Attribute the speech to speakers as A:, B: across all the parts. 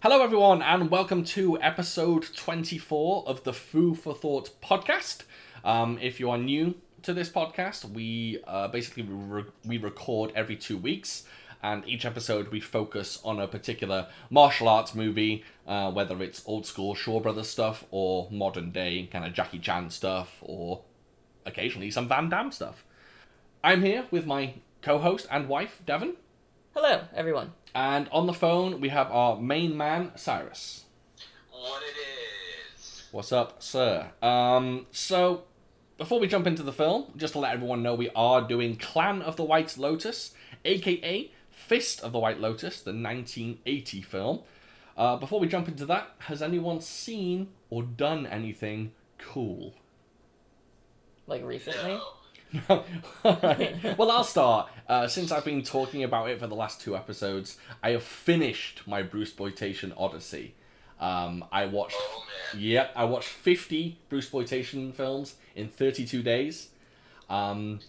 A: Hello, everyone, and welcome to episode 24 of the Foo for Thought podcast. Um, if you are new to this podcast, we uh, basically re- we record every two weeks, and each episode we focus on a particular martial arts movie, uh, whether it's old school Shaw Brothers stuff or modern day kind of Jackie Chan stuff, or occasionally some Van Damme stuff. I'm here with my co-host and wife, Devon.
B: Hello, everyone.
A: And on the phone, we have our main man, Cyrus.
C: What it is?
A: What's up, sir? Um, so, before we jump into the film, just to let everyone know, we are doing Clan of the White Lotus, aka Fist of the White Lotus, the 1980 film. Uh, before we jump into that, has anyone seen or done anything cool?
B: Like recently.
C: No.
A: All right. Well, I'll start. Uh, since I've been talking about it for the last two episodes, I have finished my Bruce Bruceploitation Odyssey. Um, I watched.
C: Oh man.
A: Yep, I watched 50 Bruce Bruceploitation films in 32 days. Um,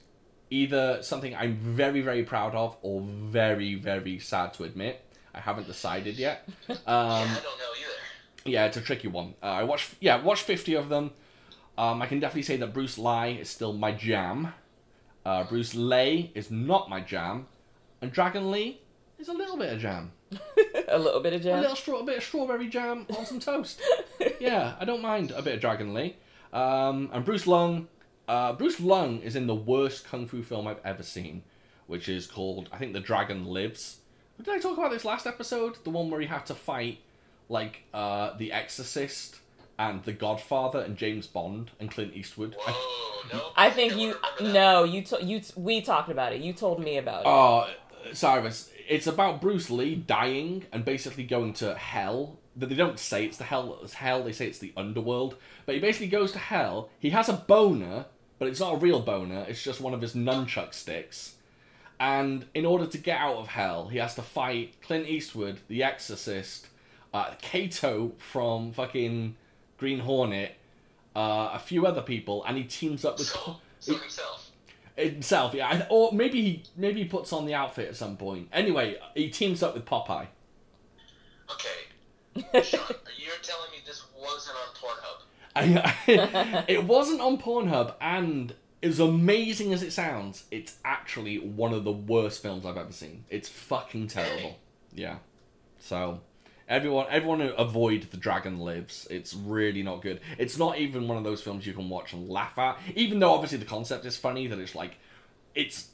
A: either something I'm very, very proud of or very, very sad to admit. I haven't decided yet. Um,
C: yeah, I don't know either.
A: yeah, it's a tricky one. Uh, I watched, yeah, watched 50 of them. Um, I can definitely say that Bruce Lee is still my jam. Uh, Bruce Lay is not my jam. And Dragon Lee is a little bit of jam.
B: a little bit of
A: A
B: jam.
A: little straw, a bit of strawberry jam on some toast. yeah, I don't mind a bit of Dragon Lee. Um, and Bruce Lung. Uh, Bruce Lung is in the worst kung fu film I've ever seen, which is called, I think, The Dragon Lives. Did I talk about this last episode? The one where he had to fight, like, uh, The Exorcist and The Godfather and James Bond and Clint Eastwood. I-
C: Whoa, nope.
B: I think
C: don't
B: you.
C: remember that.
B: No, you. To, you. t- We talked about it. You told me about it.
A: Oh, Cyrus, it's about Bruce Lee dying and basically going to hell. That They don't say it's the hell, it's hell, they say it's the underworld. But he basically goes to hell. He has a boner, but it's not a real boner, it's just one of his nunchuck sticks. And in order to get out of hell, he has to fight Clint Eastwood, The Exorcist, uh, Kato from fucking Green Hornet, uh, a few other people, and he teams up with.
C: So, so himself.
A: Himself, yeah, I- or maybe he maybe he puts on the outfit at some point. Anyway, he teams up with Popeye.
C: Okay. Sean, you're telling me this wasn't on Pornhub?
A: I- it wasn't on Pornhub, and as amazing as it sounds, it's actually one of the worst films I've ever seen. It's fucking terrible. Yeah. So everyone, everyone who avoid The Dragon Lives. It's really not good. It's not even one of those films you can watch and laugh at. Even though obviously the concept is funny, that it's like it's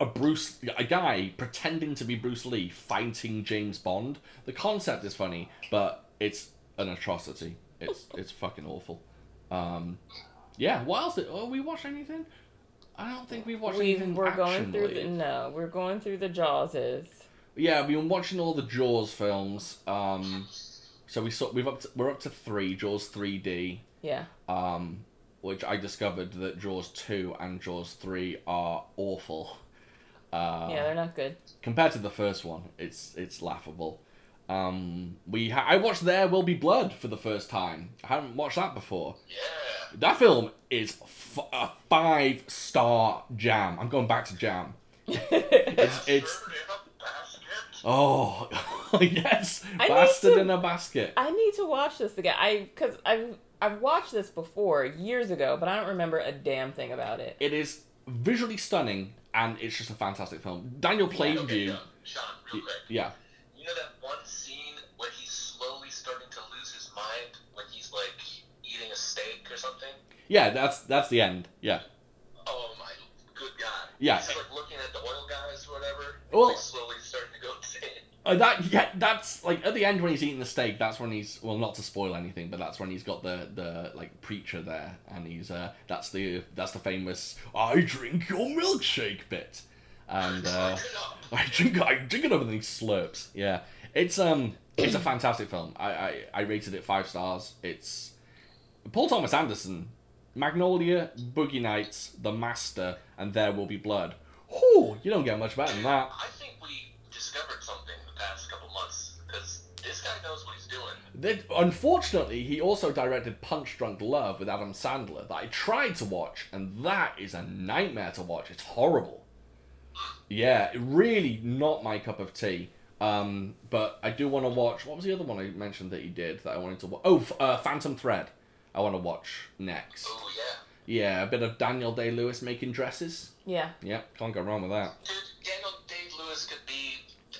A: a Bruce, a guy pretending to be Bruce Lee fighting James Bond. The concept is funny, but it's an atrocity. It's it's fucking awful. Um, yeah. What else? Did, oh, we watched anything? I don't think we've watched
B: we
A: anything.
B: we're going
A: action
B: through the.
A: related.
B: No, we're going through the Jawses.
A: Yeah, we've been watching all the Jaws films. Um, so we saw we've up to, we're up to three Jaws three D.
B: Yeah.
A: Um, which I discovered that Jaws two and Jaws three are awful. Uh,
B: yeah, they're not good.
A: compared to the first one, it's it's laughable. Um, we ha- I watched There Will Be Blood for the first time. I haven't watched that before.
C: Yeah.
A: That film is f- a five star jam. I'm going back to jam. It's it's
C: Bastard in a basket.
A: oh yes,
B: I need
A: bastard
B: to-
A: in a basket.
B: I need to watch this again. I because I've I've watched this before years ago, but I don't remember a damn thing about it.
A: It is visually stunning and it's just a fantastic film. Daniel Plainview.
C: Okay, Sean, Sean, real quick.
A: yeah.
C: You know that one scene where he's slowly starting to lose his mind when he's like eating a steak or something?
A: Yeah, that's that's the end. Yeah.
C: Oh my good god.
A: Yeah.
C: He's like looking at the oil guys or whatever.
A: Well-
C: Well, slowly starting to go insane.
A: Uh, that yeah, that's like at the end when he's eating the steak. That's when he's well, not to spoil anything, but that's when he's got the the like preacher there, and he's uh that's the that's the famous "I drink your milkshake" bit, and uh, I drink I drink it up and he slurps. Yeah, it's um it's a fantastic film. I I, I rated it five stars. It's Paul Thomas Anderson, Magnolia, Boogie Nights, The Master, and There Will Be Blood. Whew, you don't get much better than that.
C: I think we discovered something the past couple months because this guy knows what he's doing.
A: Then, unfortunately, he also directed Punch Drunk Love with Adam Sandler that I tried to watch, and that is a nightmare to watch. It's horrible. Yeah, really not my cup of tea. Um, but I do want to watch. What was the other one I mentioned that you did that I wanted to watch? Oh, f- uh, Phantom Thread. I want to watch next.
C: Oh yeah,
A: Yeah, a bit of Daniel Day Lewis making dresses.
B: Yeah.
A: Yep, can't go wrong with that.
C: dude. Daniel Dave Lewis could be.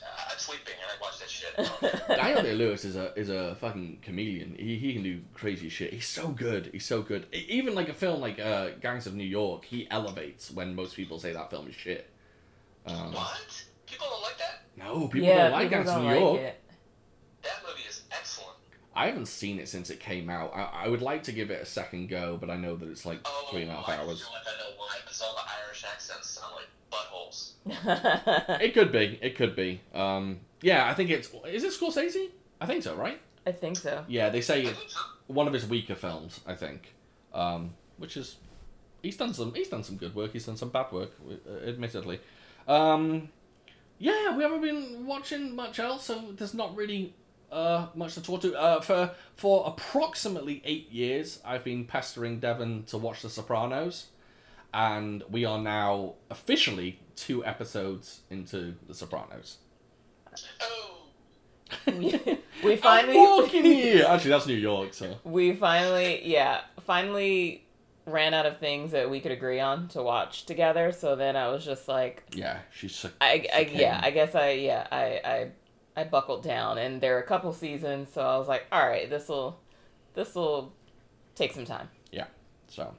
C: Uh, I'm sleeping and I watch that shit.
A: Um, Daniel Day Lewis is a is a fucking chameleon. He he can do crazy shit. He's so good. He's so good. E- Even like a film like uh, Gangs of New York, he elevates when most people say that film is shit. Um,
C: what? People don't like that.
A: no, people
B: yeah,
A: don't like
B: people
A: Gangs of
B: don't
A: New
B: like
A: York.
B: it.
C: That movie is excellent.
A: I haven't seen it since it came out. I, I would like to give it a second go, but I know that it's like
C: Oh,
A: three and a half
C: I,
A: hours.
C: You know what, I know why, because all the Irish accents sound like buttholes.
A: It could be. It could be. Um, yeah, I think it's. Is it Scorsese? I think so, right?
B: I think so.
A: Yeah, they say
C: I
A: it's
C: think so.
A: one of his weaker films, I think. Um, which is he's done some he's done some good work. He's done some bad work, w- uh, admittedly. Um, yeah, we haven't been watching much else, so there's not really uh, much to talk to. Uh, for for approximately eight years, I've been pestering Devon to watch The Sopranos, and we are now officially two episodes into The Sopranos.
C: Oh,
B: we finally
A: I'm walking here. Actually, that's New York, so
B: we finally yeah finally ran out of things that we could agree on to watch together so then i was just like
A: yeah, she's so.
B: i, I
A: Okay.
B: yeah i guess i yeah I, I i buckled down and there were a couple seasons so i was like all right this will this will take some time
A: So,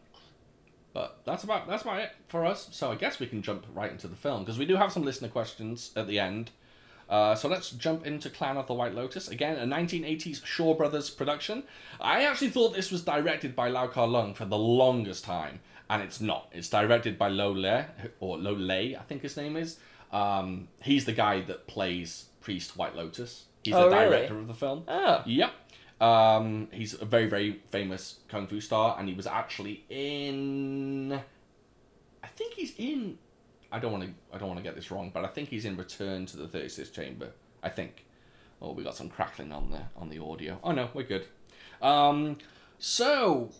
A: but that's about that's about it for us. So I guess we can jump right into the film because we do have some listener questions at the end. Uh, so let's jump into Clan of the White Lotus again, a 1980s Shaw Brothers production. I actually thought this was directed by Lau Kar Lung for the longest time, and it's not. It's directed by Lo Le or Lo Lei, I think his name is. Um, he's the guy that plays Priest White Lotus. He's
B: Oh,
A: the
B: really?
A: director of the film.
B: oh
A: Yep. Um, he's a very, very famous kung fu star, and he was actually in. I think he's in. I don't want to. I don't want to get this wrong, but I think he's in Return to the Thirty Sixth Chamber. I think. Oh, we got some crackling on the on the audio. Oh no, we're good. Um, so,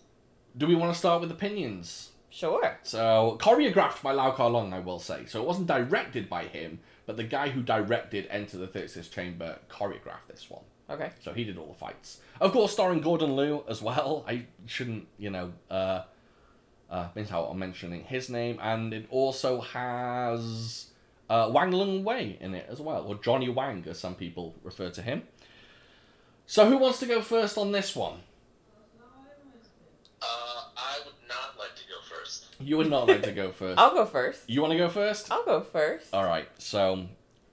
A: do we want to start with opinions?
B: sure
A: So choreographed by Lau Kar Long, I will say. So it wasn't directed by him, but the guy who directed Enter the Thirty Sixth Chamber choreographed this one.
B: okay
A: So he did all the fights. Of course, starring Gordon Liu as well. I shouldn't, you know, uh, uh, miss out on mentioning his name. And it also has uh, Wang Lung Wei in it as well, or Johnny Wang, as some people refer to him. So who wants to go first on this one?
C: uh, I would not like to go first.
A: You would not like to go first.
B: i'll go first
A: You want to go first?
B: i'll go first
A: All right. So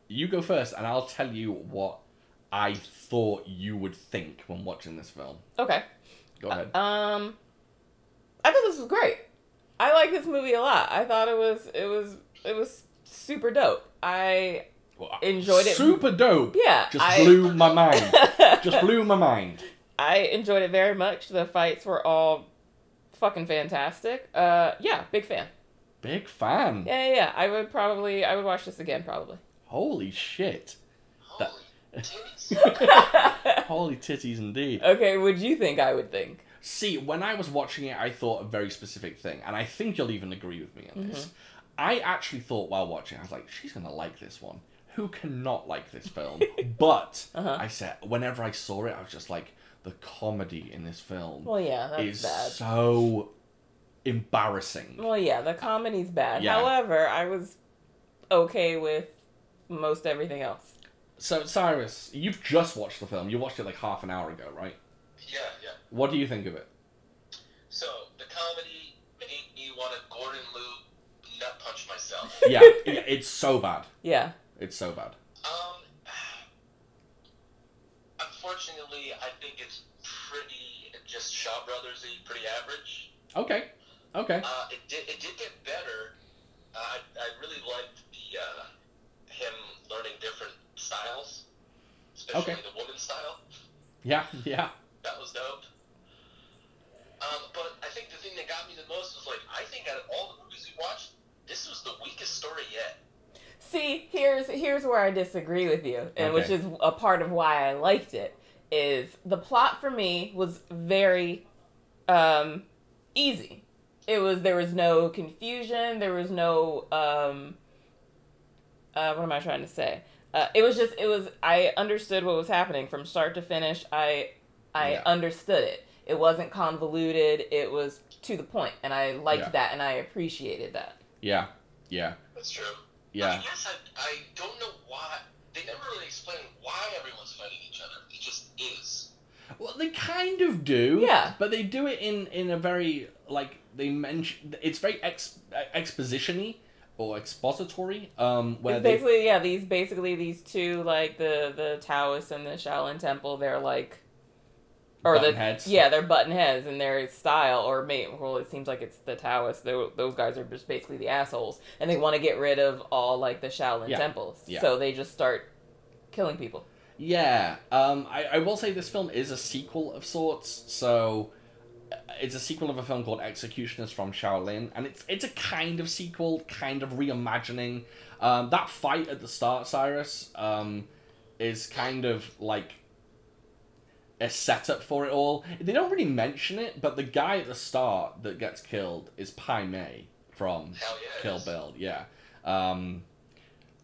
A: you go first, and I'll tell you what I thought you would think when watching this film.
B: okay
A: Go ahead.
B: Um, I thought this was great. I like this movie a lot. I thought it was it was it was super dope. I
A: Well, I-
B: enjoyed it.
A: Super dope.
B: yeah,
A: Just
B: I
A: blew my mind. Just blew my mind.
B: I enjoyed it very much. The fights were all fucking fantastic. Uh, yeah, big fan.
A: Big fan.
B: Yeah, yeah, yeah. I would probably I would watch this again probably.
A: Holy shit. That-
C: Holy titties.
A: Holy titties indeed.
B: okay, would you think I would think?
A: See, when I was watching it, I thought a very specific thing, and I think you'll even agree with me on
B: Mm-hmm.
A: this. I actually thought while watching, I was like, she's going to like this one. Who cannot like this film? but
B: Uh-huh.
A: I said, whenever I saw it, I was just like, the comedy in this film
B: Well, yeah,
A: is
B: that's bad.
A: so embarrassing.
B: Well, yeah, the comedy's bad.
A: Yeah.
B: However, I was okay with most everything else.
A: So Cyrus, you've just watched the film. You watched it like half an hour ago, right?
C: yeah, yeah.
A: What do you think of it?
C: So the comedy made me want to Gordon Liu nut punch myself.
A: Yeah, yeah, it's so bad.
B: Yeah.
A: It's so bad.
C: Um, unfortunately, I think it's pretty just Shaw Brothersy, pretty average.
A: Okay, okay.
C: Uh, it did. It did get better. Uh, I, I really liked the uh, him learning different styles, especially
A: Okay.
C: the woman style.
A: Yeah, yeah.
C: That was dope. Um, but I think the thing that got me the most was like I think out of all the movies we watched, this was the weakest story yet.
B: See, here's here's where I disagree with you, and which
A: Okay.
B: is a part of why I liked it. Is the plot for me was very um, easy. It was there was no confusion. There was no um, uh, what am I trying to say? Uh, it was just it was I understood what was happening from start to finish. I I
A: Yeah.
B: understood it. It wasn't convoluted. It was to the point, and I liked
A: Yeah.
B: that, and I appreciated that.
A: Yeah. Yeah.
C: That's true.
A: Yeah.
C: I guess I, I don't know why. They never really explain why everyone's fighting each other. It just is.
A: Well, they kind of do.
B: Yeah.
A: But they do it in in a very like they mention it's very ex e-, expositiony or expository. Um, where
B: it's
A: they
B: basically yeah these basically these two like the the Taoist and the Shaolin Temple they're like
A: Button
B: the
A: heads.
B: yeah they're button heads and their style or may well it seems like it's the Taoists tho- those guys are just basically the assholes and they want to get rid of all like the Shaolin
A: Yeah.
B: temples
A: Yeah.
B: so they just start killing people
A: Yeah, um, I, I will say this film is a sequel of sorts. So uh, it's a sequel of a film called Executioners from Shaolin, and it's it's a kind of sequel, kind of reimagining. Um, that fight at the start, Cyrus, um, is kind of like a setup for it all. They don't really mention it, but the guy at the start that gets killed is Pai Mei from
C: Hell yeah.
A: Kill
C: it is.
A: Bill, yeah. Um,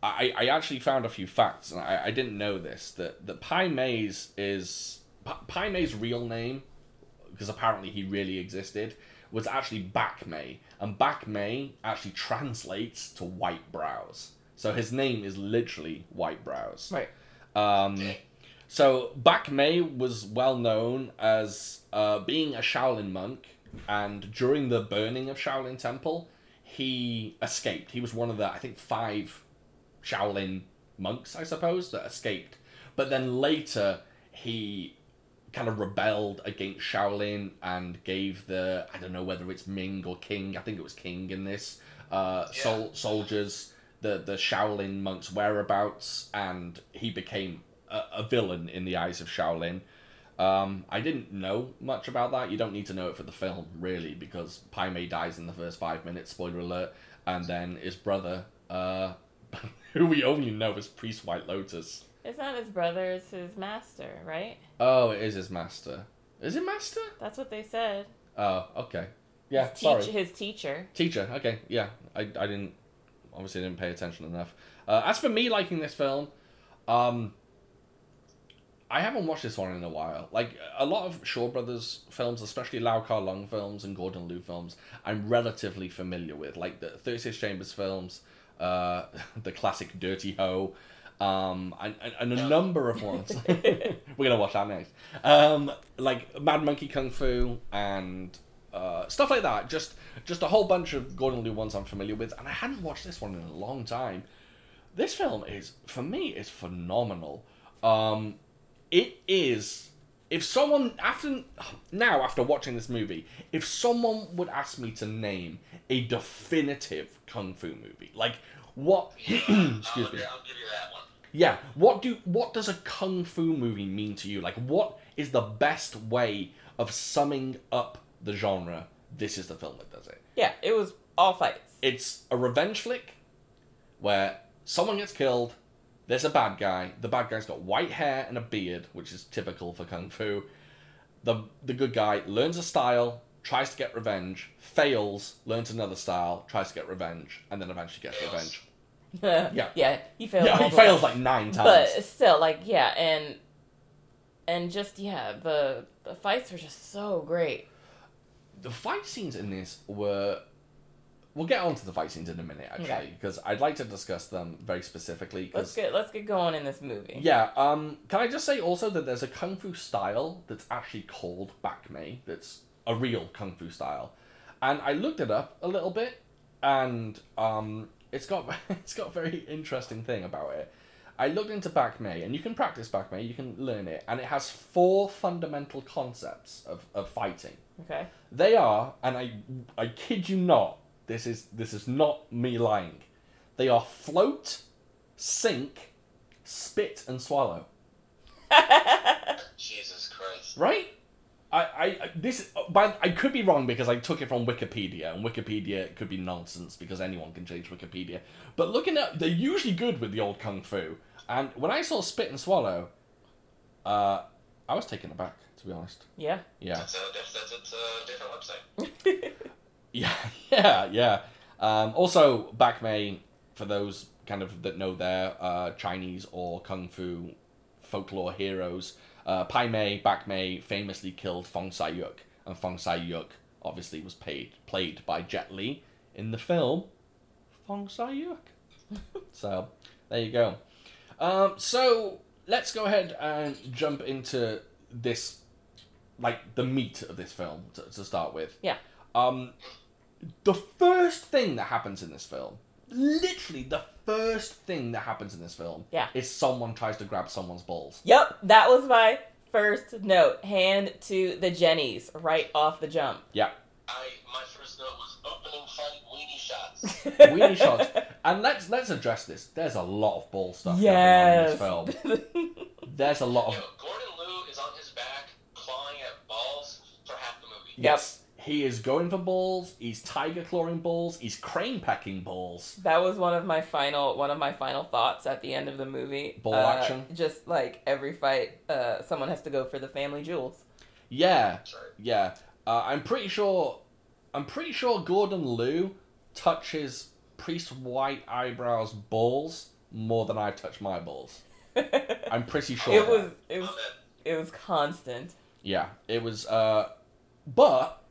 A: I, I actually found a few facts, and I, I didn't know this that, that Pai Maze is. Pi- Pai Mei's real name, because apparently he really existed, was actually Back May. And Back May actually translates to White Brows. So his name is literally White Brows.
B: right
A: Um,
C: Okay.
A: so Bak Mei was well known as uh, being a Shaolin monk, and during the burning of Shaolin Temple, he escaped. He was one of the I think five Shaolin monks, I suppose, that escaped. But then later he kind of rebelled against Shaolin and gave the I don't know whether it's Ming or King. I think it was King in this uh,
C: Yeah.
A: sol- soldiers the the Shaolin monks' whereabouts, and he became a, a villain in the eyes of Shaolin. Um, I didn't know much about that. You don't need to know it for the film, really, because Pai Mei dies in the first five minutes. Spoiler alert! And then his brother, uh, who we only know as Priest White Lotus.
B: it's not his brother it's his master right
A: Oh, it is his master. Is it master?
B: that's what they said
A: Oh, okay. Yeah,
B: his,
A: sorry.
B: his teacher
A: Teacher, okay, yeah. I, I didn't obviously I didn't pay attention enough. Uh, as for me liking this film, um, I haven't watched this one in a while. Like a lot of Shaw Brothers films, especially Lau Kar Lung films and Gordon Liu films, I'm relatively familiar with. Like the Thirty Six Chambers films, uh, the classic Dirty Ho, um, and, and, and a number of ones. We're gonna watch that next. Um, like Mad Monkey Kung Fu and uh, stuff like that. Just just a whole bunch of Gordon Liu ones I'm familiar with, and I hadn't watched this one in a long time. This film is for me is phenomenal. Um, it is. If someone after now after watching this movie, if someone would ask me to name a definitive kung fu movie, like what?
C: Yeah,
A: excuse
C: I'll,
A: me.
C: I'll give you that one.
A: Yeah. What do what does a kung fu movie mean to you? Like what is the best way of summing up the genre? This is the film that does it.
B: yeah it was all fights
A: It's a revenge flick where someone gets killed, there's a bad guy, the bad guy's got white hair and a beard, which is typical for kung fu. The the good guy learns a style, tries to get revenge, fails, learns another style, tries to get revenge, and then eventually gets
C: Fails.
A: revenge.
B: yeah he failed
A: Yeah,
B: all
A: he
B: the
A: fails like nine times.
B: but still like yeah and and just yeah the the fights were just so great
A: the fight scenes in this were we'll get onto the fight scenes in a minute actually
B: Okay.
A: because i'd like to discuss them very specifically
B: let's
A: because
B: get let's get going in this movie
A: yeah um can i just say also that there's a kung fu style that's actually called bakme that's a real kung fu style and i looked it up a little bit and um it's got it's got a very interesting thing about it I looked into Bakme, and you can practice Bakme, you can learn it, and it has four fundamental concepts of, of fighting.
B: okay
A: They are, and I I kid you not, this is this is not me lying. They are float, sink, spit and swallow.
C: Jesus Christ.
A: Right? I, I I- this but I could be wrong because I took it from Wikipedia and Wikipedia could be nonsense because anyone can change Wikipedia. But looking at they're usually good with the old kung fu. And when I saw spit and swallow, uh, I was taken aback to be honest.
B: yeah
A: Yeah.
C: That's a, that's, that's a different website.
A: Yeah, yeah, yeah. Um, also, Bakme for those kind of that know their uh, Chinese or kung fu folklore heroes, uh, Pai Mei Bak Mei famously killed Fong Sai Yuk, and Fong Sai Yuk obviously was paid, played by Jet Li in the film Fong Sai Yuk. so there you go. Um, so let's go ahead and jump into this, like the meat of this film to, to start with.
B: Yeah.
A: Um, the first thing that happens in this film, literally the first thing that happens in this film,
B: Yeah.
A: is someone tries to grab someone's balls.
B: Yep, that was my first note. Hand to the Jennies right off the jump.
A: Yeah.
C: I my first note was opening fight weenie shots.
A: Weenie shots. And let's let's address this. There's a lot of ball stuff going on in
B: Yes.
A: this film. There's a lot
C: You
A: of
C: know, Gordon Liu is on his back clawing at balls for half the movie.
A: yes. He is going for balls. He's tiger clawing balls. He's crane pecking balls.
B: That was one of my final one of my final thoughts at the end of the movie.
A: Ball
B: Uh,
A: action?
B: Just like every fight, uh, someone has to go for the family jewels.
A: Yeah,
C: Sorry.
A: yeah. Uh, I'm pretty sure. I'm pretty sure Gordon Liu touches Priest White Eyebrows balls more than I touch my balls.
B: it
A: I'm pretty sure. of that.
B: was it was
C: I'm in.
B: it was constant.
A: Yeah, it was. Uh, but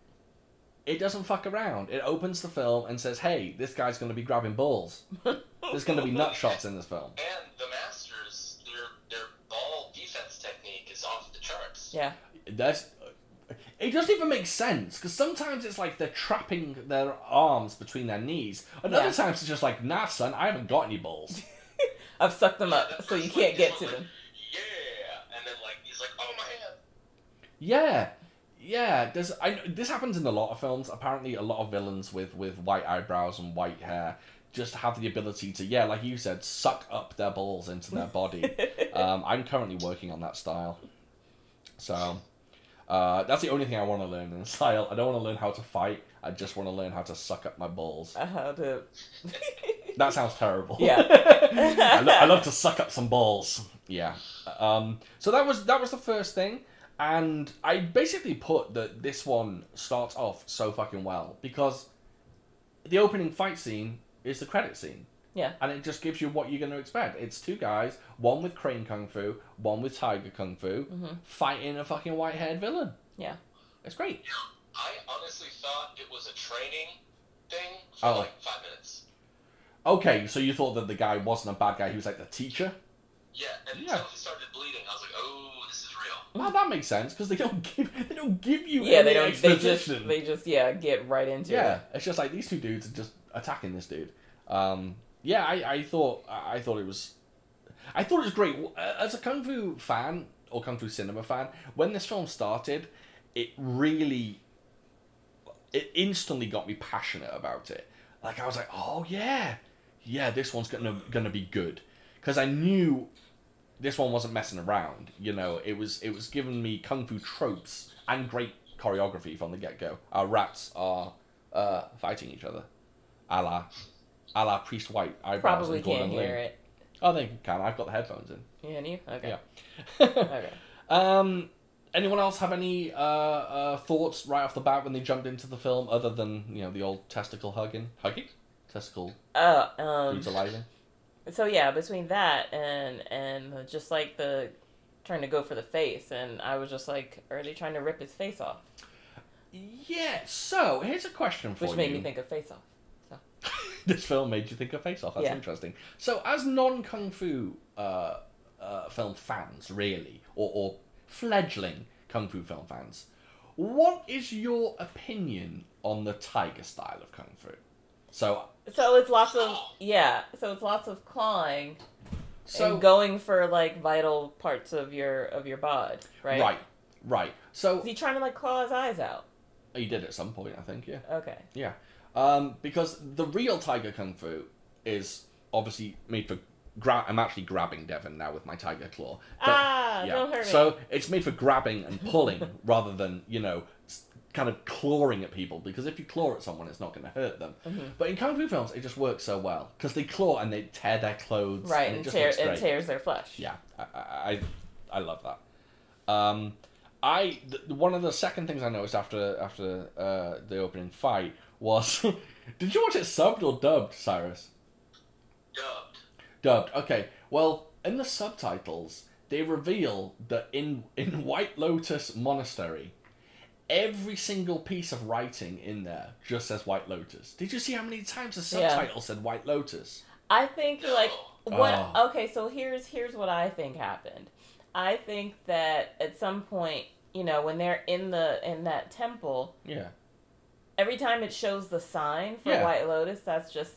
A: it doesn't fuck around. It opens the film and says, "Hey, this guy's going to be grabbing balls. There's going to be nut shots in this film."
C: And the Masters, their their ball defense technique is off the charts.
B: Yeah.
A: That's. It doesn't even make sense because sometimes it's like they're trapping their arms between their knees, and
B: Yeah.
A: other times it's just like, "Nah, son, I haven't got any balls."
B: I've sucked them up so you can't get to them.
C: Yeah, and then like he's like, oh my hand.
A: yeah, yeah. There's. I. This happens in a lot of films. Apparently, a lot of villains with with white eyebrows and white hair just have the ability to, yeah, like you said, suck up their balls into their body. um, I'm currently working on that style. So uh, that's the only thing I want to learn in the style. I don't want to learn how to fight. I just want to learn how to suck up my balls.
B: Uh, How to?
A: That sounds terrible.
B: Yeah.
A: I, lo- I love to suck up some balls. Yeah. Um, so that was that was the first thing, and I basically put that this one starts off so fucking well because the opening fight scene is the credit scene.
B: Yeah.
A: And it just gives you what you're going to expect. It's two guys, one with crane kung fu, one with tiger kung fu,
B: Mhm.
A: fighting a fucking white haired villain.
B: Yeah.
A: It's great.
C: I honestly thought it was a training thing for
A: Oh.
C: like five minutes.
A: Okay, so you thought that the guy wasn't a bad guy, he was like the teacher?
C: Yeah, and
A: Yeah.
C: until he started bleeding, I was like, oh, this is real.
A: Well, that makes sense because they don't give they don't give you
B: Yeah,
A: any
B: they don't. They just,
A: exposition.
B: they just, yeah, get right into
A: yeah,
B: it.
A: it's just like these two dudes are just attacking this dude. Um, yeah, I, I thought I I thought it was, I thought it was great Uh, as a kung fu fan or kung fu cinema fan. When this film started, it really, it instantly got me passionate about it. Like I was like, oh yeah, yeah, this one's gonna gonna be good because I knew this one wasn't messing around. You know, it was it was giving me kung fu tropes and great choreography from the get go. Our rats are uh, fighting each other, a la, a la Priest White. Eyebrows
B: Probably
A: and Gordon
B: can't
A: Liu.
B: hear it.
A: Oh, they can. I've got the headphones in.
B: Yeah, and you? Okay. Okay.
A: um, anyone else have any uh, uh, thoughts right off the bat when they jumped into the film, other than you know the old testicle hugging, hugging, testicle
B: Oh, um.
A: brutalizing?
B: So yeah, between that and and just like the trying to go for the face, and I was just like, are they trying to rip his face off?
A: Yeah. So here's a question for
B: Which
A: you.
B: made me think of face off.
A: this film made you think of Face Off. That's
B: Yeah.
A: interesting. So, as non kung fu uh, uh, film fans, really, or, or fledgling kung fu film fans, what is your opinion on the tiger style of kung fu? So,
B: So it's lots of yeah. So it's lots of clawing
A: so
B: and going for like vital parts of your of your bod, right?
A: right, right.
B: Is
A: So
B: he trying to like claw his eyes out?
A: he Oh, did at some point, I think. Yeah.
B: Okay.
A: Um, because the real Tiger Kung Fu is obviously made for. Gra- I'm actually grabbing Devon now with my tiger claw. But-
B: Ah, don't hurt me.
A: So it's made for grabbing and pulling rather than, you know, s- kind of clawing at people because if you claw at someone, it's not going to hurt them.
B: Mhm.
A: But in Kung Fu films, it just works so well because they claw and they tear their clothes.
B: Right,
A: and it
B: and,
A: just
B: tear,
A: looks
B: and
A: great.
B: tears their flesh.
A: Yeah, I, I, I I love that. Um, I th- one of the second things I noticed after after uh, the opening fight was, did you watch it subbed or dubbed, Cyrus?
C: dubbed.
A: Dubbed. Okay. Well, in the subtitles, they reveal that in in White Lotus Monastery, every single piece of writing in there just says White Lotus. Did you see how many times the
B: Yeah.
A: subtitle said White Lotus?
B: I think like what
A: Oh.
B: okay, so here's here's what I think happened. I think that at some point, you know, when they're in the in that temple,
A: Yeah.
B: every time it shows the sign for
A: Yeah.
B: White Lotus, that's just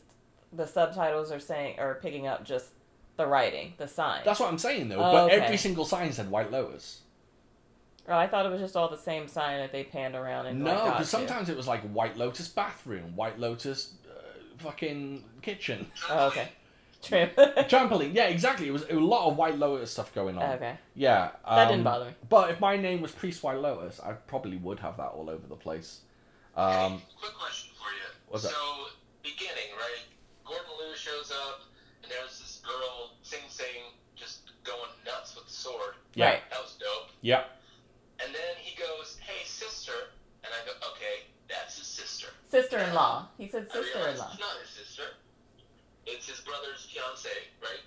B: the subtitles are saying are picking up just the writing, the sign.
A: That's what I'm saying though.
B: Oh,
A: but
B: okay.
A: every single sign said White Lotus.
B: Or I thought it was just all the same sign that they panned around and
A: no,
B: like, got
A: because
B: to.
A: sometimes it was like White Lotus bathroom, White Lotus uh, fucking kitchen,
B: Oh, okay. True.
A: trampoline. Yeah, exactly. It was a lot of White Lotus stuff going on.
B: okay.
A: Yeah. Um,
B: That didn't bother me.
A: But if my name was Priest White Lotus, I probably would have that all over the place. Um,
C: Hey, quick question for you.
A: What's
C: so,
A: up?
C: beginning, right? Gordon Liu shows up, and there's this girl, Sing Sing, just going nuts with the sword.
A: yeah.
B: Right.
C: That was dope.
A: Yeah.
C: And then he goes, hey, sister. And I go, okay, that's his sister.
B: Sister in law. He said
C: I
B: sister in
C: realize
B: law.
C: it's not his sister. It's his brother's fiance, right?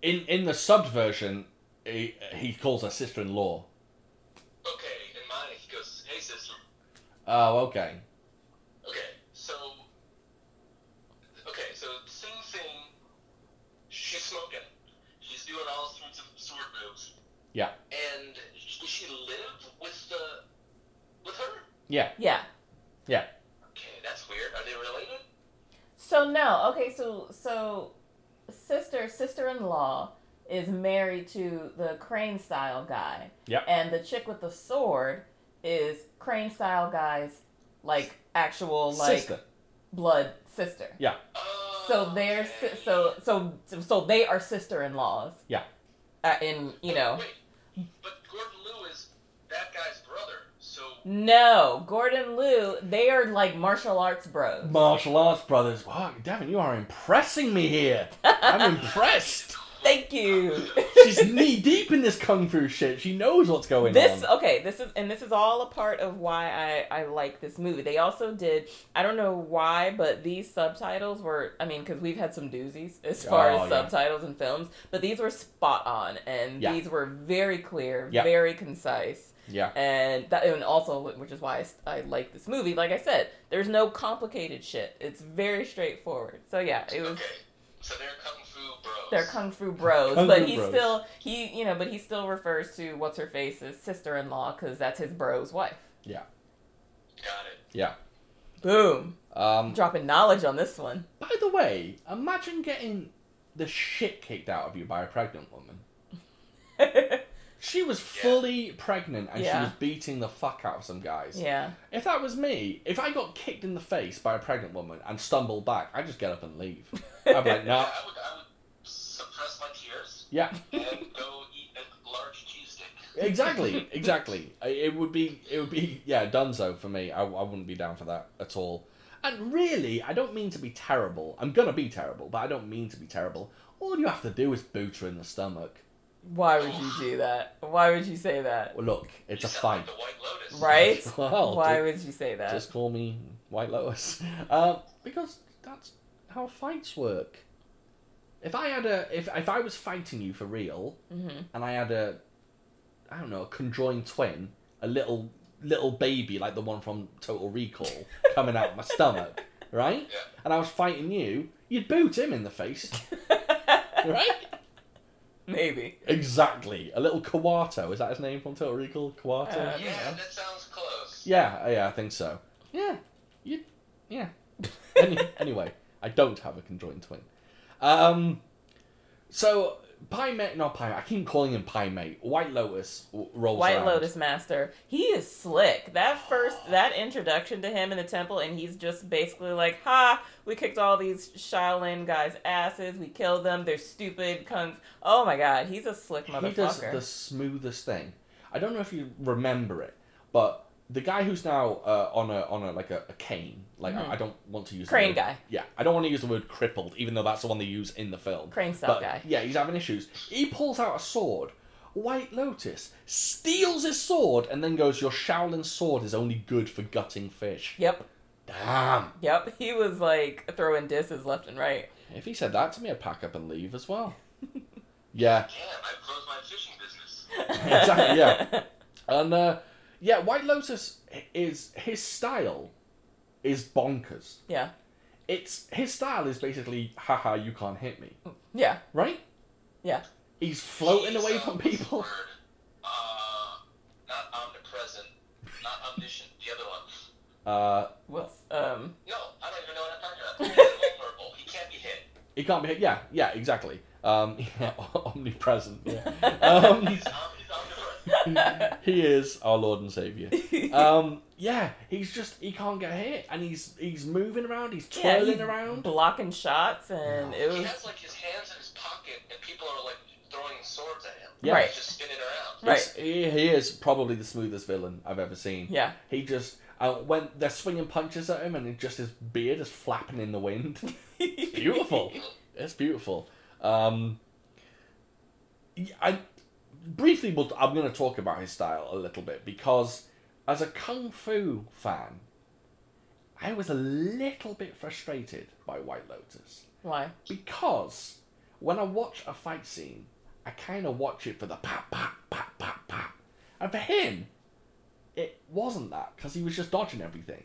A: In in the subbed version, he, he calls her sister-in-law.
C: Okay, in mine, he goes, hey, sister.
A: Oh, okay.
C: Okay, so. Okay, so Sing Sing, she's smoking. She's doing all sorts of sword moves.
A: Yeah.
C: And does she live with the. with her?
A: Yeah.
B: Yeah.
C: Okay, that's weird. Are they related?
B: So no, okay, so so sister sister in law is married to the crane style guy.
A: Yep.
B: And the chick with the sword is crane style guy's like actual like
A: Sister.
B: blood sister.
C: Oh,
B: So they're si-
C: okay.
B: so so so they are sister in laws.
A: Yeah.
B: Uh, in you know
C: Wait, but Gordon Liu is that guy's brother, so.
B: no Gordon Liu they are like martial arts bros.
A: Martial arts brothers. Wow, Devin, you are impressing me here. I'm impressed.
B: Thank you.
A: She's knee deep in this kung fu shit. She knows what's going
B: this
A: on.
B: okay this is and this is all a part of why I, I like this movie they also did i don't know why but these subtitles were i mean because we've had some doozies as far
A: Oh,
B: as
A: yeah.
B: subtitles and films but these were spot on and
A: Yeah.
B: these were very clear
A: Yeah.
B: very concise
A: Yeah.
B: and that and also which is why I s- I, like this movie like i said there's no complicated shit it's very straightforward so yeah it was
C: Okay, so they're kung fu bros.
B: they're kung fu bros,
A: Kung
B: but
A: Fu
B: he
A: Bros.
B: still he you know, but he still refers to what's her face's sister in law because that's his bro's wife.
C: Got it.
B: Boom,
A: Um,
B: dropping knowledge on this one.
A: by the way, imagine getting the shit kicked out of you by a pregnant woman. She was fully pregnant and
B: Yeah.
A: she was beating the fuck out of some guys.
B: yeah,
A: If that was me, if I got kicked in the face by a pregnant woman and stumbled back, I'd just get up and leave. I'd be like, no,
C: I would, I would suppress my tears
A: yeah,
C: and go eat a large cheese stick.
A: exactly, exactly. I- It would be, it would be, yeah, dunzo for me. I, I wouldn't be down for that at all. And really, I don't mean to be terrible. I'm gonna be terrible, but I don't mean to be terrible. All you have to do is boot her in the stomach.
B: why would you do that? Why would you say that?
A: Well, look, it's
C: You
A: a
C: sound
A: fight.
C: Like the White Lotus.
B: Right?
A: Well,
B: why
A: ju-
B: would you say that?
A: just call me White Lotus. Um, because that's how fights work. If I had a, if if I was fighting you for real,
B: mm-hmm.
A: and I had a, I don't know, a conjoined twin, a little little baby like the one from Total Recall coming out of my stomach, right?
C: Yeah.
A: And I was fighting you, you'd boot him in the face, right?
B: Maybe.
A: exactly. A little Kawato. Is that his name from Total Recall? Kawato.
B: Uh,
C: Yeah, that sounds close.
A: Yeah, yeah, I think so. Yeah, you, yeah. Any, anyway, I don't have a conjoined twin. Um, so Pie Mate, not Pie. I keep calling him Pie Mate. White Lotus w- rolls
B: White
A: around.
B: Lotus Master. He is slick. That first, that introduction to him in the temple, and he's just basically like, "Ha! We kicked all these Shaolin guys' asses. We killed them. They're stupid kung." Oh my god, he's a slick
A: He does
B: motherfucker.
A: the smoothest thing. I don't know if you remember it, but the guy who's now uh, on a on a like a, a cane, like
B: Mhm.
A: I, I don't want to use
B: Crane
A: the word,
B: guy.
A: Yeah, I don't want to use the word crippled, even though that's the one they use in the film.
B: Crane style
A: But
B: guy.
A: yeah, he's having issues. He pulls out a sword. White Lotus steals his sword and then goes, "Your Shaolin sword is only good for gutting fish."
B: Yep,
A: Damn.
B: yep. He was like throwing disses left and right.
A: If he said that to me, I'd pack up and leave as well. yeah,
C: Yeah, I've closed my fishing business.
A: Exactly, yeah. and uh, yeah, White Lotus i- is his style is bonkers.
B: Yeah.
A: It's his style is basically, haha, you can't hit me,
B: Yeah.
A: right?
B: Yeah.
A: He's floating
C: He
A: away
C: is,
A: from
C: uh, what's the
A: people.
C: word? Uh, not omnipresent, not omniscient. The other one.
A: Uh,
B: Well, um,
C: No, I don't even know what I'm talking about. He's vulnerable. He can't be hit.
A: he can't be hit. Yeah, yeah, exactly. Um, yeah, omnipresent. Yeah. Um,
C: He's, om- he's omnipresent.
A: he is our Lord and Savior. Um, yeah, he's just he can't get hit, and he's he's moving around, he's
B: yeah,
A: twirling
B: he's
A: around.
B: blocking shots, and it
C: He
B: was
C: has like his hands in his pocket, and people are like throwing swords at him.
A: Yeah.
B: Right.
C: He's just spinning around.
B: Right.
A: It's- He, he is probably the smoothest villain I've ever seen.
B: yeah,
A: He just uh, when they're swinging punches at him, and it just his beard is flapping in the wind. It's beautiful. it's beautiful. Um, y- I briefly, will I'm going to talk about his style a little bit because as a kung fu fan, I was a little bit frustrated by White Lotus
B: why?
A: because when I watch a fight scene, I kind of watch it for the pat pat pat pat pat, and for him, it wasn't that because he was just dodging everything,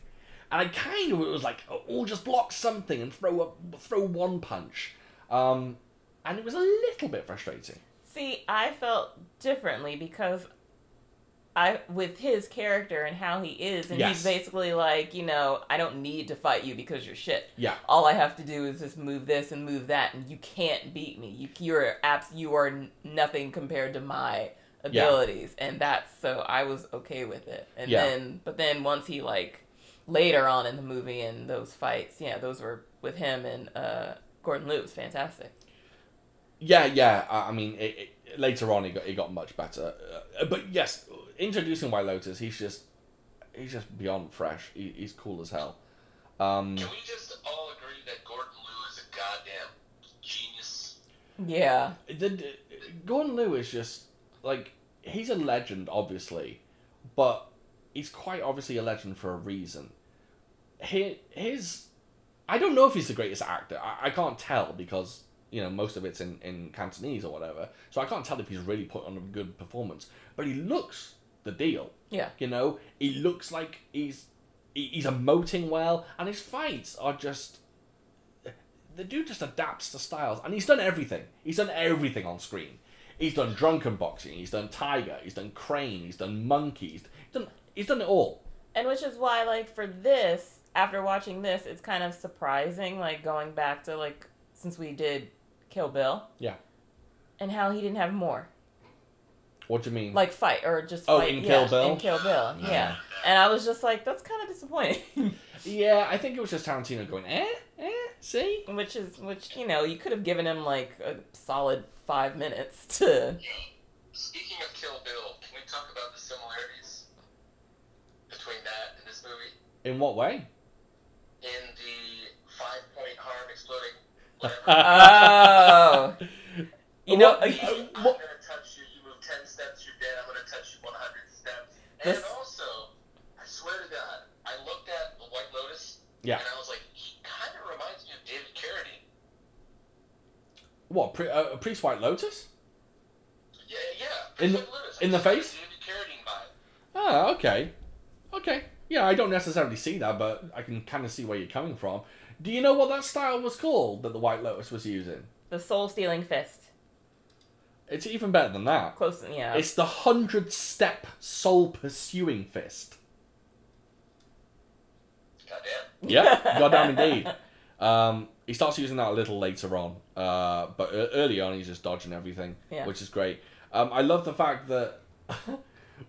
A: and I kind of it was like oh just block something and throw a throw one punch, um, and it was a little bit frustrating.
B: See, I felt differently because I with his character and how he is, and
A: Yes.
B: he's basically like, you know, I don't need to fight you because you're shit.
A: Yeah,
B: All I have to do is just move this and move that, and you can't beat me. You you're abs you are n- nothing compared to my
A: Yeah.
B: abilities, and that's so I was okay with it. And
A: Yeah.
B: then, but then once he like later on in the movie and those fights, yeah, those were with him and uh, Gordon Liu was fantastic.
A: yeah, yeah. I, I mean, it, it, later on, it got it got much better, uh, but yes, introducing White Lotus, he's just he's just beyond fresh. He, he's cool as hell. Um,
C: Can we just all agree that Gordon Liu is a goddamn genius?
B: Yeah,
A: the, the- Gordon Liu is just like he's a legend, obviously, but he's quite obviously a legend for a reason. His, his I don't know if he's the greatest actor. I, I can't tell because you know most of it's in, in Cantonese or whatever, so I can't tell if he's really put on a good performance. But he looks the deal.
B: yeah.
A: You know, he looks like he's he, he's emoting well, and his fights are just the dude just adapts to styles, and he's done everything. He's done everything on screen. He's done drunken boxing. He's done tiger. He's done crane. He's done monkeys. He's done he's done it all.
B: And which is why, like, for this, after watching this, it's kind of surprising, like, going back to, like, since we did Kill Bill.
A: Yeah.
B: And how he didn't have more.
A: What do you mean?
B: Like, fight, or just
A: Oh,
B: fight.
A: in
B: yeah,
A: Kill Bill?
B: In Kill Bill,
A: Yeah.
B: yeah. And I was just like, that's kind of disappointing.
A: yeah, I think it was just Tarantino going eh eh see
B: which is, which, you know, you could have given him, like, a solid five minutes to.
C: Speaking of Kill Bill, can we talk about the similarities between that and this movie?
A: in what way?
C: In the five point harm exploding, whatever.
B: Oh! You know,
A: What-
B: uh,
A: uh,
C: I'm
A: what-
C: gonna touch you. You move ten steps, you're dead. I'm gonna touch you 100 steps. And
B: This-
C: also, I swear to God, I looked at the White Lotus,
A: Yeah.
C: and I was like, he kind of reminds me of David Carradine.
A: What pre- uh, priest White Lotus?
C: Yeah, yeah.
A: In the-
C: White Lotus.
A: in the
C: I got a
A: face?
C: David Carradine vibe.
A: Oh, okay. Okay. Yeah, I don't necessarily see that, but I can kind of see where you're coming from. Do you know what that style was called that the White Lotus was using?
B: the soul stealing fist.
A: It's even better than that.
B: Close, yeah.
A: It's the hundred step soul pursuing fist.
C: Goddamn.
A: Yeah, goddamn indeed. Um, he starts using that a little later on, uh, but e- early on he's just dodging everything,
B: Yeah.
A: which is great. Um, I love the fact that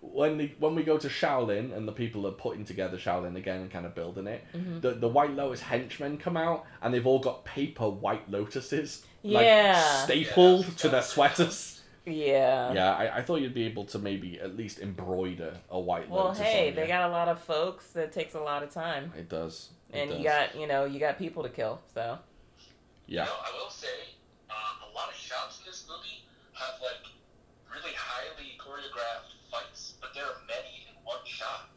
A: when the, when we go to Shaolin and the people are putting together Shaolin again and kind of building it,
B: Mm-hmm.
A: the, the White Lotus henchmen come out and they've all got paper White Lotuses,
B: Yeah. Uh-huh.
A: like stapled
C: Yeah.
A: to their sweaters.
B: yeah.
A: Yeah, I, I thought you'd be able to maybe at least embroider a White
B: Well,
A: Lotus. on
B: hey,
A: you.
B: they got a lot of folks that takes a lot of time,
A: It does. It
B: and you
A: does.
B: got you know you got people to kill. So
A: yeah.
C: No, I will say, um, a lot of shots in this movie have like really highly choreographed fights, but there are many in one shot.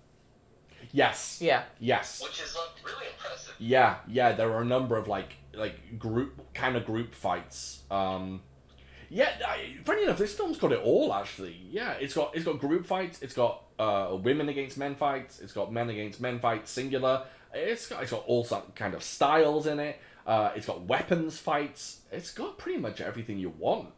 A: Yes.
B: Yeah.
A: Yes.
C: which is like really impressive.
A: Yeah, yeah, there are a number of like like group kind of group fights. Um yeah, I, funny enough, this film's got it all actually. Yeah, it's got it's got group fights, it's got uh, women against men fights, it's got men against men fights singular. It's got it's got all some kind of styles in it. Uh, it's got weapons fights. It's got pretty much everything you want.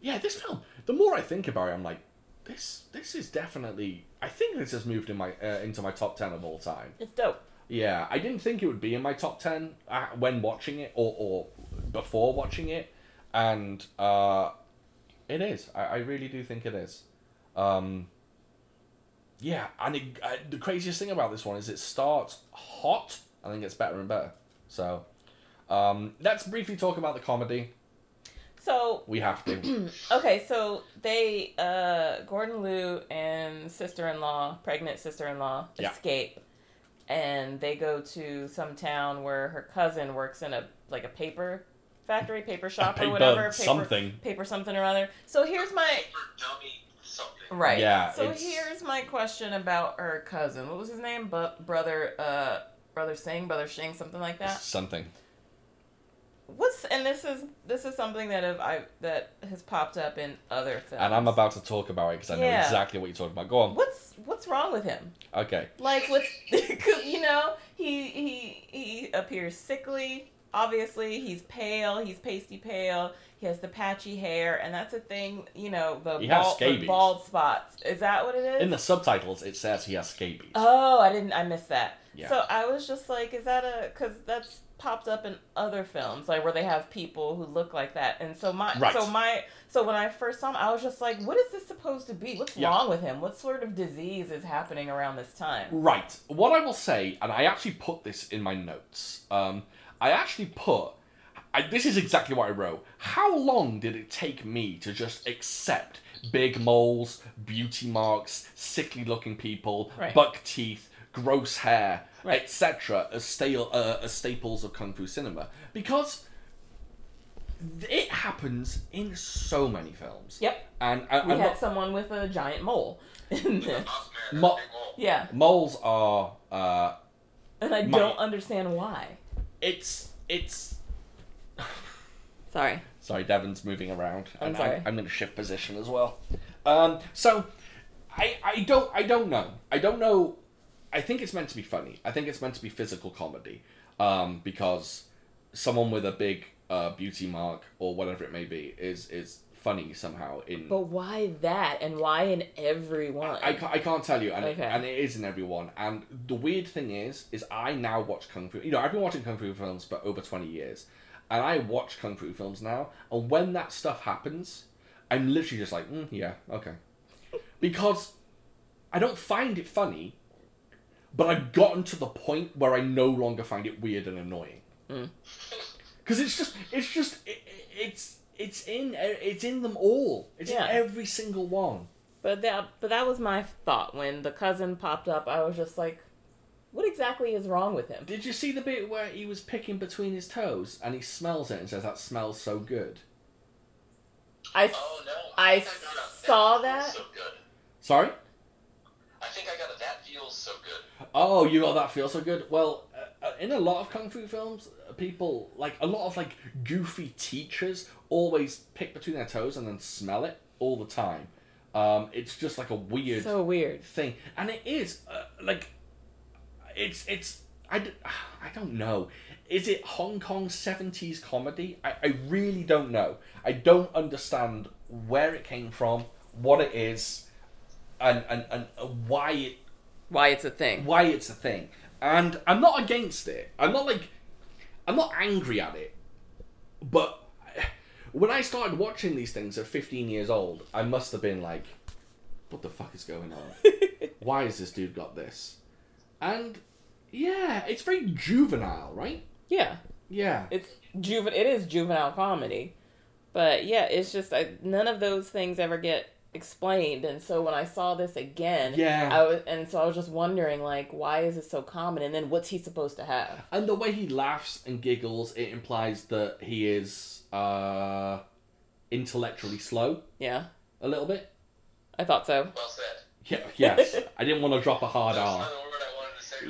A: Yeah, this film. The more I think about it, I'm like, this this is definitely. I think this has moved in my uh, into my top ten of all time.
B: It's dope.
A: Yeah, I didn't think it would be in my top ten uh, when watching it or, or before watching it, and uh, it is. I, I really do think it is. Um, yeah, and it, uh, the craziest thing about this one is it starts hot and then gets better and better. So um, let's briefly talk about the comedy.
B: So
A: We have to.
B: okay, so they uh Gordon Liu and sister in law, pregnant sister in law,
A: Yeah.
B: escape and they go to some town where her cousin works in a like a paper factory, paper shop
A: Paper
B: or whatever. Paper
A: something.
B: paper something or other. So here's my
C: For dummy something.
B: Right.
A: Yeah,
B: So
A: it's-
B: here's my question about her cousin. What was his name? Bu- brother uh brother Singh, brother Shing, something like that.
A: Something.
B: What's and this is this is something that have I that has popped up in other films.
A: And I'm about to talk about it because I know
B: Yeah.
A: exactly what you're talking about. Go on.
B: What's what's wrong with him?
A: Okay.
B: Like with 'cause, you know, he he he appears sickly. Obviously, he's pale, he's pasty pale. He has the patchy hair, and that's a thing, you know, the,
A: He has
B: bald, the
A: scabies.
B: bald spots. Is that what it is?
A: In the subtitles, it says he has scabies.
B: Oh, I didn't. I missed that.
A: Yeah.
B: So I was just like, is that a? Because that's popped up in other films, like where they have people who look like that. And so my,
A: Right.
B: so my, so when I first saw him, I was just like, what is this supposed to be? What's
A: Yeah.
B: wrong with him? What sort of disease is happening around this time?
A: Right. What I will say, and I actually put this in my notes. Um, I actually put. I, this is exactly what I wrote. How long did it take me to just accept big moles, beauty marks, sickly-looking people,
B: Right.
A: buck teeth, gross hair,
B: Right.
A: etc., as stale uh, as staples of kung fu cinema? Because th- it happens in so many films.
B: Yep.
A: And I,
B: We
A: I'm
B: had
A: not,
B: someone with a giant mole. in
C: With a
B: this.
C: buff man and
A: Mo-
C: a big mole.
B: yeah,
A: moles are. Uh,
B: and I
A: My-
B: don't understand why.
A: it's it's
B: Sorry.
A: Sorry, Devon's moving around.
B: I'm
A: and
B: sorry.
A: I'm, I'm going to shift position as well. Um, so, I, I don't I don't know. I don't know. I think it's meant to be funny. I think it's meant to be physical comedy um, because someone with a big uh, beauty mark or whatever it may be is is funny somehow. In
B: But why that, and why in everyone?
A: I, ca- I can't tell you, and,
B: Okay.
A: it, and it is in everyone. And the weird thing is, is I now watch kung fu. You know, I've been watching kung fu films for over twenty years, and I watch kung fu films now. And when that stuff happens, I'm literally just like, mm, yeah, okay, because I don't find it funny, but I've gotten to the point where I no longer find it weird and annoying.
B: Mm.
A: Because it's just, it's just, it, it's, it's in, it's in them all. It's
B: Yeah.
A: in every single one.
B: But that but that was my thought when the cousin popped up. I was just like, what exactly is wrong with him?
A: Did you see the bit where he was picking between his toes and he smells it and says, That smells so good?
B: I s-
C: Oh no!
B: I
C: think got a
B: saw
C: feels
B: that.
C: So good.
A: Sorry?
C: I think I got a that feels so good.
A: Oh, you got that feel so good? Well, uh, uh, in a lot of kung fu films, uh, people, like, a lot of, like, goofy teachers always pick between their toes and then smell it all the time. Um, it's just like a weird
B: so weird.
A: thing. And it is, uh, like, it's, it's, I, d- I don't know. Is it Hong Kong 70s comedy? I, I really don't know. I don't understand where it came from, what it is, and, and, and uh, why it
B: Why it's a thing.
A: why it's a thing. And I'm not against it. I'm not like I'm not angry at it. But when I started watching these things at 15 years old, I must have been like, what the fuck is going on? why has this dude got this? And yeah, it's very juvenile, right?
B: yeah,
A: Yeah.
B: it's juvenile. It is juvenile comedy, but yeah, it's just I, none of those things ever get explained. And so when I saw this again,
A: Yeah.
B: I was, and so I was just wondering like, why is it so common? And then what's he supposed to have?
A: And the way he laughs and giggles, it implies that he is uh intellectually slow
B: Yeah,
A: a little bit.
B: I thought so.
C: Well said.
A: Yeah, yes. I didn't want to drop a hard
C: That's
A: R.
C: another word I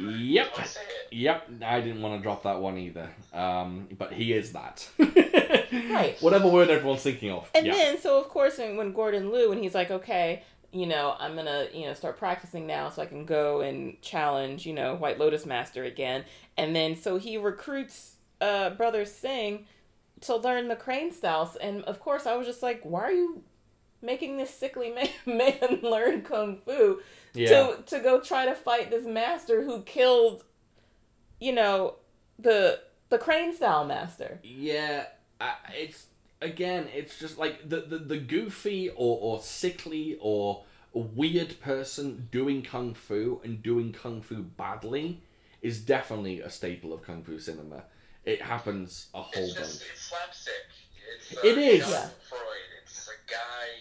C: wanted favorite.
A: Yep.
C: Don't say it.
A: Yep, I didn't want to drop that one either. Um, but he is that.
B: Right.
A: Whatever word everyone's thinking of.
B: And
A: yeah.
B: then, so of course, when, when Gordon Liu, and he's like, okay, you know, I'm gonna, you know, start practicing now so I can go and challenge, you know, White Lotus Master again. And then, so he recruits uh, Brother Singh to learn the crane styles. And of course, I was just like, why are you making this sickly man, man learn kung fu
A: yeah.
B: to, to go try to fight this master who killed, you know, the the crane style master?
A: Yeah. I, it's again, it's just like the the, the goofy or, or sickly or weird person doing kung fu and doing kung fu badly is definitely a staple of kung fu cinema. It happens a whole
C: It's
A: bunch.
C: just it's slapstick. It's, uh,
A: It is.
C: John
B: Yeah.
C: Freud. It's a guy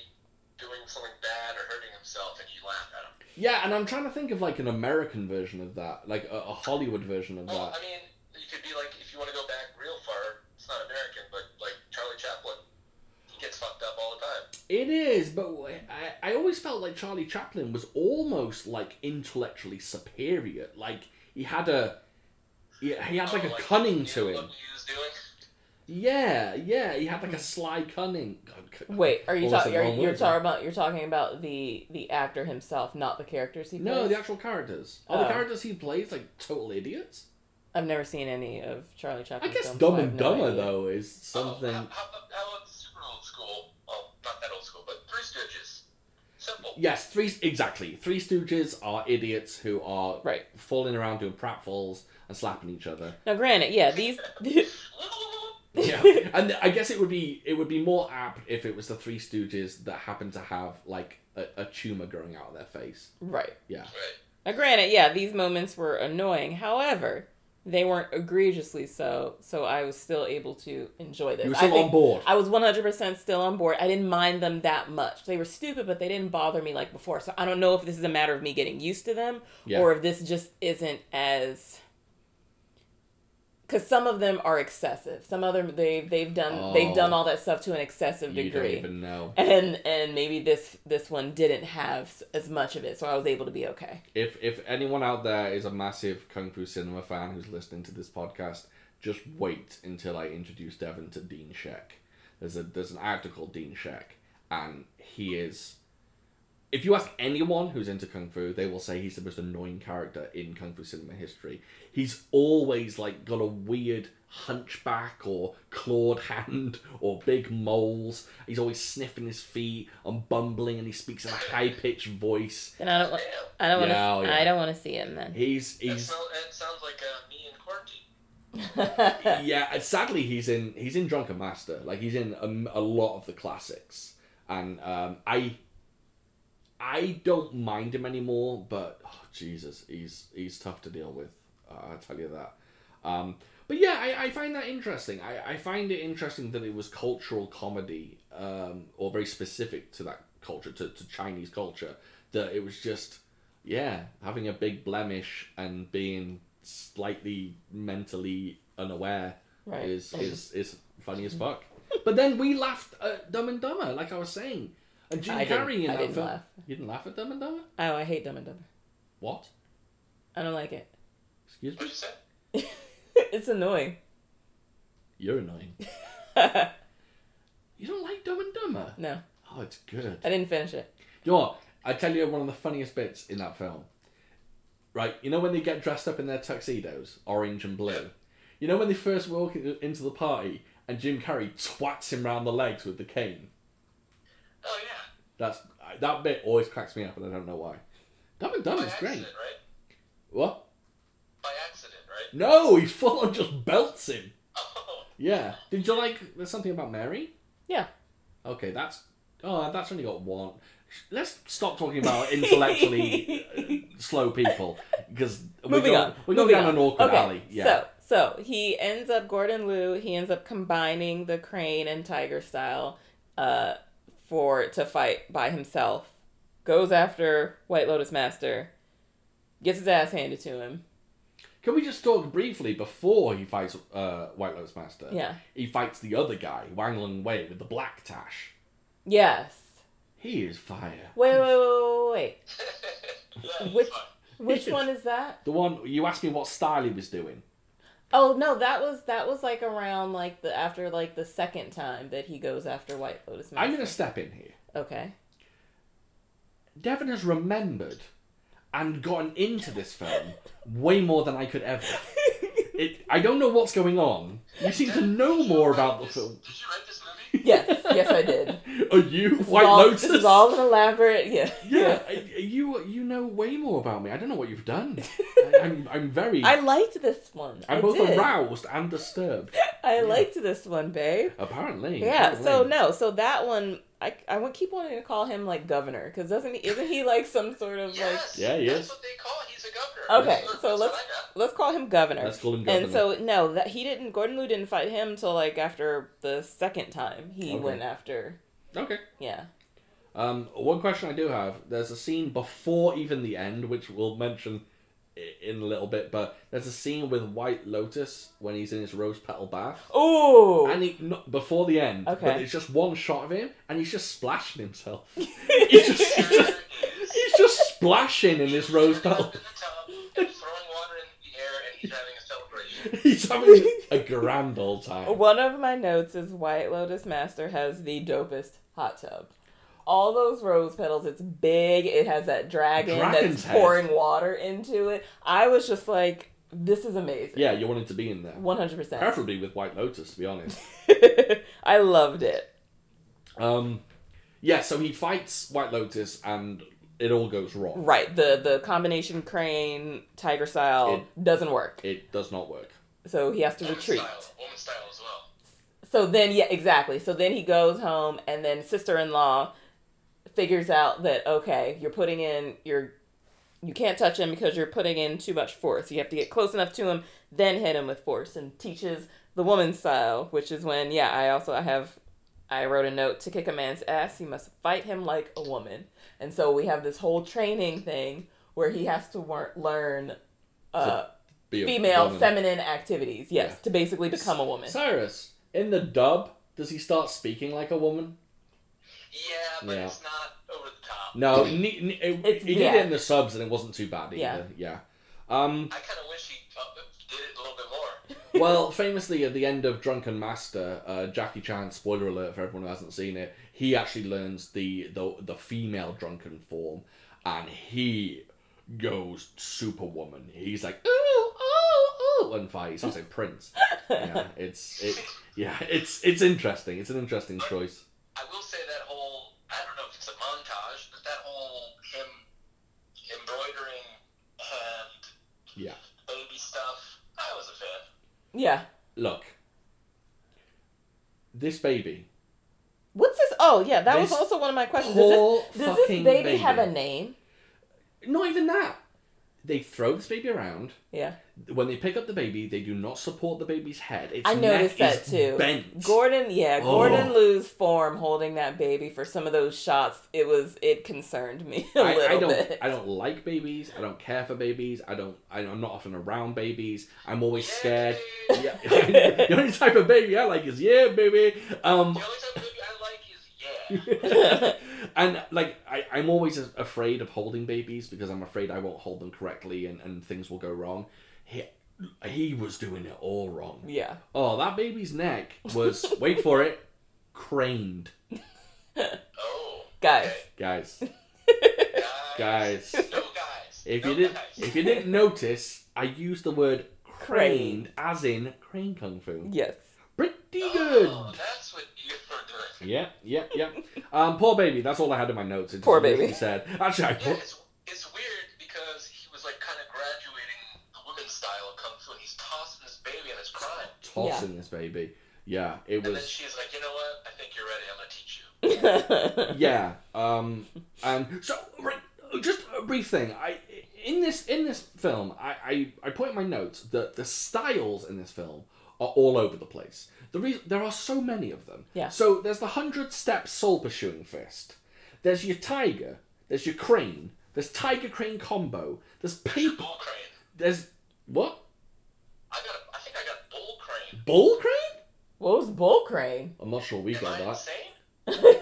C: doing something bad or hurting himself, and you laugh at him.
A: Yeah, and I'm trying to think of like an American version of that, like a, a Hollywood version of
C: Well,
A: that.
C: I mean, you could be like, if you want to go back real far, it's not American, but like Charlie Chaplin, he gets fucked up all the time.
A: It is, but I, I always felt like Charlie Chaplin was almost like intellectually superior. Like he had a he, he had like
C: Oh,
A: a cunning
C: you
A: to
C: know
A: him.
C: What he was doing?
A: Yeah, yeah, he had like
C: Hmm.
A: a sly cunning. God, c-
B: Wait, are you
A: Almost
B: talking?
A: the
B: Are
A: wrong
B: you you're
A: word.
B: talking about? You're talking about the the actor himself, not the characters he plays.
A: No, the actual characters. Are
B: Oh.
A: the characters he plays like total idiots?
B: I've never seen any of Charlie
A: I
B: Chaplin.
A: guess
B: films, so
A: Dumb
B: I
A: and
B: have no
A: Dumber
B: idea.
A: though is
C: Oh,
A: something.
C: how, how, about- how about super old school? Well, not that old school, but Three Stooges. Simple.
A: Yes, three exactly. Three Stooges are idiots who are
B: Right
A: falling around doing pratfalls and slapping each other.
B: now, granted, yeah, these.
A: yeah, and I guess it would be it would be more apt if it was the Three Stooges that happened to have like a, a tumor growing out of their face.
B: right
C: right.
B: now, granted, yeah, these moments were annoying. However, they weren't egregiously so. So I was still able to enjoy this.
A: You were
B: I
A: still
B: think
A: on board.
B: I was 100% still on board. I didn't mind them that much. They were stupid, but they didn't bother me like before. So I don't know if this is a matter of me getting used to them
A: Yeah.
B: or if this just isn't as cuz some of them are excessive. Some other they they've done they've
A: Oh.
B: done all that stuff to an excessive
A: you don't
B: degree.
A: even know
B: And and maybe this this one didn't have s- as much of it, so I was able to be okay.
A: if if anyone out there is a massive kung fu cinema fan who's listening to this podcast. Just wait until I introduce Devon to Dean Sheck. There's a there's an actor called Dean Sheck, and he is. If you ask anyone who's into kung fu, they will say he's the most annoying character in kung fu cinema history. He's always like got a weird hunchback or clawed hand or big moles. He's always sniffing his feet and bumbling, and he speaks in a high pitched voice.
B: And I don't
C: Damn.
B: I don't
A: wanna- Yeah, oh,
B: want to
A: yeah.
B: I
A: I
B: don't want to see him then.
A: He's
C: That,
A: he's
C: smell, that sounds like uh, me in quarantine.
A: yeah, and sadly, he's in he's in Drunken Master. Like he's in a, a lot of the classics, and um, I I don't mind him anymore. But oh, Jesus, he's he's tough to deal with. Uh, I tell you that. Um, but yeah, I, I find that interesting. I, I find it interesting that it was cultural comedy, um, or very specific to that culture, to, to Chinese culture. That it was just, yeah, having a big blemish and being slightly mentally unaware
B: Right.
A: is,
B: And-
A: is is funny as fuck. But then we laughed at Dumb and Dumber, like I was saying. And Jim
B: I didn't-
A: Carrey in
B: I
A: that
B: didn't
A: film.
B: laugh.
A: You didn't laugh at Dumb and Dumber?
B: Oh, I hate Dumb and Dumber.
A: What?
B: I don't like it.
A: Excuse me?
C: What'd you say?
B: it's annoying.
A: You're annoying.
B: no,
A: You don't like Dumb and Dumber? Oh, it's good.
B: I didn't finish it.
A: You know what? I tell you one of the funniest bits in that film. Right, you know when they get dressed up in their tuxedos, orange and blue. You know when they first walk in- into the party and Jim Carrey twats him round the legs with the cane.
C: Oh, yeah.
A: That's I- that bit always cracks me up, and I don't know why. Dumb and Dumber
C: By
A: is
C: accident,
A: great.
C: right?
A: What?
C: By accident, right?
A: No, he full on just belts him.
C: Oh,
A: Yeah. Did you like? There's something about Mary.
B: Yeah.
A: Okay, that's. Oh, that's only got one. Let's stop talking about intellectually uh, slow people because we're
B: Moving
A: going,
B: on.
A: We're going
B: Moving
A: down
B: on.
A: an awkward
B: okay.
A: alley. Yeah.
B: So so he ends up Gordon Liu. He ends up combining the crane and tiger style, uh, for to fight by himself. Goes after White Lotus Master. Gets his ass handed to him.
A: Can we just talk briefly before he fights uh, White Lotus Master?
B: Yeah.
A: He fights the other guy, Wang Lung Wei, with the black tash.
B: Yes.
A: He is fire.
B: Wait wait wait wait wait.
C: yeah.
B: Which-
C: Which...
B: Which
A: Yes.
B: one is that?
A: The one you asked me what style he was doing.
B: Oh no, that was that was like around like the after like the second time that he goes after White Lotus.
A: I'm going to
B: Master.
A: step in here.
B: Okay.
A: Devon has remembered and gotten into this film way more than I could ever. It, I don't know what's going on. You seem to know
C: Did you
A: more
C: write
A: about the
C: this-
A: film.
C: Did you write this movie?
B: yes, yes, I did.
A: Are you
B: This is
A: White
B: all-
A: Lotus?
B: This is all an elaborate. Yeah.
A: Yeah, I- you you know way more about me. I don't know what you've done. I, I'm I'm very.
B: I liked this one.
A: I'm
B: I
A: both
B: did.
A: aroused and disturbed.
B: I
A: Yeah.
B: liked this one, babe.
A: Apparently.
B: Yeah. So
A: apparently.
B: no. So that one, I I would keep wanting to call him like governor because doesn't he isn't he like some sort of like
C: Yes.
A: Yeah, he
C: that's
A: is.
C: what they call. He's a governor.
B: Okay,
C: That's what-
B: so
C: that's
B: let's-
C: what I got.
B: let's call him governor.
A: Let's call him governor.
B: and so no, that he didn't. Gordon Liu didn't fight him till like after the second time he
A: Okay.
B: went after.
A: okay.
B: Yeah.
A: Um, one question I do have: There's a scene before even the end, which we'll mention i- in a little bit, but there's a scene with White Lotus when he's in his rose petal bath,
B: Ooh.
A: and he not, before the end, but
B: Okay.
A: it's just one shot of him, and he's just splashing himself. he's just he's just, he's just splashing in this rose petal.
C: In the tub and throwing water in the air, and he's having a celebration.
A: He's having a grand old time.
B: One of my notes is White Lotus Master has the dopest hot tub. All those rose petals, it's big, it has that dragon
A: Dragon's
B: that's
A: head.
B: pouring water into it. I was just like, this is amazing.
A: Yeah, you wanted to be in there,
B: 100%.
A: preferably with White Lotus, to be honest.
B: I loved it.
A: Um, yeah, so he fights White Lotus and it all goes wrong.
B: Right, the the combination crane tiger style doesn't work.
A: It does not work.
B: So he has to
C: Woman
B: retreat.
C: style. Woman style as well.
B: So then, yeah, exactly. So then he goes home, and then sister in law figures out that okay, you're putting in your, you can't touch him because you're putting in too much force. You have to get close enough to him, then hit him with force, and teaches the woman style, which is when yeah, I also I have, I wrote a note to kick a man's ass, you must fight him like a woman, and so we have this whole training thing where he has to wor- learn. Uh,
A: Be a
B: female
A: woman.
B: feminine activities yes
A: Yeah.
B: to basically become a woman
A: Cyrus, in the dub, does he start speaking like a woman?
C: Yeah, but
A: Yeah.
C: it's not over the top.
A: No, ne- ne- it,
B: It's-
A: he
B: yeah.
A: did it in the subs and it wasn't too bad
B: Yeah.
A: either. Yeah. Um,
C: I kind of wish he up- did it a little bit more.
A: well, famously at the end of Drunken Master, uh, Jackie Chan, spoiler alert for everyone who hasn't seen it, he actually learns the, the, the female drunken form and he goes superwoman. He's like, ooh, ooh, ooh, and fights. He's like Prince. yeah, it's it, yeah, it's it's interesting. It's an interesting choice.
C: I will say that whole I don't know if it's a montage, but that whole him embroidering and
A: Yeah.
C: baby stuff, I was a fan.
B: yeah
A: Look, this baby.
B: What's this? Oh yeah, that was
A: This
B: also one of my questions. Does
A: Poor
B: this, does this
A: fucking
B: baby, have a name?
A: Not even that. They throw this baby around.
B: Yeah,
A: When they pick up the baby, they do not support the baby's head. Its
B: I noticed
A: neck
B: that
A: is
B: too.
A: Bent.
B: Gordon, yeah,
A: Oh.
B: Gordon Lou's form holding that baby for some of those shots, it was it concerned me a
A: I,
B: little
A: I don't.
B: bit.
A: I don't like babies. I don't care for babies. I don't. I, I'm not often around babies. I'm always scared.
C: Yay!
A: Yeah. the only type of baby I like is yeah, baby. Um,
C: The only type of baby I like is yeah.
A: and like I, I'm always a- afraid of holding babies because I'm afraid I won't hold them correctly and, and things will go wrong. He, he was doing it all wrong.
B: yeah,
A: Oh, that baby's neck was wait for it, craned.
C: Oh,
B: guys,
A: Guys,
C: guys.
A: guys.
C: No guys.
A: If
C: no
A: you didn't
C: guys.
A: if you didn't notice, I used the word craned as in crane kung fu.
B: yes,
A: Pretty
C: Oh,
A: good.
C: that's what you were doing.
A: Yeah, yeah, yeah. Um, poor baby. That's all I had in my notes. It just
B: Poor baby.
A: literally Said actually, I
C: Yeah,
A: put
C: it's, it's weird because he was like kind of graduating the women's style of kung fu, and he's tossing this baby and it's crying.
A: tossing this baby. Yeah, it
C: And
A: was.
C: then she's like, you know what? I think you're ready. I'm gonna teach you.
A: yeah um and so right, just a brief thing i in this in this film i i, I point my notes that the styles in this film are all over the place the reason there are so many of them
B: Yeah.
A: so there's the hundred step soul pursuing fist there's your tiger there's your crane there's tiger crane combo there's
C: Your
A: paper
C: bull crane.
A: there's what
C: I got. A, I think I got bull crane.
A: bull crane
B: what was bull crane?
A: i'm not sure we
C: Am
A: got
C: I
A: that
C: insane?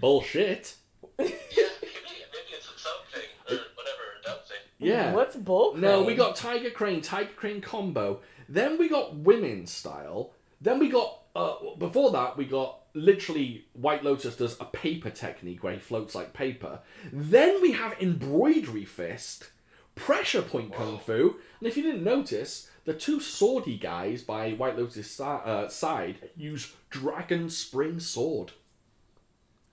A: bullshit
C: Yeah, maybe, maybe it's a sub thing or whatever, a dub thing.
A: Yeah.
B: What's bull crane?
A: No, we got Tiger Crane, Tiger Crane combo. Then we got women's style. Then we got uh, before that we got literally White Lotus does a paper technique where he floats like paper. Then we have embroidery fist, pressure point kung fu, and if you didn't notice, the two swordy guys by White Lotus si- uh, side use dragon spring sword.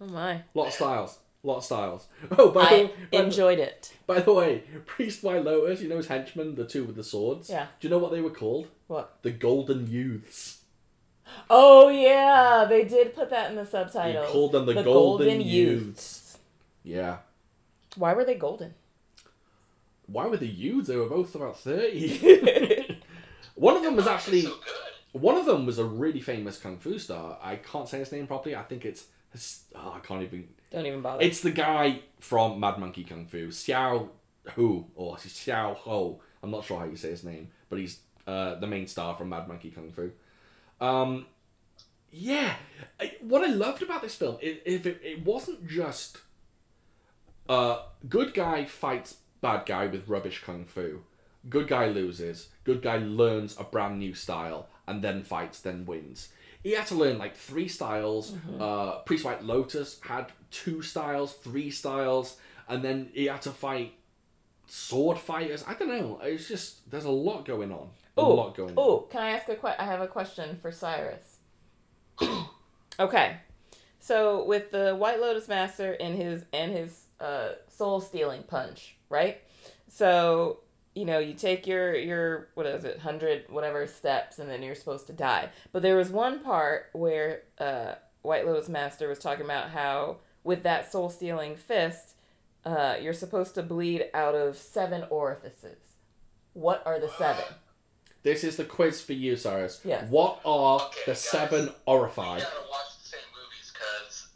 B: Oh my.
A: Lot of styles. Lot of styles. Oh, by the
B: I
A: way, by the-
B: enjoyed it.
A: by the way, Priest White Lotus, you know his henchmen, the two with the swords?
B: Yeah.
A: Do you know what they were called?
B: What?
A: The Golden Youths.
B: Oh yeah, they did put that in the subtitles.
A: called them the Golden Youths. Yeah.
B: Why were they golden?
A: Why were the youths? They were both about 30. one of them was actually,
C: so good.
A: one of them was a really famous Kung Fu star. I can't say his name properly. I think it's, it's- oh, I can't even,
B: Don't even bother.
A: it's the guy from Mad Monkey Kung Fu, Xiao Hu, or Xiao Ho. I'm not sure how you say his name, but he's uh, the main star from Mad Monkey Kung Fu. Um, yeah, I, what I loved about this film, i if it, it wasn't just uh, good guy fights bad guy with rubbish kung fu, good guy loses, good guy learns a brand new style and then fights, then wins. He had to learn like three styles.
B: Mm-hmm.
A: Uh, Priest White Lotus had two styles, three styles, and then he had to fight sword fighters. I don't know. It's just there's a lot going on. A
B: Ooh,
A: lot going on.
B: Oh, can I ask a question? I have a question for Cyrus. okay, so with the White Lotus Master and his and his uh, soul stealing punch, right? So you know you take your your what is it hundred whatever steps and then you're supposed to die. But there was one part where uh, White Lotus Master was talking about how with that soul stealing fist, uh, you're supposed to bleed out of seven orifices. What are the seven?
A: This is the quiz for you, Cyrus.
B: Yes.
A: What are
C: Okay,
A: the
C: guys.
A: seven
C: You
A: orified?
C: gotta watch the same movies because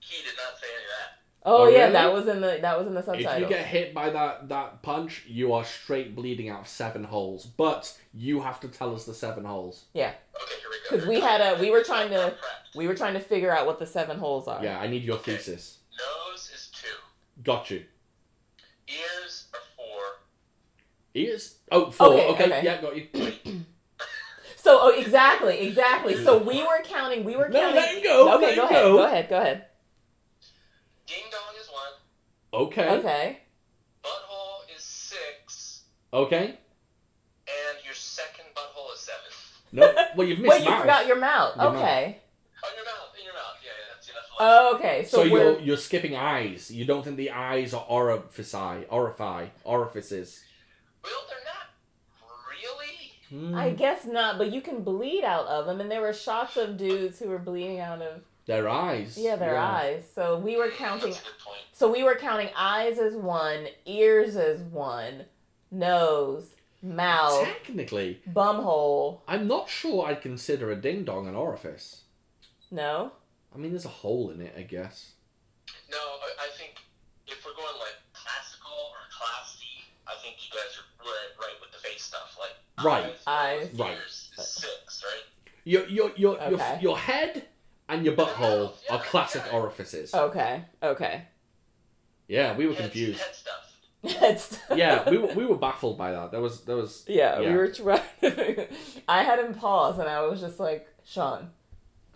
C: he did not say any of that.
B: Oh,
A: Oh,
B: yeah,
A: really?
B: that was in the that was in the
A: If you
B: subtitles.
A: get hit by that, that punch, you are straight bleeding out of seven holes. But you have to tell us the seven holes.
B: Yeah,
C: Okay, here we go.
B: 'Cause
C: Here
B: we
C: go.
B: had a- we were trying to-
C: Correct.
B: we were trying to figure out what the seven holes are.
A: Yeah, I need your
C: Okay.
A: thesis.
C: Nose is two.
A: Got you.
C: Ears are four.
A: Ears? Oh, four.
B: Okay,
A: Okay,
B: okay.
A: yeah, got you.
B: So oh, exactly, exactly. So we were counting. We were
A: No,
B: counting.
A: let him go,
B: Okay,
A: let
B: go
A: him
B: ahead.
A: go.
B: Go ahead. Go ahead.
C: Ding dong is one.
A: Okay. Okay.
B: Okay.
C: Butthole is six. And your second butthole is seven.
A: No, well, you've missed
B: Wait, you
A: mouth.
B: forgot your mouth.
A: Your mouth.
B: okay.
C: Oh, your mouth, in your mouth. Yeah, yeah, that's enough.
B: Okay.
A: So,
B: So, we're
A: you're, you're skipping eyes. You don't think the eyes are orifici, orifi, orifices.
C: Well, they're not really.
A: Hmm.
B: I guess not, but you can bleed out of them, and there were shots of dudes who were bleeding out of
A: Their eyes.
B: yeah their eyes. So we were counting.
C: That's a good point.
B: So we were counting eyes as one, ears as one, nose, mouth,
A: Technically,
B: bumhole.
A: I'm not sure I'd consider a ding dong an orifice.
B: No.
A: I mean, there's a hole in it, I guess.
C: No, I I think if we're going like classical or classy, I think you guys are right, right with the face stuff. Like
A: Right.
B: Eyes.
A: Right.
C: ears is six, right?
A: Your your your your,
B: Okay.
A: your head and your butthole are classic orifices.
B: Okay. Okay.
A: Yeah, we were
C: Head-
A: confused.
C: Head stuff.
B: It's-
A: Yeah, we were, we were baffled by that. There was there was
B: yeah,
A: Yeah.
B: we were trying. I had him pause, and I was just like, Sean,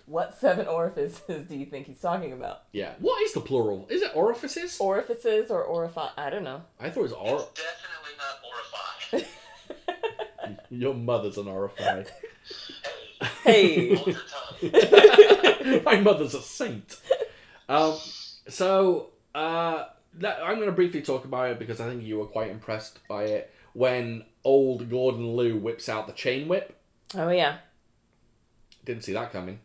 B: what seven orifices do you think he's talking about?
A: yeah. What is the plural? Is it orifices?
B: Orifices or orifi? I don't know.
A: I thought it was or.
C: It's definitely not orify.
A: Your mother's an orifi.
B: Hey.
C: hey, hold your tongue.
A: My mother's a saint. Um, so uh, that, I'm going to briefly talk about it because I think you were quite impressed by it when old Gordon Liu whips out the chain whip.
B: oh yeah.
A: Didn't see that coming.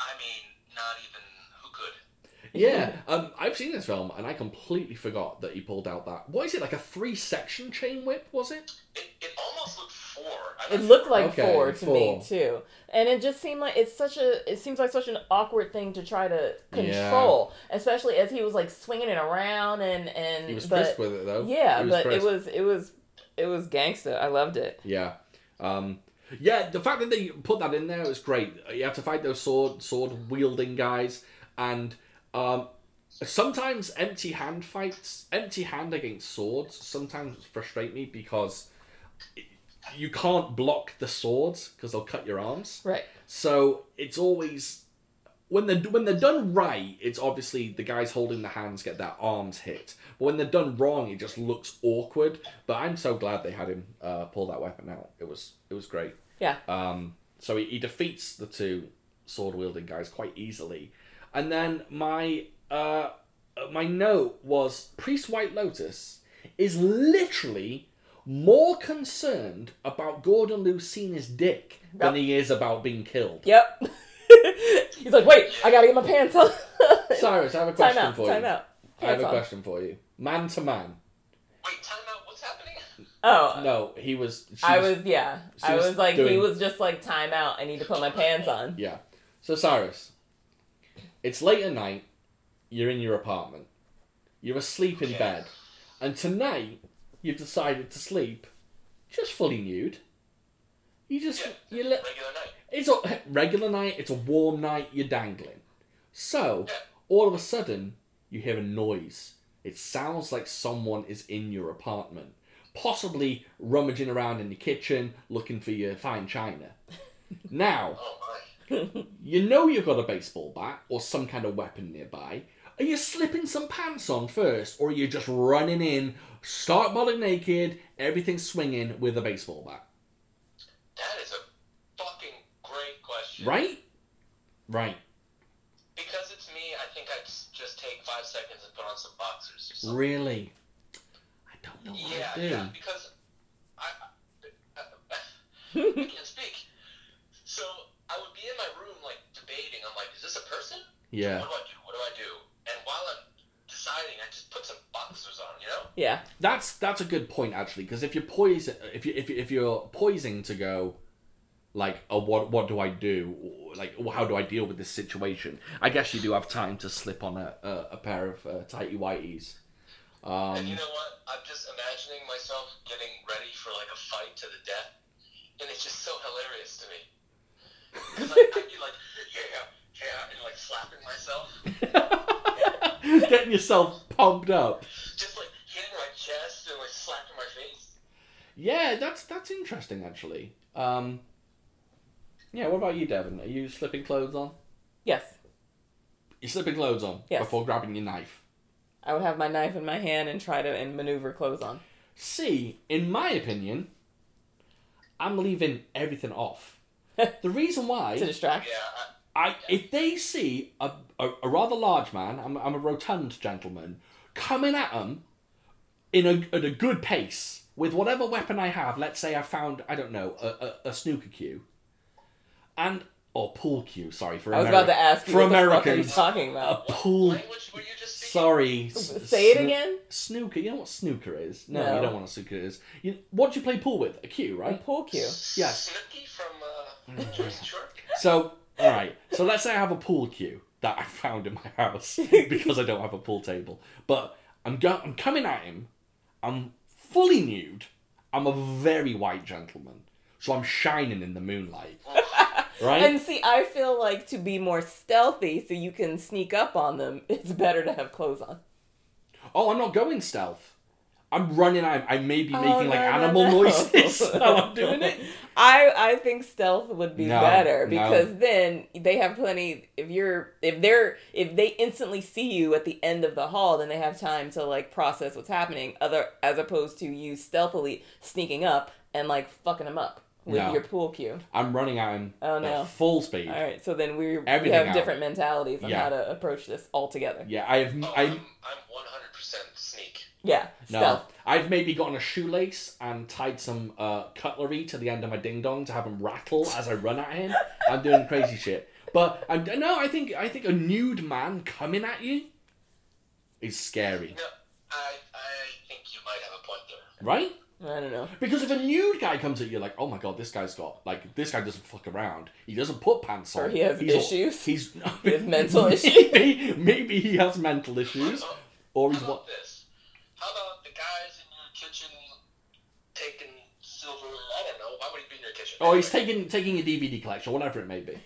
C: I mean, not even who could.
A: Yeah, um, I've seen this film and I completely forgot that he pulled out that. What is it like a three-section chain whip? Was it?
C: It, it almost looked four. I
B: It
C: mean,
B: looked like
A: Okay,
B: four to me
A: four.
B: too, and it just seemed like it's such a it seems like such an awkward thing to try to control, especially as he was like swinging it around and and
A: He was
B: but
A: crisp with it though.
B: yeah,
A: He was
B: but it
A: crisp.
B: was it was it was gangster. I loved it.
A: Yeah. Um, yeah, the fact that they put that in there was great. You had to fight those sword sword wielding guys, and um, Sometimes empty hand fights, empty hand against swords, sometimes frustrate me because it- you can't block the swords because they'll cut your arms.
D: Right.
A: So it's always when they're when they're done right, it's obviously the guys holding the hands get their arms hit. But when they're done wrong, it just looks awkward. But I'm so glad they had him uh, pull that weapon out. It was it was great.
D: Yeah.
A: Um. So he, he defeats the two sword wielding guys quite easily, and then my uh my note was priest White Lotus is literally more concerned about Gordon Lucina's dick than
D: Yep.
A: he is about being killed.
D: Yep. He's like, wait, I gotta get my pants on.
A: Cyrus, I have a
D: time
A: question
D: out.
A: for
D: Time
A: you.
D: out.
A: I have
D: Pants
A: a
D: on.
A: question for you. Man to man.
C: Wait, time out. What's happening?
B: Oh,
A: No, he was. She
B: I was yeah.
A: she
B: I
A: was
B: was like he
A: doing-
B: was just like time out. I need to put my pants on.
A: Yeah. So Cyrus, it's late at night. You're in your apartment. You're asleep in
C: Yeah.
A: bed, and tonight you've decided to sleep just fully nude. You just
C: Yeah,
A: you let
C: regular night.
A: It's a regular night, it's a warm night, you're dangling. So, all of a sudden, you hear a noise. It sounds like someone is in your apartment, possibly rummaging around in the kitchen looking for your fine china. now,
C: Oh my.
A: you know you've got a baseball bat or some kind of weapon nearby. Are you slipping some pants on first, or are you just running in, start bottom naked, everything swinging with a baseball bat?
C: That is a fucking great question.
A: Right? Right.
C: Because it's me, I think I'd s- just take five seconds and put on some boxers or something.
A: Really? I don't know what
C: Yeah,
A: I do.
C: yeah, because I, I, I can't speak. So I would be in my room, like, debating. I'm like, is this a person?
A: Yeah.
C: What do I do? What do I do? And while I'm deciding, I just put some boxers on, you know?
B: Yeah.
A: That's that's a good point actually, because if you're poising, if you if you- if you're poising to go, like, oh, what what do I do? Or, Like, oh, how do I deal with this situation? I guess you do have time to slip on a a, a pair of uh, tighty whities.
C: and you
A: Um,
C: know what? I'm just imagining myself getting ready for like a fight to the death, and it's just so hilarious to me. Because I'd be like, yeah, yeah, and like slapping myself,
A: getting yourself pumped up.
C: just like hitting my chest and like slapping my face.
A: Yeah, that's that's interesting actually. Um, yeah. What about you, Devin? Are you slipping clothes on?
B: Yes.
A: You're slipping clothes on
B: Yes.
A: before grabbing your knife.
B: I would have my knife in my hand and try to and maneuver clothes on.
A: See, in my opinion, I'm leaving everything off. the reason
B: to
A: why
B: distract.
C: Yeah, I,
A: I, if they see a, a, a rather large man, I'm, I'm a rotund gentleman, coming at them in a, at a good pace with whatever weapon I have, let's say I found, I don't know, a, a, a snooker cue, and, or pool cue, sorry, for
B: I was
A: Ameri-
B: about to ask you
A: for
B: what the fuck are you
A: Americans.
B: talking
A: A
B: about.
A: pool,
C: language were you just speaking?
A: sorry. s-
B: Say it
A: sno-
B: again.
A: Snooker, you know what snooker is? No,
B: No.
A: you don't want what snooker is. You, what do you play pool with? A cue,
B: A
A: right?
B: pool cue.
A: Yes. Mm.
C: Snooki from uh, Jersey Shore.
A: So, all right. So let's say I have a pool cue that I found in my house because I don't have a pool table. But I'm go- I'm coming at him. I'm fully nude. I'm a very white gentleman, so I'm shining in the moonlight, right?
B: And see, I feel like to be more stealthy, so you can sneak up on them. It's better to have clothes on.
A: oh, I'm not going stealth. I'm running. I, I may be
B: Oh,
A: making like
B: no, no,
A: animal
B: no.
A: noises while I'm doing it.
B: I I think stealth would be
A: No,
B: better
A: no.
B: because then they have plenty. If you're if they're if they instantly see you at the end of the hall, then they have time to like process what's happening. Other as opposed to you stealthily sneaking up and like fucking them up with
A: No.
B: your pool cue.
A: I'm running at him
B: Oh, no.
A: at full speed.
B: All right, so then we, we
A: Everything
B: have
A: out.
B: different mentalities on
A: Yeah.
B: how to approach this altogether.
A: Yeah, I have.
C: Oh,
A: I
C: I'm I'm 100% sneak.
B: Yeah,
A: No,
B: stealth.
A: I've maybe gotten a shoelace and tied some uh, cutlery to the end of my ding dong to have him rattle as I run at him. I'm doing crazy shit, but I'm, no, I think I think a nude man coming at you is scary,
C: No, I I think you might have a point there.
A: right?
B: I don't know.
A: Because if a nude guy comes at you, like, oh my god, this guy's got like this guy doesn't fuck around. He doesn't put pants on.
B: Or he has
A: He's all-
B: issues.
A: he's
B: He has mental
A: Maybe, maybe he has mental issues,
C: How
A: or he's
C: about
A: what?
C: this? How about the guys in your kitchen taking silver? I don't know. Why would he be in your kitchen?
A: Oh, he's taking taking a DVD collection, whatever it may be.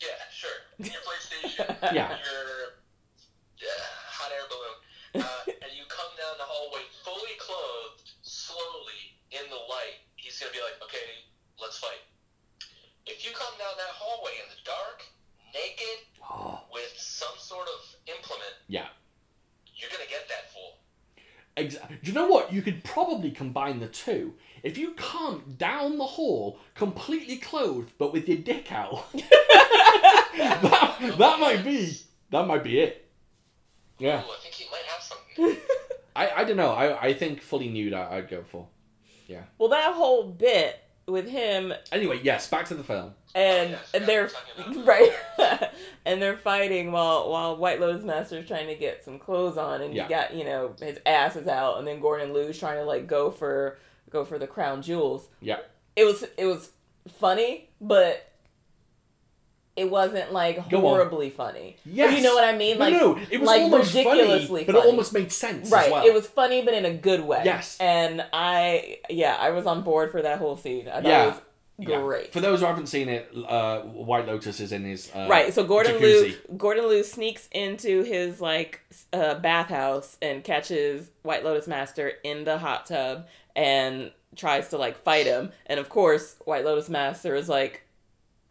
C: Yeah, sure. Your PlayStation.
A: Yeah.
C: Your uh, hot air Uh, let's fight. If you come down that hallway in the dark, naked,
A: Oh,
C: with some sort of implement,
A: yeah.
C: you're gonna get that fool.
A: Exactly. Do you know what? You could probably combine the two. If you come down the hall completely clothed but with your dick out, that, that might be that might be it. Yeah,
C: Ooh, I think he might have something.
A: I, I don't know. I, I think fully nude I, I'd go for.
B: Well, that whole bit with him
A: Anyway, yes, back to the film.
B: and
C: Oh, yes,
B: and
C: yeah,
B: they're
C: we're talking about-
B: right and they're fighting while while White Lotus Master is trying to get some clothes on and
A: Yeah.
B: he got you know his ass is out and then Gordon Liu's trying to like go for go for the crown jewels.
A: Yeah.
B: It was it was funny, but it wasn't like
A: Go on.
B: horribly funny.
A: Yes.
B: You know what I mean? Like
A: no, no, it was
B: like,
A: almost funny,
B: ridiculously
A: but it
B: funny.
A: almost made sense
B: right.
A: as well.
B: It was funny but in a good way.
A: Yes.
B: And I yeah, I was on board for that whole scene. I thought
A: Yeah.
B: it was
A: Yeah.
B: great.
A: For those who haven't seen it, uh, White Lotus is in his uh,
B: Right, so Gordon Liu
A: jacuzzi.
B: Gordon Liu sneaks into his like s- uh, bathhouse and catches White Lotus Master in the hot tub and tries to like fight him. And of course, White Lotus Master is like,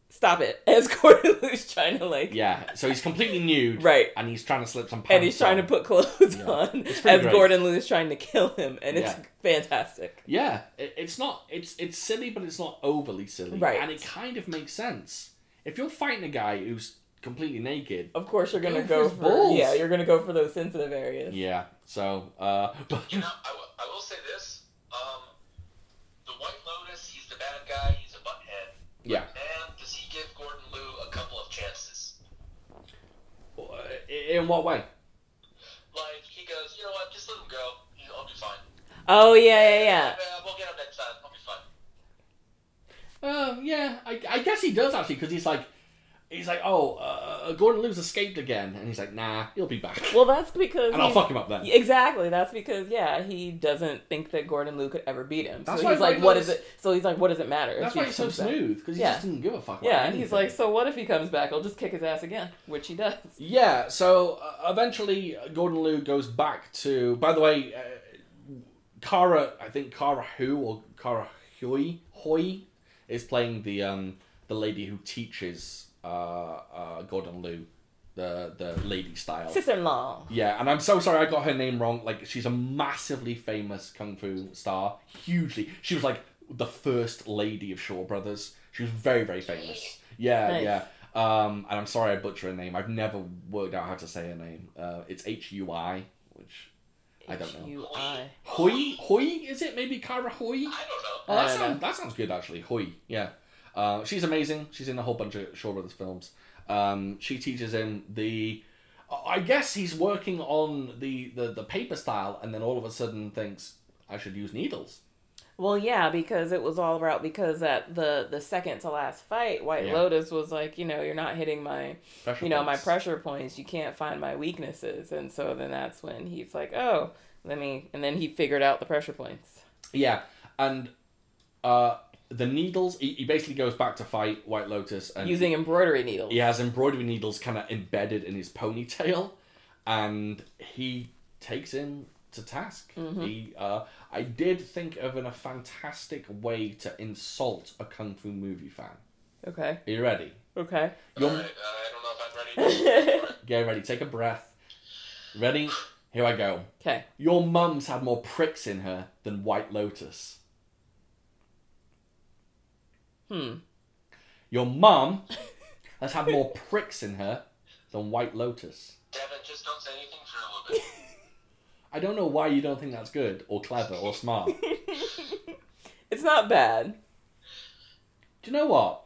B: "Stop it!" As Gordon Liu's trying to like,
A: Yeah, so he's completely nude,
B: right,
A: and he's trying to slip some pants.
B: and he's trying
A: on.
B: to put clothes
A: Yeah.
B: on
A: It's
B: as
A: pretty great.
B: Gordon Liu's trying to kill him, and it's
A: Yeah.
B: fantastic.
A: Yeah, it, it's not. It's it's silly, but it's not overly silly.
B: Right.
A: and it kind of makes sense. If you're fighting a guy who's completely naked,
B: Of course, you're gonna
A: Go for
B: go
A: his
B: for
A: balls.
B: yeah, you're gonna go for those sensitive areas.
A: yeah. So, uh, but
C: You know, I will- I will say this. Um, the White Lotus, he's the bad guy, he's a butthead.
A: yeah,
C: Man, does he give Gordon Liu a couple of chances?
A: in what way?
C: Like, he goes, you know what, just let him go. He'll- I'll be fine.
B: Oh yeah, yeah, yeah.
C: "Yeah, we'll get him next time. I'll be fine.
A: Uh, yeah, I, I guess he does actually because he's like, he's like, oh, uh, Gordon Liu's escaped again, and he's like, nah, he'll be back,
B: Well, that's because
A: and I'll
B: he's-
A: fuck him up then.
B: Yeah, Exactly. That's because yeah, he doesn't think that Gordon Liu could ever beat him. So
A: That's why
B: he's like,
A: Gordon
B: what
A: Liu
B: is
A: is-
B: it? So he's like, what does it matter? if
A: That's
B: he
A: why he's so
B: comes back?
A: smooth because he
B: Yeah.
A: just didn't give a fuck. About
B: Yeah, and he's
A: anything.
B: like, so what if he comes back? I'll just kick his ass again, which he does.
A: Yeah, so uh, eventually uh, Gordon Liu goes back to. By the way, uh, Kara, I think Kara Hu or Kara Hui Hui is playing the um, the lady who teaches uh, uh, Gordon Liu the the lady style.
B: Sister-in-law.
A: Yeah, and I'm so sorry I got her name wrong. Like she's a massively famous kung fu star, hugely. She was like the first lady of Shaw Brothers. She was very very famous. Yeah,
B: Nice.
A: yeah. Um, and I'm sorry I butcher her name. I've never worked out how to say her name. Uh, it's H U I, which I don't know.
B: H-U-I.
A: Hoi Hoi is it? Maybe Kara Hoi.
C: I don't know.
A: Oh,
B: I
A: that,
B: don't
A: sound, that sounds good, actually. Hui, yeah. Uh, she's amazing. She's in a whole bunch of Shaw Brothers films. Um, she teaches him the. I guess he's working on the, the, the paper style and then all of a sudden thinks, I should use needles.
B: Well, yeah, because it was all about because at the the second to last fight, White
A: Yeah.
B: Lotus was like, you know, you're not hitting my
A: Pressure
B: you know my
A: points.
B: pressure points you can't find my weaknesses and so then that's when he's like oh let me and then he figured out the pressure points
A: Yeah, and uh, the needles, he, he basically goes back to fight White Lotus and
B: using embroidery needles
A: he has embroidery needles kind of embedded in his ponytail and he takes him to task he uh, i did think of an, a fantastic way to insult a kung fu movie fan
B: okay
A: are you ready
B: okay
C: All
A: You're,
C: right, uh, I don't know if I'm ready.
A: get ready take a breath ready here i go
B: okay
A: your mum's had more pricks in her than white lotus
B: hmm
A: your mum has had more pricks in her than white lotus
C: Devin, just don't say anything for a little bit.
A: i don't know why you don't think that's good or clever or smart
B: it's not bad
A: Do you know what?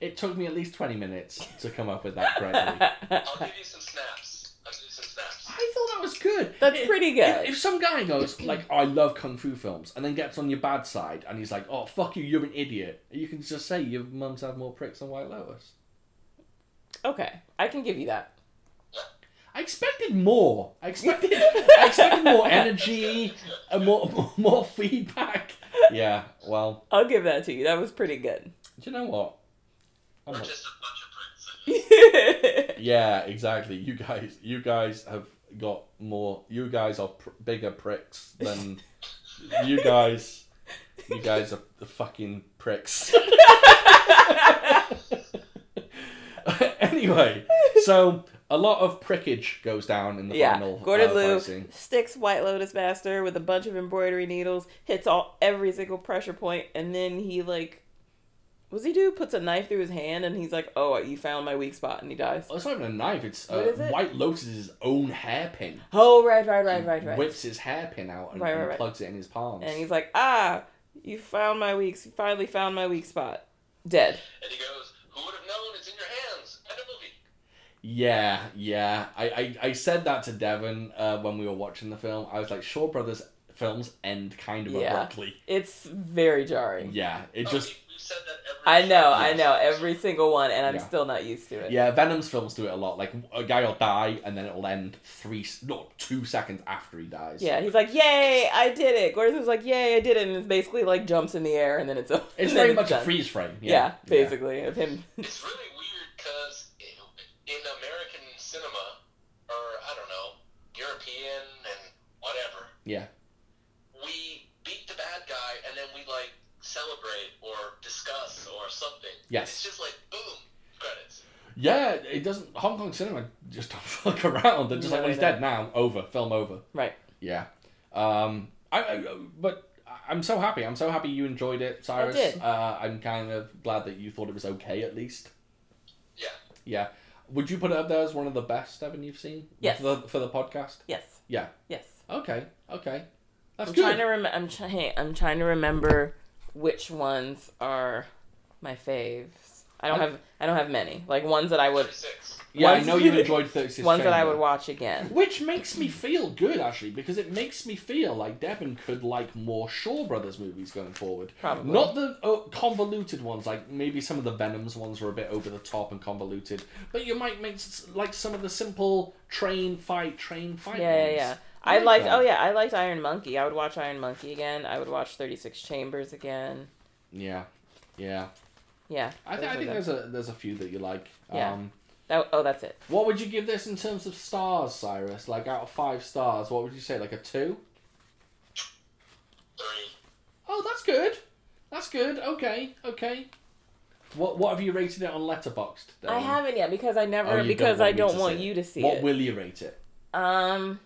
A: It took me at least 20 minutes to come up with that correctly.
C: I'll give you some snaps. I'll give you some snaps.
A: I thought that was good.
B: That's
A: If-
B: pretty good.
A: If, if some guy goes, like, I love kung fu films, and then gets on your bad side, and he's like, oh, fuck you, you're an idiot, you can just say your mum's had more pricks than White Lotus.
B: okay i can give you that
A: I expected more. I expected, I expected more energy, and more, more, more feedback. Yeah, well,
B: i'll give that to you that was pretty good
A: do you know what? I'm
C: We're
A: not-
C: just a bunch of pricks.
A: Yeah, exactly. You guys, you guys have got more. You guys are pr- bigger pricks than you guys. You guys are the fucking pricks. anyway, so a lot of prickage goes down in the
B: yeah,
A: final.
B: Gordon
A: uh,
B: Liu
A: fight scene.
B: sticks White Lotus Master with a bunch of embroidery needles, hits all every single pressure point, and then he like, what's he do? Puts a knife through his hand, and he's like, "Oh, you found my weak spot," and he dies.
A: Oh, it's not even a knife. It's uh,
B: What is it?
A: White Lotus's own hairpin.
B: Oh, right, right, right, right, right.
A: Whips his hairpin out and,
B: Right, right,
A: and
B: right.
A: plugs it in his palms.
B: And he's like, "Ah, you found my weak. You finally found my weak spot." Dead.
C: And he goes, Who would have known it's in your hands? End of movie.
A: Yeah, yeah. I, I, I said that to Devon uh, when we were watching the film. I was like, Shaw Brothers films end kind of
B: Yeah.
A: abruptly.
B: It's very jarring.
A: Yeah, it
C: Oh,
A: just.
C: we- we've said that every
B: I know,
C: time.
B: I know, every single one, and I'm
A: Yeah.
B: still not used to it.
A: Yeah, Venom's films do it a lot. Like, a guy will die and then it'll end three, not two seconds after he dies.
B: Yeah, he's like, "Yay, I did it!" Gordon's like, "Yay, I did it!" And it's basically like jumps in the air and then it's over.
A: It's
B: and then
A: very much a
B: done.
A: freeze frame.
B: Yeah,
A: Yeah,
B: basically of him.
C: It's really weird because in American cinema, or I don't know, European and whatever,
A: Yeah.
C: we beat the bad guy and then we like celebrate or discuss or something.
A: Yes.
C: It's just like boom, credits.
A: Yeah, it doesn't. Hong Kong cinema just don't fuck around. They're just
B: No,
A: like, well, he's
B: they
A: dead now. Over. Film over.
B: Right.
A: Yeah. Um. I. I but I- I'm so happy. I'm so happy you enjoyed it, Cyrus.
B: did.
A: Uh, I'm kind of glad that you thought it was okay at least.
C: Yeah.
A: Yeah. Would you put it up there as one of the best, Evan, you've seen?
B: Yes.
A: For the, for the podcast?
B: Yes.
A: Yeah.
B: Yes.
A: Okay. Okay. That's
B: I'm
A: good.
B: trying to rem- I'm trying. I'm trying to remember which ones are my faves. I don't
A: I-
B: have. I don't have many. Like ones that I would.
C: 36.
A: yeah, I
B: ones-
A: know you enjoyed 36
B: Ones that I
A: Chamber.
B: would watch again.
A: Which makes me feel good actually, because it makes me feel like Devon could like more Shaw Brothers movies going forward.
B: Probably.
A: Not the uh, convoluted ones, like maybe some of the Venom's ones were a bit over the top and convoluted, but you might make s- like some of the simple train fight, train fight.
B: Yeah, yeah,
A: ones.
B: yeah.
A: I
B: I
A: like
B: liked.
A: that.
B: Oh yeah, I liked Iron Monkey. I would watch Iron Monkey again. I would watch Thirty Six Chambers again.
A: yeah, yeah.
B: Yeah.
A: I, th- I
B: those were
A: think
B: good.
A: there's a there's a few that you like.
B: Yeah.
A: Um,
B: That, oh, that's it.
A: what would you give this in terms of stars, Cyrus? Like out of five stars, what would you say? Like a two?
C: 30.
A: Oh, that's good. That's good. Okay, okay. What what have you rated it on Letterboxd? Then?
B: I haven't yet because I never
A: Oh, you
B: because
A: want
B: I
A: me
B: don't
A: to
B: want
A: say
B: you
A: it.
B: to see
A: What
B: it.
A: will you rate it?
B: um,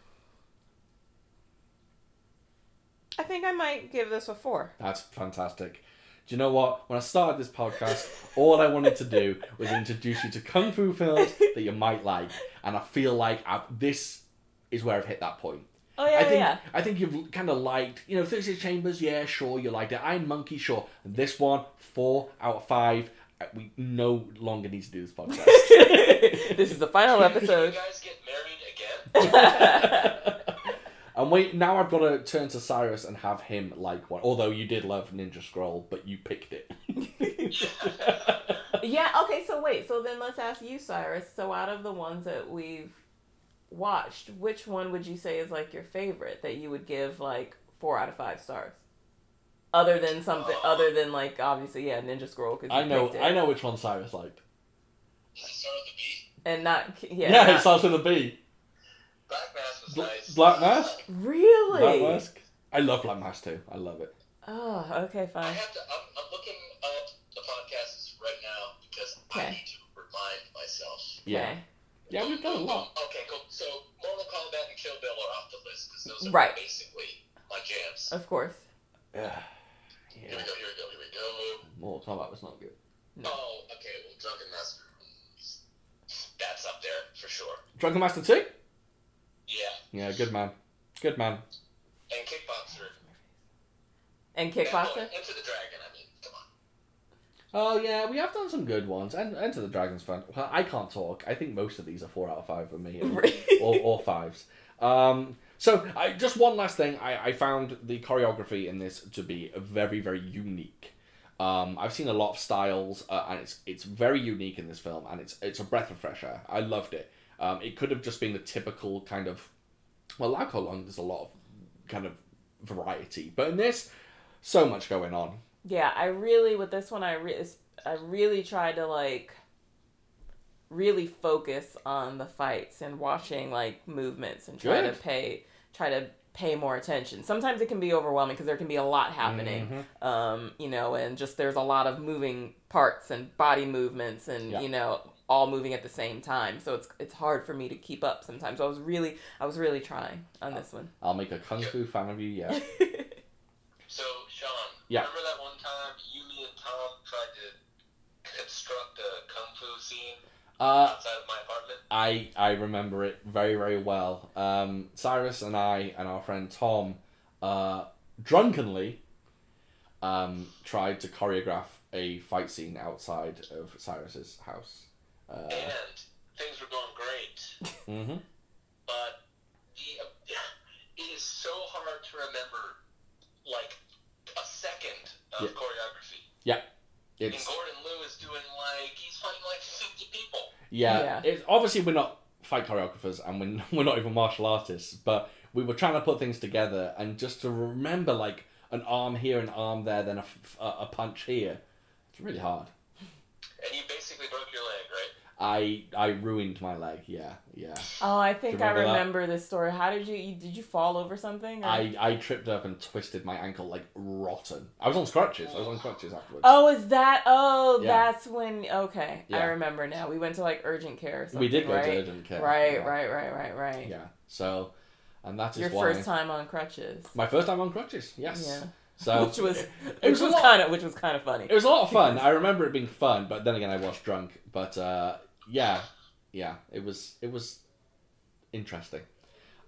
B: I think I might give this a four.
A: That's fantastic. Do you know what? When I started this podcast, all I wanted to do was introduce you to kung fu films that you might like, and I feel like I've, this is where I've hit that point.
B: Oh yeah,
A: I think
B: yeah.
A: I think you've kind of liked, you know, Thirty Six Chambers. Yeah, sure, you liked it. Iron Monkey, sure. This one, four out of five. Uh, We no longer need to do this podcast.
B: this is the final
C: Can you
B: episode.
C: guys get married again?
A: And wait, now I've got to turn to Cyrus and have him like one. Although you did love Ninja Scroll, but you picked it.
B: yeah. Okay. So wait. So then let's ask you, Cyrus. So out of the ones that we've watched, which one would you say is like your favorite that you would give like four out of five stars? Other than something, other than like obviously, yeah, Ninja Scroll. Cause you
A: I know,
B: picked it.
A: I know which one Cyrus liked.
C: Does it start with a B?
B: and not yeah,
A: Yeah, it
B: not-
A: starts with a B.
C: Black Mass was
A: Bl-
C: nice.
A: Black Mask?
B: really.
A: Black Mask. I love Black Mask too. I love it.
B: Oh, okay,
C: I
B: fine.
C: have to. I'm, I'm looking up the podcasts right now because
B: Okay.
C: I need to remind myself.
A: Yeah,
B: Okay.
A: yeah, we've done a lot.
C: Okay, cool. So Mortal Kombat and Kill Bill are off the list because those are
B: Right.
C: basically my jams.
B: Of course.
A: Yeah,
C: Here we go. Here we go. Here we go.
A: Mortal Kombat was not good.
B: No.
C: Oh, okay. Well, Drunken Master. That's up there for sure.
A: Drunken Master two.
C: Yeah,
A: Yeah, good man, good man.
C: and Kickboxer.
B: And
C: And, oh,
B: kickboxer?
C: Enter the Dragon. I mean, come on.
A: Oh yeah, we have done some good ones. And Enter the Dragons fan. Well, I can't talk. I think most of these are four out of five for me. or, or fives. Um, so I, just one last thing. I, I found the choreography in this to be very, very unique. Um, I've seen a lot of styles, uh, and it's it's very unique in this film, and it's it's a breath of fresh air. I loved it. Um, it could have just been the typical kind of well, like how long there's a lot of kind of variety, but in this, so much going on.
B: yeah, I really with this one I re- I really tried to like really focus on the fights and watching like movements and try
A: Good.
B: to pay try to pay more attention. Sometimes it can be overwhelming because there can be a lot
A: Mm-hmm.
B: happening, um, you know, and just there's a lot of moving parts and body movements and
A: Yeah.
B: you know all moving at the same time. So it's it's hard for me to keep up sometimes. I was really I was really trying on this one.
A: I'll make a kung fu fan of you. Yeah.
C: So, Sean,
A: Yeah.
C: remember that one time you, me, and Tom tried to construct a kung fu scene
A: Uh,
C: outside of my apartment?
A: I I remember it very very well. Um, Cyrus and I and our friend Tom, uh, drunkenly, um, tried to choreograph a fight scene outside of Cyrus's house. Uh,
C: And things were going great,
A: mhm.
C: but the, it is so hard to remember, like, a second of
A: Yeah.
C: choreography. And
A: It's
C: Gordon Liu is doing, like, he's fighting, like, 50 people.
A: yeah.
B: Yeah.
A: It's obviously we're not fight choreographers and we're we're not even martial artists, but we were trying to put things together and just to remember like an arm here, an arm there, then a f- a a punch here. It's really hard.
C: And you basically broke your leg, right?
A: I I ruined my leg. Yeah, yeah.
B: Oh, I think
A: Do you
B: I
A: remember that?
B: remember this story. How did you, you did you fall over something? or-
A: I, I tripped up and twisted my ankle like rotten. I was on crutches. I was on crutches afterwards.
B: Oh, is that? Oh,
A: Yeah.
B: that's when. Okay, I
A: Yeah.
B: remember now. We went to like urgent care. Or something,
A: we did go
B: right?
A: to urgent care.
B: Right,
A: yeah.
B: right, right, right, right.
A: Yeah. So, and that is
B: Your
A: why
B: first time on crutches.
A: my first time on crutches. Yes.
B: Yeah.
A: So
B: which was
A: it
B: which
A: was a
B: was
A: lot-
B: kind of which was kind of funny.
A: it was a lot of fun. I remember it being fun, but then again, I was drunk. But uh, yeah, yeah, it was it was interesting.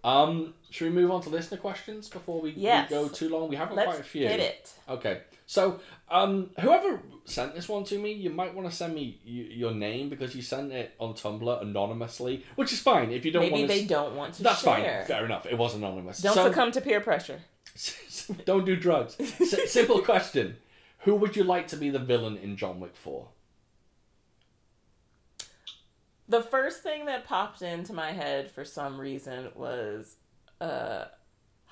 A: Um, should we move on to listener questions before we, we
B: Yes.
A: go too long? We have got quite a
B: Let's
A: few.
B: get it.
A: Okay, so um, whoever sent this one to me, you might want to send me y- your name because you sent it on Tumblr anonymously, which is fine if you don't
B: Maybe
A: want
B: they
A: to.
B: don't want to
A: That's
B: share.
A: fine. Fair enough. It was anonymous.
B: Don't
A: so,
B: succumb to peer pressure.
A: don't do drugs. S- simple question: Who would you like to be the villain in John Wick Four?
B: The first thing that popped into my head for some reason was uh,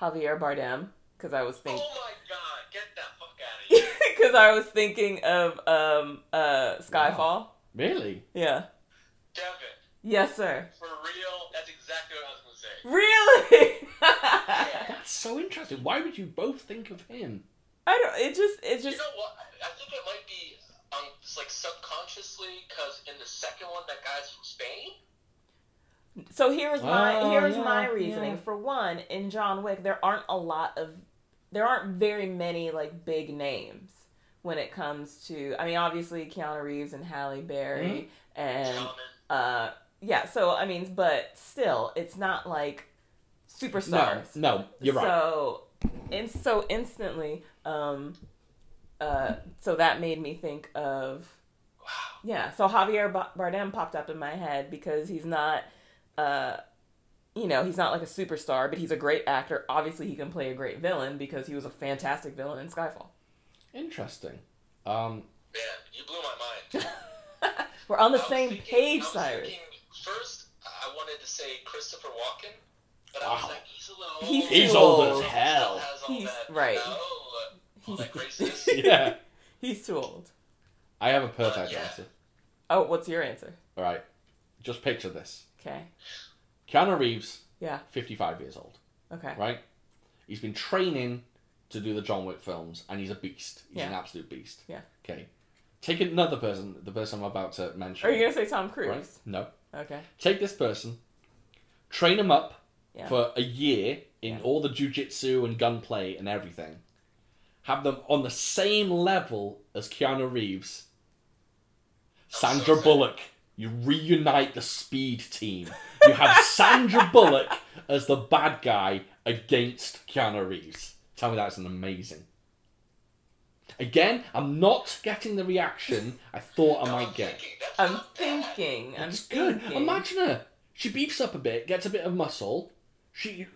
B: Javier Bardem because I was thinking
C: Oh my god, get that fuck out of here.
B: because I was thinking of um, uh, Skyfall.
A: Really?
B: Yeah.
C: Devin,
B: Yes, sir.
C: for real, that's exactly what I was going to say.
B: Really?
C: Yeah.
A: That's so interesting. Why would you both think of him?
B: I don't. It just. It
C: You
B: just.
C: know what? I- I think it might be um, it's like subconsciously because in the second one, that guy's from Spain.
B: So here is my
A: Oh,
B: here is
A: yeah,
B: my reasoning.
A: yeah.
B: For one, in John Wick, there aren't a lot of there aren't very many like big names when it comes to. I mean, obviously Keanu Reeves and Halle Berry
A: Mm-hmm.
B: and
C: Common.
B: uh yeah. So I mean, but still, it's not like
A: No,
B: superstars.
A: no, you're right.
B: So, and so instantly, um, uh, so that made me think of,
C: Wow.
B: yeah. So Javier Ba- Bardem popped up in my head because he's not, uh, you know, he's not like a superstar, but he's a great actor. Obviously, he can play a great villain because he was a fantastic villain in Skyfall.
A: Interesting. Um,
C: Man, you blew my mind.
B: We're on the
C: I was
B: same
C: thinking-
B: page,
C: I was
B: Cyrus.
C: thinking- First, I wanted to say Christopher Walken, but I was
A: Wow.
C: like, he's a little
B: He's
C: old.
B: He's old old.
A: as hell.
C: Has all
B: He's-
C: that,
B: right.
C: You know, all that
B: He's- Oh
C: racist.
A: yeah,
B: He's too old.
A: I have a perfect
C: Yeah.
A: answer.
B: Oh, what's your answer?
A: All right, just picture this:
B: Okay.
A: Keanu Reeves,
B: Yeah.
A: fifty-five years old.
B: Okay.
A: right? He's been training to do the John Wick films, and he's a beast. He's an
B: Yeah.
A: absolute beast.
B: Yeah.
A: Okay. Take another person, the person I'm about to mention.
B: Are you gonna say Tom Cruise?
A: right? No.
B: Okay.
A: Take this person, train him up
B: Yeah.
A: for a year in
B: Yeah.
A: all the jujitsu and gunplay and everything. Have them on the same level as Keanu Reeves.
C: I'm so
A: Sandra
C: sad.
A: Bullock. You reunite the speed team. You have Sandra Bullock as the bad guy against Keanu Reeves. Tell me that's an amazing. Again, I'm not getting the reaction I thought I
C: No,
A: might
C: I'm
A: get.
C: thinking, that's
B: I'm
C: not bad.
B: thinking. I'm
A: It's good.
B: thinking.
A: Imagine her. She beefs up a bit, gets a bit of muscle. She,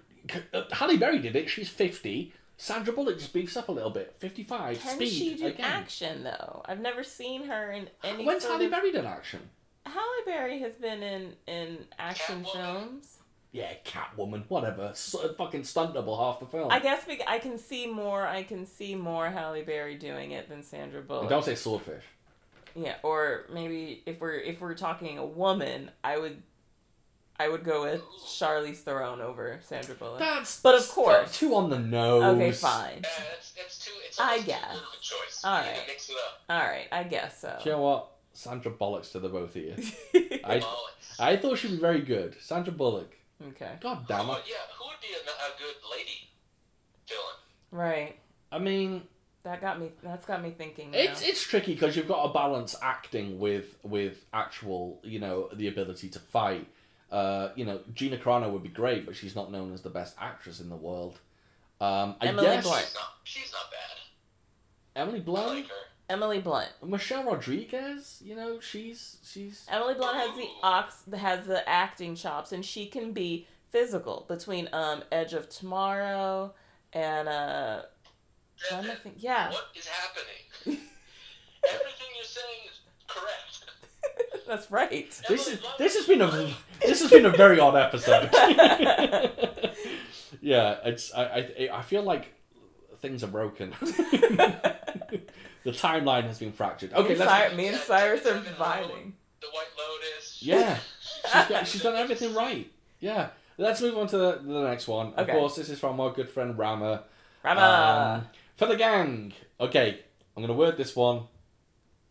A: uh, Halle Berry did it. She's fifty. Sandra Bullock just beefs up a little bit. Fifty-five.
B: Can
A: speed
B: she do
A: again.
B: action though? I've never seen her in any.
A: When's
B: sort
A: Halle
B: of-
A: Berry done action?
B: Halle Berry has been in in action
C: Catwoman.
B: films.
A: Yeah, Catwoman, whatever. S uh, fucking stunt double half the film.
B: I guess we, I can see more. I can see more Halle Berry doing it than Sandra Bullock.
A: And don't say swordfish.
B: Yeah, or maybe if we're if we're talking a woman, I would I would go with Charlize Theron over Sandra Bullock.
A: That's
B: But of course.
A: two on the nose.
B: Okay, fine.
C: Eh, that's, that's too, it's
B: I
C: almost too
B: guess.
C: good of a choice.
B: All
C: you need
B: right.
C: to mix it up.
B: All right, I guess
A: Do you
B: so.
A: know what? Sandra Bullock's to the both of you. I
C: Mullins.
A: I thought she'd be very good. Sandra Bullock.
B: okay.
A: God
C: Who
A: damn it.
C: would- yeah, who would be a, a good lady villain?
B: Right.
A: I mean,
B: That got me. That's got me thinking. Now.
A: it's it's tricky because you've got to balance acting with with actual, you know, the ability to fight. Uh, you know, Gina Carano would be great, but she's not known as the best actress in the world. Um, I
B: Emily
A: guess
B: Blunt.
C: She's not, she's not bad.
A: Emily
C: I
A: Blunt,
C: like her.
B: Emily Blunt.
A: Michelle Rodriguez. You know, she's she's
B: Emily Blunt has the ox has the acting chops, and she can be physical between um Edge of Tomorrow and uh. what am I
C: Devin,
B: think- yeah,
C: what is happening? Everything you're saying is correct.
B: that's right.
A: This is this has been a this has been a very odd episode. yeah, it's I, I I feel like things are broken. the timeline has been fractured. Okay,
B: me, and
A: let's,
B: Cyrus, me and Cyrus are vibing.
C: The White Lotus.
A: yeah, she's, got, she's done everything right. Yeah, let's move on to the, the next one. Of
B: Okay.
A: course, this is from our good friend Rama. Um,
B: Rama.
A: for the gang. Okay, I'm gonna word this one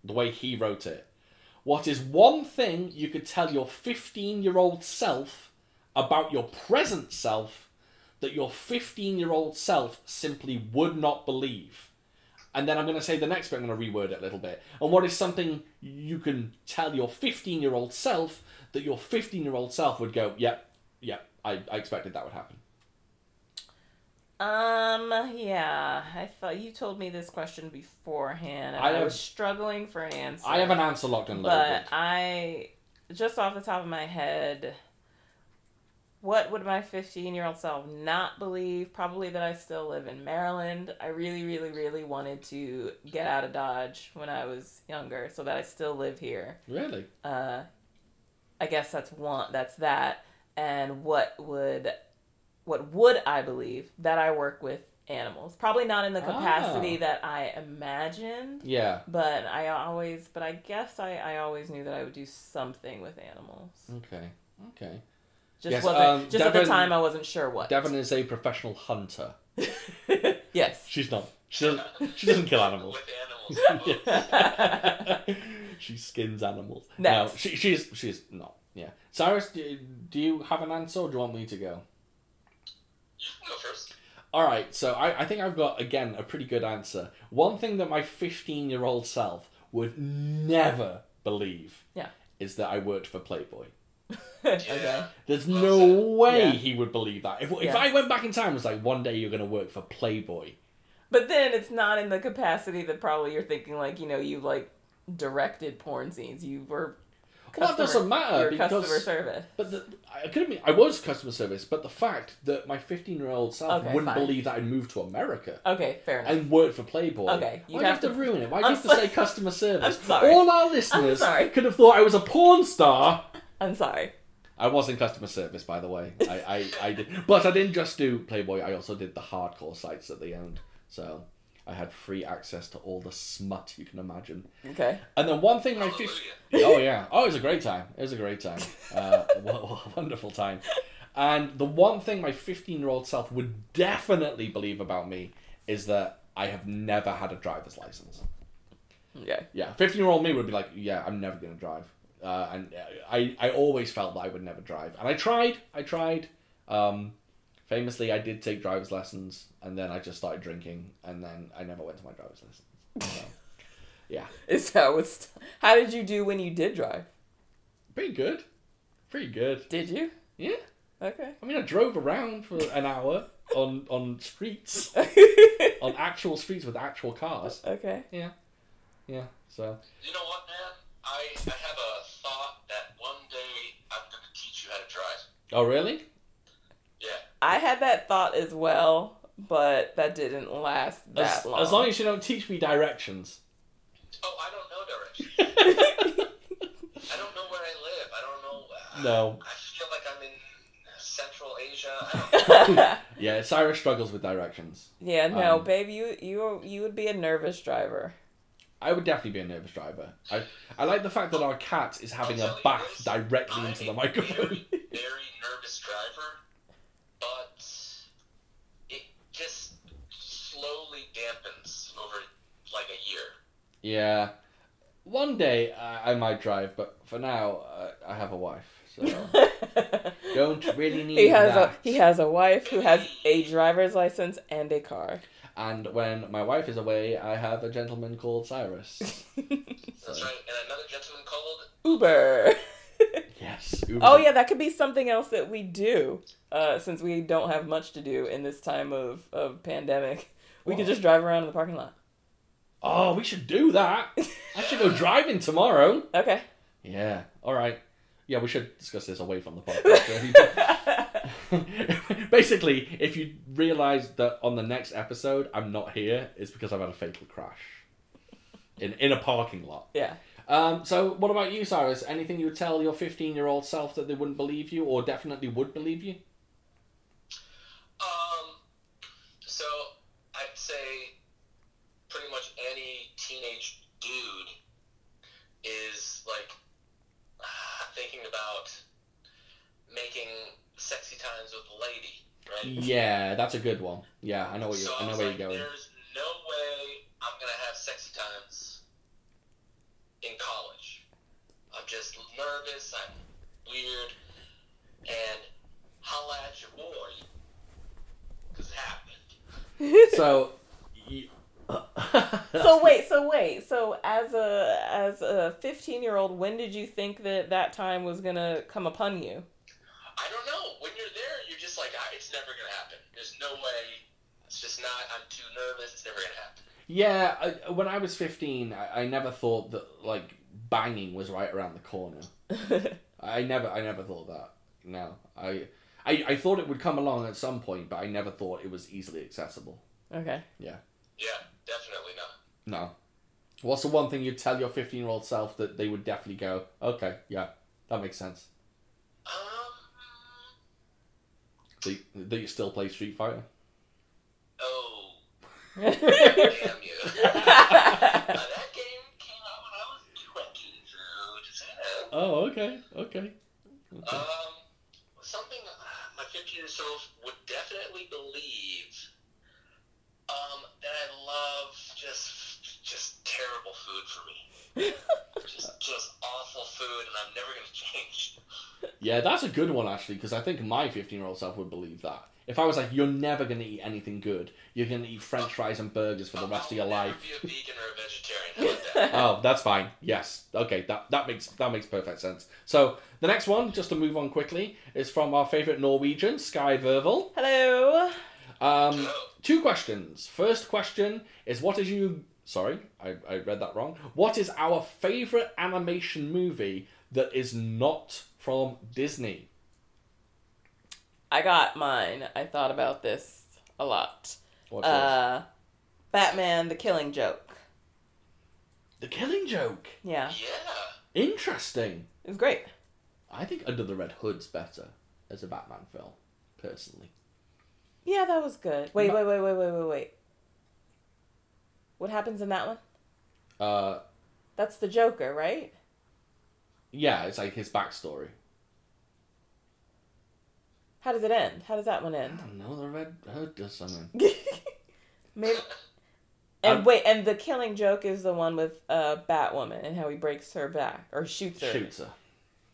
A: the way he wrote it. What is one thing you could tell your 15 year old self about your present self that your 15 year old self simply would not believe? And then I'm going to say the next bit, I'm going to reword it a little bit. And what is something you can tell your 15 year old self that your 15 year old self would go, yep, yep, I, I expected that would happen?
B: Um, yeah, I thought you told me this question beforehand, and
A: I
B: I,
A: have-
B: was struggling for an answer.
A: I have an answer locked and loaded.
B: but I just off the top of my head, what would my 15 year old self not believe? Probably that I still live in Maryland. I really, really, really wanted to get out of Dodge when I was younger so that I still live here.
A: Really?
B: Uh, I guess that's one, that's that. And what would, what would I believe that I work with animals? Probably not in the capacity
A: Ah.
B: that I imagined
A: Yeah.
B: but I always, but I guess I, I always knew that I would do something with animals.
A: Okay. Okay.
B: Just
A: Yes,
B: wasn't,
A: um,
B: just at
A: Devon-
B: the time I wasn't sure what.
A: Devon is a professional hunter.
B: yes.
A: She's not. She doesn't. She doesn't kill animals.
C: With animals. Oh.
A: she skins animals. No,
B: Next.
A: she, she's she's not. Yeah. Cyrus, do, do you have an answer, or do you want me to go?
C: You can go first.
A: All right. So I, I think I've got again a pretty good answer. One thing that my fifteen-year-old self would never believe.
B: Yeah.
A: Is that I worked for Playboy.
B: Okay.
A: There's
C: Well
A: no
C: said.
A: way
B: Yeah.
A: he would believe that. If, if
B: Yeah.
A: I went back in time, and was like one day you're going to work for Playboy.
B: But then it's not in the capacity that probably you're thinking like, you know, you like directed porn scenes. You were
A: Well, that doesn't matter
B: your
A: because
B: customer service.
A: But the, I could admit I was customer service, but the fact that my fifteen-year-old self
B: Okay,
A: wouldn't
B: fine.
A: believe that I'd moved to America
B: Okay, fair enough.
A: and worked for Playboy.
B: Okay,
A: why
B: you
A: do you have
B: have
A: to,
B: to-
A: ruin it? Why do you
B: I'm
A: have to
B: sorry.
A: say customer service?
B: I'm sorry.
A: All our listeners
B: sorry.
A: could have thought I was a porn star.
B: I'm sorry.
A: I was in customer service, by the way. I, I, I did, but I didn't just do Playboy. I also did the hardcore sites that they owned, so I had free access to all the smut you can imagine.
B: Okay.
A: And then one thing my
C: Hallelujah.
A: fif- oh yeah, oh it was a great time. It was a great time, uh, w- wonderful time. And the one thing my fifteen-year-old self would definitely believe about me is that I have never had a driver's license.
B: Okay.
A: Yeah, fifteen-year-old me would be like, yeah, I'm never gonna drive. Uh, and I, I always felt that I would never drive, and I tried, I tried. Um, famously, I did take driver's lessons, and then I just started drinking, and then I never went to my driver's lessons. So, yeah.
B: Is that what's, how did you do when you did drive?
A: Pretty good. Pretty good.
B: Did you?
A: Yeah.
B: Okay.
A: I mean, I drove around for an hour on on streets, on actual streets with actual cars.
B: okay.
A: Yeah. So
C: You know what, man? I, I have a thought that one day I'm going to teach you how to drive.
A: Oh really?
C: Yeah.
B: I had that thought as well, but that didn't last that
A: As,
B: long.
A: as long as you don't teach me directions.
C: Oh, I don't know direction. I don't know where I live. I don't know. Uh,
A: No.
C: I feel like I'm in Central Asia. I don't know.
A: yeah, Cyrus struggles with directions.
B: yeah, no,
A: Um,
B: babe, you you you would be a nervous driver.
A: I would definitely be a nervous driver. I I like the fact that our cat is having
C: I'll
A: a
C: tell you
A: bath
C: this,
A: directly
C: I'm
A: into the
C: a
A: microphone.
C: very- very nervous driver, but it just slowly dampens over like a year.
A: Yeah. One day I, I might drive, but for now I, I have a wife, so don't really need
D: He has
A: that.
D: a he has a wife who has a driver's license and a car.
A: And when my wife is away, I have a gentleman called Cyrus.
C: That's
A: So,
C: right. And another gentleman called.
D: Uber.
A: Yes. Uber.
D: Oh yeah, that could be something else that we do. Uh, since we don't have much to do in this time of, of pandemic, we could
A: What?
D: just drive around in the parking lot.
A: Oh, we should do that. I should go driving tomorrow.
D: Okay.
A: Yeah. All right. Yeah, we should discuss this away from the podcast. Basically, if you realize that on the next episode I'm not here, it's because I've had a fatal crash in in a parking lot.
D: yeah.
A: Um, so, what about you, Cyrus? Anything you would tell your 15 year old self that they wouldn't believe you or definitely would believe you?
C: Um, so I'd say pretty much any teenage dude is like thinking about making sexy times with a lady, right?
A: Yeah, that's a good one. Oh, Yeah, I know what you.
C: so
A: I know
C: was
A: where
C: like,
A: you're going.
C: There's no way I'm gonna have sexy times in college. I'm just nervous. I'm weird, and holla at your boy because it happened.
A: So, you...
B: so wait, so wait, so as a as a fifteen year old, when did you think that that time was gonna come upon you?
C: I don't know. When you're there, you're just like, "Ah, it's never gonna happen. There's no way. It's just not. I'm too nervous. It's never gonna happen.
A: yeah, I, when I was 15, I, I never thought that like banging was right around the corner. I never, I never thought that. No, I, I, I thought it would come along at some point, but I never thought it was easily accessible.
D: okay.
C: Yeah, definitely not.
A: No. What's the one thing you'd tell your 15 year old self that they would definitely go, okay, yeah, that makes sense?
C: Um.
A: That you, that you still play Street Fighter?
C: Oh,
D: okay.
C: damn you. Uh, that game came out when I was 20, so just uh,
A: Oh, okay, okay. okay.
C: Um, something uh, my 15 year self would definitely believe. Um, that I love just just terrible food for me. just just awful food, and I'm never gonna change.
A: Yeah, that's a good one actually, because I think my fifteen-year-old self would believe that. If I was like, "You're never gonna eat anything good. You're gonna eat French fries and burgers for the
C: I'll-
A: rest of your
C: I'll never
A: life."
C: Be a vegan or a vegetarian. How about that?
A: Oh, that's fine. Yes. Okay. That that makes that makes perfect sense. So the next one, just to move on quickly, is from our favorite Norwegian, Sky Verval.
B: Hello.
A: Um,
C: Hello.
A: two questions. First question is, what is you? Sorry, I, I read that wrong. What is our favorite animation movie that is not from Disney?
D: I got mine. I thought about this a lot.
A: What's yours?
D: Uh, Batman: The Killing Joke.
A: The Killing Joke.
D: Yeah,
C: Yeah.
A: Interesting.
D: it was great.
A: I think Under the Red Hood's better as a Batman film, personally.
D: Yeah, that was good. Wait,
A: Ma-
D: wait, wait, wait, wait, wait, wait. What happens in that one?
A: Uh,
D: That's the Joker, right?
A: yeah, it's like his backstory.
D: How does it end? How does that one
A: I
D: end?
A: don't know, the Red Hood does something.
D: Maybe. And
A: Um,
D: wait, and the Killing Joke is the one with uh, Batwoman and how he breaks her back or shoots her.
A: Shoots her.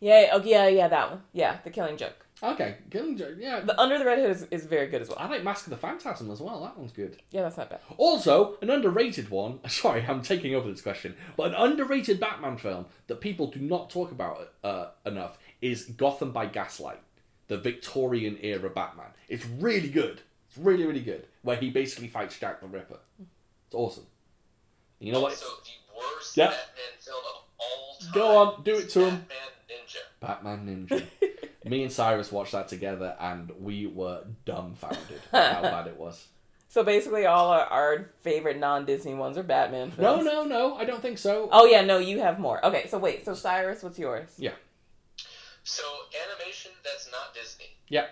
D: Yeah, yeah, okay, yeah, yeah, that one. Yeah, the Killing Joke.
A: Okay, Killing Joke, yeah.
D: The Under the Red Hood is, is very good as well.
A: I like Mask of the Phantasm as well, that one's good.
D: Yeah, that's not bad.
A: Oh. Also, an underrated one, sorry, I'm taking over this question, but an underrated Batman film that people do not talk about uh, enough is Gotham by Gaslight, the Victorian era Batman. It's really good. It's really, really good, where he basically fights Jack the Ripper. It's awesome. You know what?
C: Also, the worst
A: Yeah.
C: Batman film of all time.
A: Go on, do it to
C: is
A: him.
C: Batman Ninja.
A: Batman Ninja. Me and Cyrus watched that together and we were dumbfounded at how bad it was.
D: So basically, all our, our favorite non Disney ones are Batman
A: No,
D: films.
A: no, no, I don't think so.
D: Oh, yeah, no, you have more. Okay, so wait, so Cyrus, what's yours?
A: Yeah.
C: So animation that's not Disney.
A: Yeah.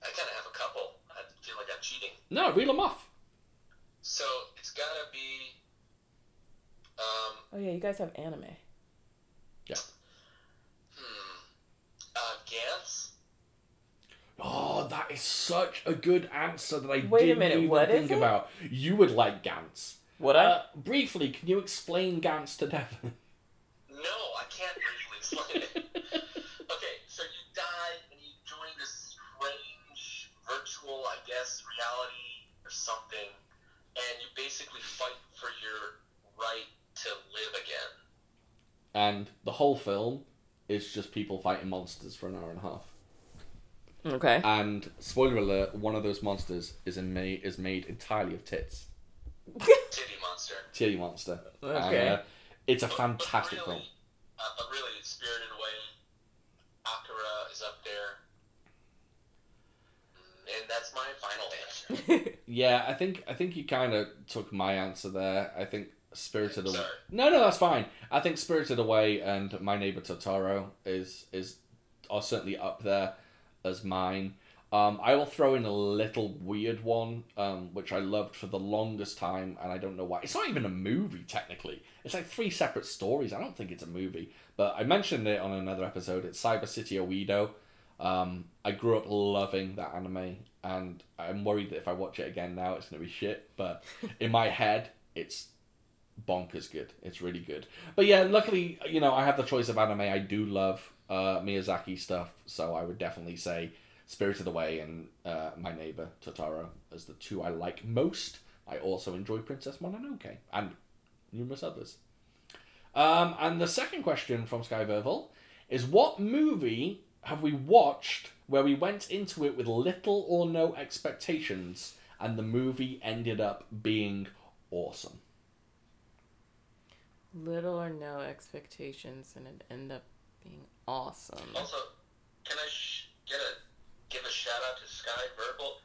C: I kind of have a couple. I feel like I'm cheating.
A: No, reel them off.
C: So it's gotta be. Um,
D: Oh, yeah, you guys have anime.
C: hmm.
A: Oh, that is such a good answer that I
B: Wait a
A: didn't
B: minute,
A: even
B: what is
A: think
B: it?
A: about. You would like Gantz.
D: Would I?
A: Uh, briefly, can you explain Gantz to Devon?
C: No, I can't really explain it. okay, so you die and you join this strange virtual, I guess, reality or something, and you basically fight for your right to live again.
A: And the whole film is just people fighting monsters for an hour and a half.
D: okay.
A: And spoiler alert: one of those monsters is in made is made entirely of tits,
C: Titty monster.
A: titty monster.
D: Okay.
A: And, uh, it's a fantastic
C: but
A: film.
C: really, Uh, but really, Spirited Away, Akira is up there. Mm, And that's my final answer.
A: Yeah, I think I think you kind of took my answer there. I think Spirited Away.
C: Sorry.
A: No, no, that's fine. I think Spirited Away and My Neighbor Totoro is is are certainly up there as mine. Um, I will throw in a little weird one, um, which I loved for the longest time, and I don't know why. It's not even a movie technically. It's like three separate stories. I don't think it's a movie, but I mentioned it on another episode. It's Cyber City Oedo. Um, I grew up loving that anime, and I'm worried that if I watch it again now, it's gonna be shit. But in my head, it's bonkers good. It's really good. But yeah, luckily, you know, I have the choice of anime. I do love uh, Miyazaki stuff, so I would definitely say Spirited Away and uh, My Neighbor Totoro as the two I like most. I also enjoy Princess Mononoke and numerous others. Um, and the second question from Sky Verval is what movie have we watched where we went into it with little or no expectations and the movie ended up being awesome?
D: Little or no expectations, and it end up being awesome.
C: Also, can I sh- get a give a shout out to Sky Verbal?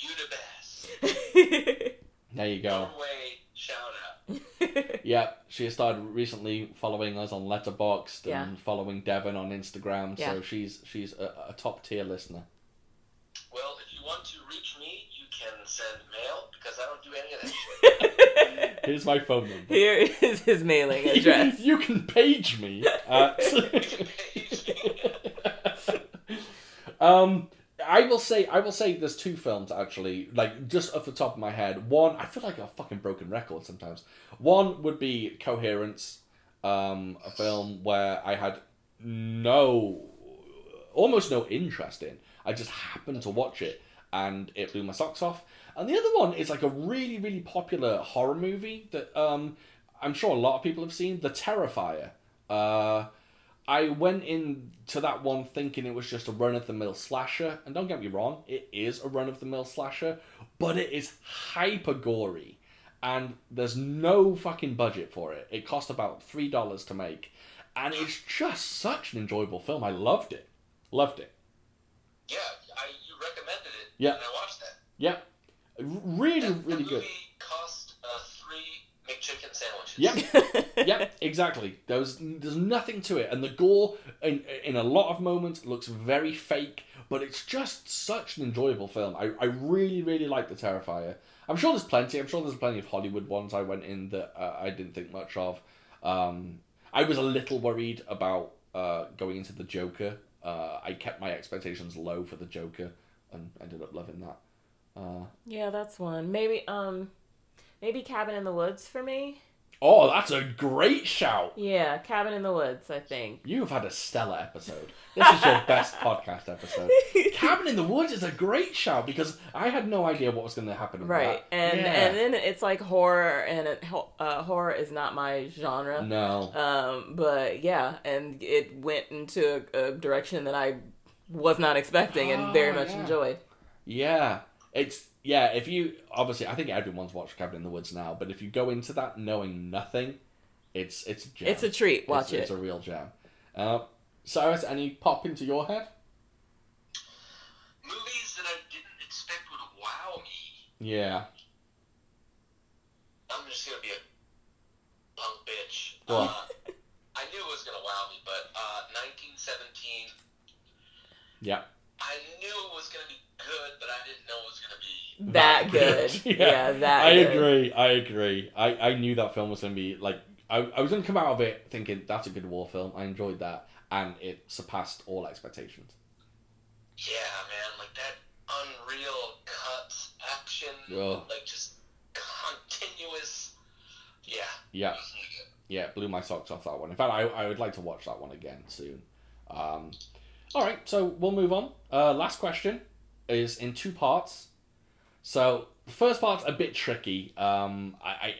C: You the best.
A: There you go.
C: One way shout out.
A: Yeah, she has started recently following us on Letterboxd
D: Yeah.
A: and following Devon on Instagram. So
D: Yeah.
A: she's she's a, a top tier listener.
C: Well, if you want to reach me, you can send mail because I don't do any of that shit.
A: Here's my phone number.
D: Here is his mailing address.
A: you can page me at. um, I will say I will say there's two films actually, like just off the top of my head. One I feel like a fucking broken record sometimes. One would be Coherence, um, a film where I had no, almost no interest in. I just happened to watch it and it blew my socks off. And the other one is like a really really popular horror movie that um, I'm sure a lot of people have seen, The Terrifier. Uh, I went in to that one thinking it was just a run of the mill slasher, and don't get me wrong, it is a run of the mill slasher, but it is hyper gory, and there's no fucking budget for it. It cost about three dollars to make, and it's just such an enjoyable film. I loved it, loved it.
C: yeah, I, you recommended it.
A: Yeah.
C: And I watched that.
A: Yep, R- really,
C: That-
A: really
C: that
A: good.
C: movie cost uh, three McChicken sandwiches.
A: Yep. yep, exactly. There was there's nothing to it, and the gore in in a lot of moments looks very fake, but it's just such an enjoyable film. I, I really really like the Terrifier. I'm sure there's plenty. I'm sure there's plenty of Hollywood ones I went in that uh, I didn't think much of. Um, I was a little worried about uh, going into the Joker. Uh, I kept my expectations low for the Joker and ended up loving that. Uh,
D: yeah, that's one. Maybe um, maybe Cabin in the Woods for me.
A: oh, that's a great shout.
D: Yeah, Cabin in the Woods. I think.
A: You've had a stellar episode. This is your best podcast episode. Cabin in the Woods is a great shout because I had no idea what was going to happen. with
D: Right,
A: that.
D: and
A: Yeah.
D: and then it's like horror, and it, ho- uh, horror is not my genre.
A: no,
D: Um, but yeah, and it went into a, a direction that I was not expecting and very
A: Oh,
D: much
A: yeah.
D: enjoyed.
A: yeah, it's yeah. If you obviously, I think everyone's watched Cabin in the Woods now, but if you go into that knowing nothing, it's it's a jam.
D: It's a treat.
A: It's-
D: Watch
A: it's,
D: it.
A: a real jam. Uh, Cyrus, any pop into your head?
C: Movies that I didn't expect would wow me.
A: Yeah.
C: I'm just gonna be a punk bitch.
A: What?
C: Uh, I knew it was gonna wow me, but uh, 1917.
A: Yeah.
C: I knew it was gonna be good, but I didn't know it was gonna be.
D: That good.
A: Yeah,
D: yeah. that
A: I
D: good.
A: agree. I agree. I, I knew that film was going to be like I, I was going to come out of it thinking that's a good war film. I enjoyed that, and it surpassed all expectations.
C: Yeah, man, like that unreal cuts, action,
A: Ugh.
C: like just continuous. Yeah.
A: Yeah,
C: it was really good.
A: yeah, blew my socks off that one. In fact, I, I would like to watch that one again soon. Um, all right, so we'll move on. Uh, last question is in two parts. So the first part's a bit tricky. Um, I, I, I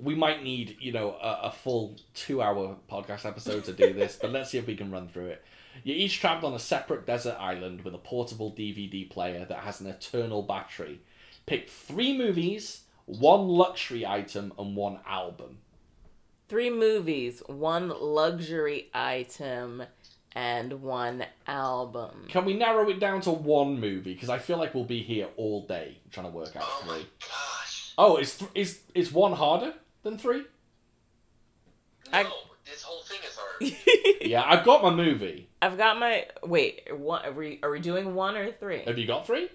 A: we might need you know a, a full two-hour podcast episode to do this, but let's see if we can run through it. You're each trapped on a separate desert island with a portable DVD player that has an eternal battery. Pick three movies, one luxury item, and one album.
B: Three movies, one luxury item, and one album.
A: Can we narrow it down to one movie? Because I feel like we'll be here all day trying to work out
C: Oh my
A: three.
C: gosh.
A: Oh, is th- is is one harder than three?
C: No,
B: I-
C: this whole thing is hard.
A: yeah, I've got my movie.
B: I've got my wait. One, are we are we doing one or three?
A: Have you got three?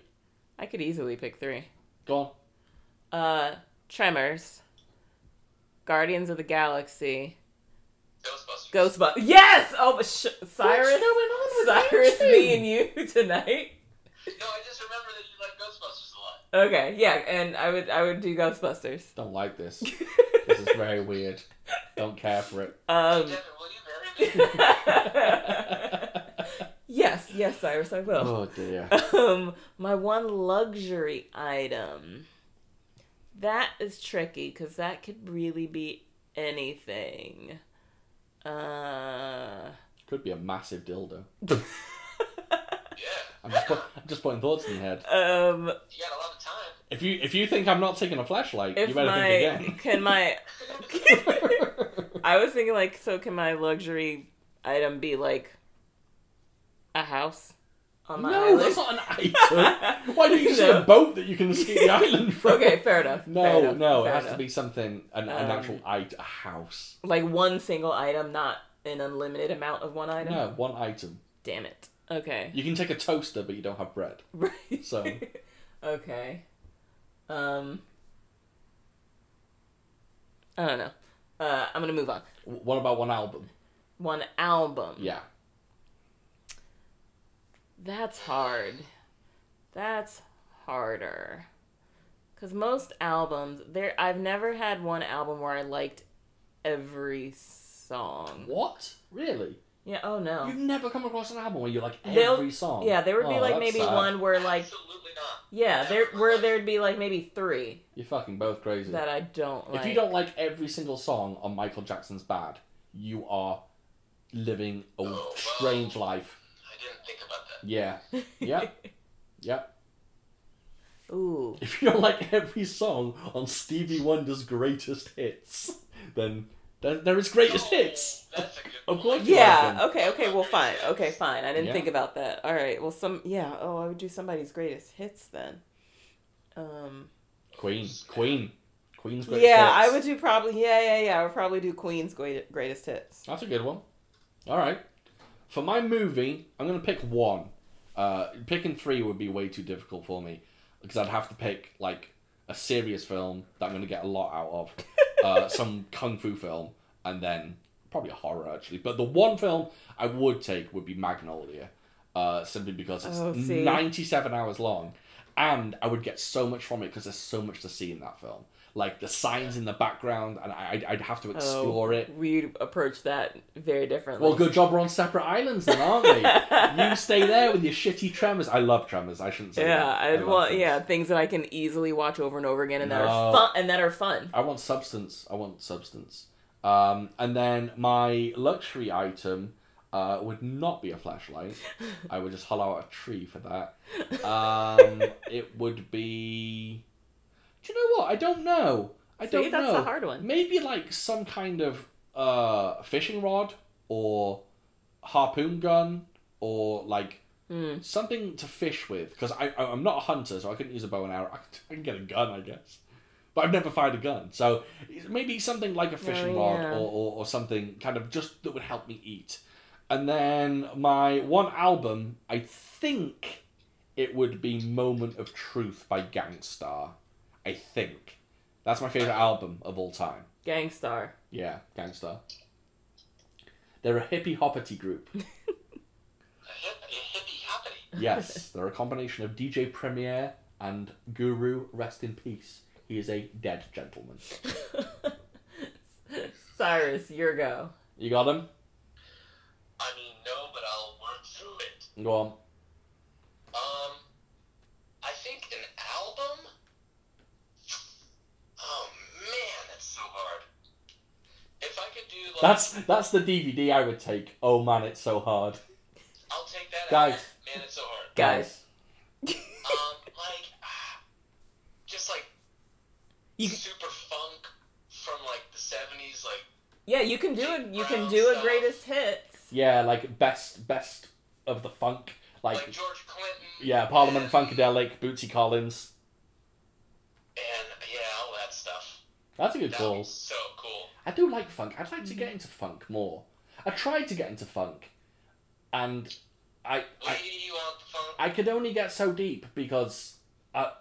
B: I could easily pick three.
A: Go on.
B: Uh, Tremors, Guardians of the Galaxy,
C: Ghostbusters.
B: Ghostbusters. Yes. Oh, but sh- Cyrus,
A: What's going on with
B: Cyrus,
A: you two?
B: me and you tonight.
C: No, I just remember that you like Ghostbusters a lot.
B: Okay, yeah, and I would I would do Ghostbusters.
A: Don't like this. this is very weird. Don't care for it.
B: Um.
C: Devin, will you marry me?
B: yes, yes, Cyrus, I will.
A: Oh dear.
B: Um, my one luxury item. That is tricky because that could really be anything. Uh,
A: Could be a massive dildo.
C: yeah.
A: I'm just, put, I'm just putting thoughts in your head.
B: um,
C: You got a lot of time.
A: If you if you think I'm not taking a flashlight,
B: if
A: you better
B: my
A: think
B: can my,
A: again.
B: I was thinking like, so can my luxury item be like a house on my
A: no,
B: island?
A: that's not an item. Why don't you just get a boat that you can escape the island from?
B: okay, fair enough. fair
A: No,
B: enough,
A: no, it
B: fair
A: has to
B: enough.
A: be something an, an
B: Um,
A: actual it- a house.
B: like one single item, not an unlimited amount of one item.
A: No, one item.
B: Damn it. Okay.
A: You can take a toaster, but you don't have bread.
B: Right.
A: So
B: Okay. Um. I don't know. Uh, I'm gonna move on.
A: w- what about one album?
B: One album.
A: Yeah,
B: That's hard. That's harder. Cause most albums, there, I've never had one album where I liked every song.
A: what really?
B: Yeah. Oh no.
A: You've never come across an album where you like every
B: They'll-
A: song.
B: Yeah, there would be
A: Oh,
B: like
A: that's
B: maybe
A: sad.
B: one where like
C: Absolutely not.
B: yeah, there where there'd be like maybe three
A: You're fucking both crazy.
B: that I don't like.
A: If you don't like every single song on Michael Jackson's Bad, you are living a
C: Oh,
A: strange life.
C: I didn't think about that.
A: Yeah, yeah, yeah.
B: Ooh.
A: If you don't like every song on Stevie Wonder's greatest hits, then there, there is greatest
C: No,
A: hits.
C: Oh, That's a good
A: Of course.
C: point.
B: Yeah.
A: Jordan.
B: Okay. Okay. Well, fine. Okay. Fine. I didn't
A: Yeah.
B: think about that. All right. Well, some. Yeah. Oh, I would do somebody's greatest hits then. Um.
A: Queen, Queen, Queen's greatest
B: yeah,
A: hits.
B: I would do probably. Yeah, yeah, yeah. I would probably do Queen's great, greatest hits.
A: That's a good one. All right. For my movie, I'm gonna pick one. Uh, picking three would be way too difficult for me because I'd have to pick like a serious film that I'm gonna get a lot out of, uh, some kung fu film, and then probably a horror actually. But the one film I would take would be Magnolia, uh, simply because it's
B: Oh, see.
A: 97 hours long, and I would get so much from it because there's so much to see in that film. Like the signs in the background, and I, I'd- I'd have
B: Oh.
A: to explore it.
B: We approach that very differently.
A: Well, good job we're on separate islands then, aren't we? you stay there with your shitty tremors. I love tremors. I shouldn't say
B: Yeah,
A: that.
B: I'd
A: love
B: want
A: Tremors.
B: yeah things that I can easily watch over and over again and that
A: No.
B: are fun and that are fun.
A: I want substance. I want substance. Um, and then my luxury item uh, would not be a flashlight. I would just hollow out a tree for that. Um, it would be. Do you know what? I don't know. I
B: See,
A: don't know.
B: that's the hard one.
A: Maybe like some kind of uh, fishing rod or harpoon gun or like
B: Mm.
A: something to fish with because I, I I'm not a hunter, so I couldn't use a bow and arrow. I, could- I can get a gun, I guess, but I've never fired a gun. So maybe something like a fishing
B: Oh,
A: rod
B: yeah.
A: or, or or something kind of just that would help me eat. And then my one album, I think it would be "Moment of Truth" by Gangstar. I think that's my favorite album of all time.
B: Gangstar.
A: Yeah, Gangstar. They're a hippie hoppity group.
C: A hip, a hippie hoppity.
A: Yes, they're a combination of DJ Premier and Guru. Rest in peace. He is a dead gentleman.
D: Cyrus, your go.
A: You got him?
C: I mean, no, but I'll work through it.
A: Go on.
C: Um, I think an album. Oh man, that's so hard. If I could do like,
A: That's that's the DVD I would take. Oh man, it's so hard.
C: I'll take that.
A: Guys.
C: Out. Man, it's so hard.
D: Guys.
C: Um, like, ah, just like
B: You-
C: super funk from like the seventies, like
B: Yeah, you can do it. You can do a greatest hits.
A: Yeah, like best best of the funk.
C: like,
A: Like,
C: George Clinton.
A: yeah, Parliament
C: and-
A: Funkadelic, Bootsy Collins.
C: And yeah, all that stuff.
A: That's a good
C: That would be
A: call.
C: so cool.
A: I do like funk. I'd like to get into funk more. I tried to get into funk, and I I,
C: Lady, you want the funk?
A: I could only get so deep because I,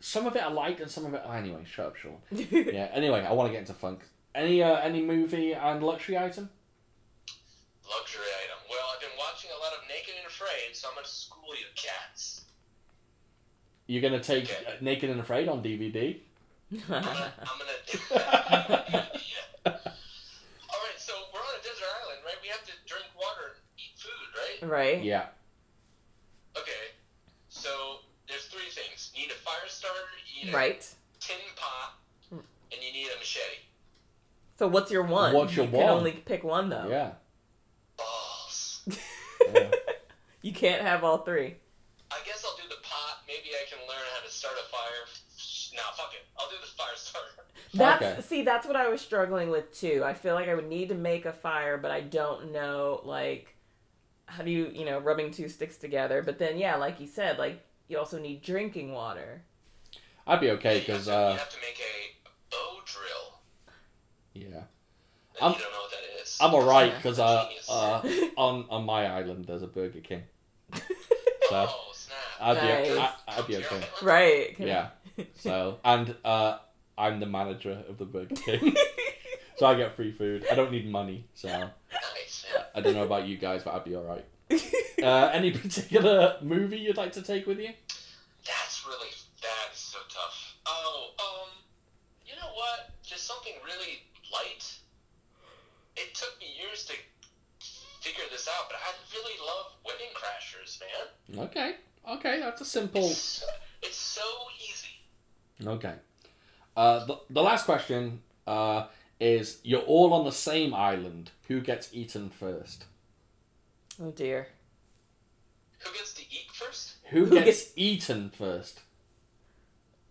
A: some of it I liked and some of it oh, anyway. Shut up, Sean. Yeah. Anyway, I want to get into funk. Any uh, any movie and luxury item?
C: Luxury item. Well, I've been watching a lot of Naked and Afraid, so I'm gonna school you cats.
A: You're gonna take
C: Okay.
A: uh, Naked and Afraid on DVD.
C: I'm gonna, I'm gonna do that. yeah. All right, so we're on a desert island, right? We have to drink water and eat food, right?
D: right?
A: Yeah.
C: Okay. So there's three things. You need a fire starter, you need
D: Right.
C: a tin pot, and you need a machete.
D: So what's your one?
A: What's your
D: you
A: one?
D: can only pick one
B: Oh.
D: though.
A: Yeah.
C: Balls.
A: yeah.
D: You can't have all three.
C: I guess I'll do the pot. Maybe I can learn how to start a fire. Nah, fuck it. I'll do the fire starter.
D: That's
A: Okay.
D: see, that's what I was struggling with too. I feel like I would need to make a fire, but I don't know like how do you you know rubbing two sticks together. But then yeah, like you said, like you also need drinking water.
A: I'd be okay
C: You have
A: because
C: to-
A: uh,
C: you have to make a bow drill.
A: yeah,
C: And
A: I'm-
C: you don't know what that is.
A: I'm alright because uh,
C: Genius.
A: uh, on on my island there's a Burger King. So
C: oh snap!
A: uh, I'd be okay.
D: Nice.
A: I, I'd be okay.
D: Right. Can-
A: Yeah. So and uh, I'm the manager of the Burger King, so I get free food. I don't need money, so
C: Nice. Yeah.
A: I don't know about you guys, but I'd be alright. Uh, any particular movie you'd like to take with you?
C: That's really that is so tough. Oh, um, you know what? Just something really light. It took me years to figure this out, but I really love Wedding Crashers, man.
A: Okay, okay, that's a simple.
C: It's so, it's so easy.
A: Okay. Uh, the, the last question uh, is: You're all on the same island. Who gets eaten first?
D: Oh dear.
C: Who gets to eat first?
A: Who,
D: Who
A: gets, eaten first?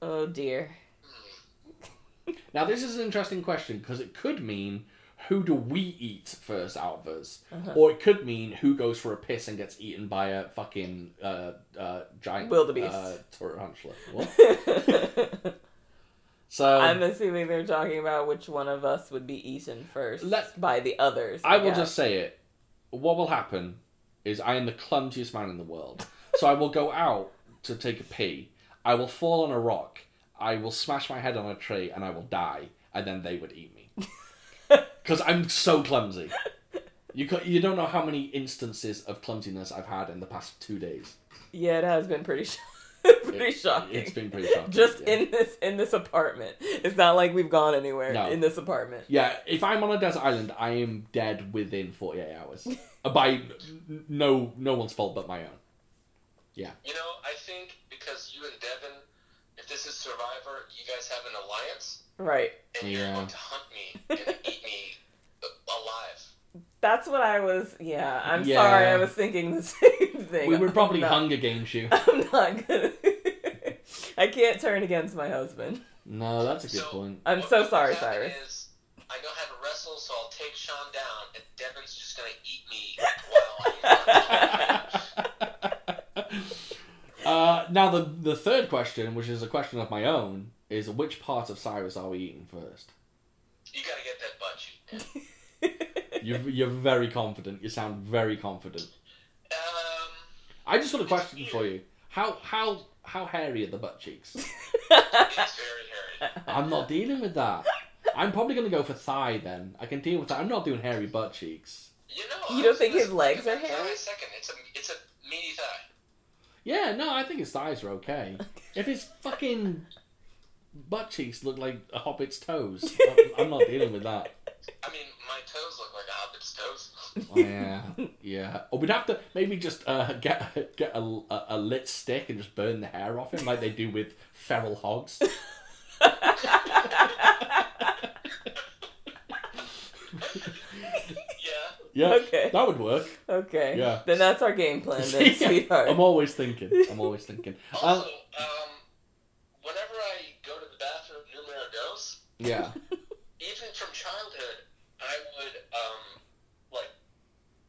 D: Oh dear.
A: Now, this is an interesting question because it could mean who do we eat first out of us, or it could mean who goes for a piss and gets eaten by a fucking uh, uh, giant
D: Wildebeest.
A: uh, tarantula. What?
D: I'm
A: So
D: assuming they're talking about which one of us would be eaten 1st
A: Let-
D: by the others.
A: I will
D: guess.
A: just say it. What will happen is I am the clumsiest man in the world. So I will go out to take a pee. I will fall on a rock. I will smash my head on a tree and I will die. And then they would eat me. Because I'm so clumsy. You, co- you don't know how many instances of clumsiness I've had in the past two days.
D: Yeah, it has been pretty, sh- pretty shocking.
A: It's been pretty shocking.
D: just
A: yeah.
D: in this in this apartment. It's not like we've gone anywhere
A: No.
D: in this apartment.
A: Yeah, if I'm on a desert island, I am dead within 48 hours. Uh, By n- no no one's fault but my own.
C: You know, I think because you and Devin, if this is Survivor, you guys have an alliance,
D: Right.
C: and you're
A: Yeah.
C: going to hunt me and eat me uh, alive.
D: That's what I was. Yeah, I'm
A: Yeah.
D: sorry. I was thinking the same thing.
A: We would probably
D: I'm not,
A: Hunger Games you.
D: I'm not gonna. I can't turn against my husband.
A: No, that's a good
C: So-
A: point.
D: I'm
C: What
D: so
C: will
D: sorry,
C: happen
D: Cyrus.
C: is, I know how to wrestle, so I'll take Sean down, and Devin's just gonna eat me while I'm
A: Uh, now the the third question, which is a question of my own, is which part of Cyrus are we eating first?
C: You gotta get that butt shoot. man.
A: You're, you're very confident. You sound very confident.
C: Um,
A: I just got a question for you. How how how hairy are the butt cheeks?
C: it's very hairy.
A: I'm not dealing with that. I'm probably gonna go for thigh then. I can deal with that. I'm not doing hairy butt cheeks.
C: You know,
D: You
C: I
D: don't
C: was
D: think
C: gonna
D: his legs
C: think
D: are
C: about that
D: hairy?
C: a second, it's a it's a meaty thigh.
A: Yeah, no, I think his thighs are okay. If his fucking butt cheeks look like a hobbit's toes, I'm, I'm not dealing with that.
C: I mean, my toes look like a hobbit's toes.
A: Yeah, yeah. Or we'd have to maybe just uh, get get a, a, a lit stick and just burn the hair off him, like they do with feral hogs.
C: Yeah.
A: Yeah,
B: Okay.
A: that would work.
B: Okay.
A: Yeah.
B: Then that's our game plan, then,
A: Yeah,
B: sweetheart.
A: I'm always thinking. I'm always thinking. Uh,
C: Also, um, whenever I go to the bathroom, numero dos,
A: yeah,
C: even from childhood, I would um, like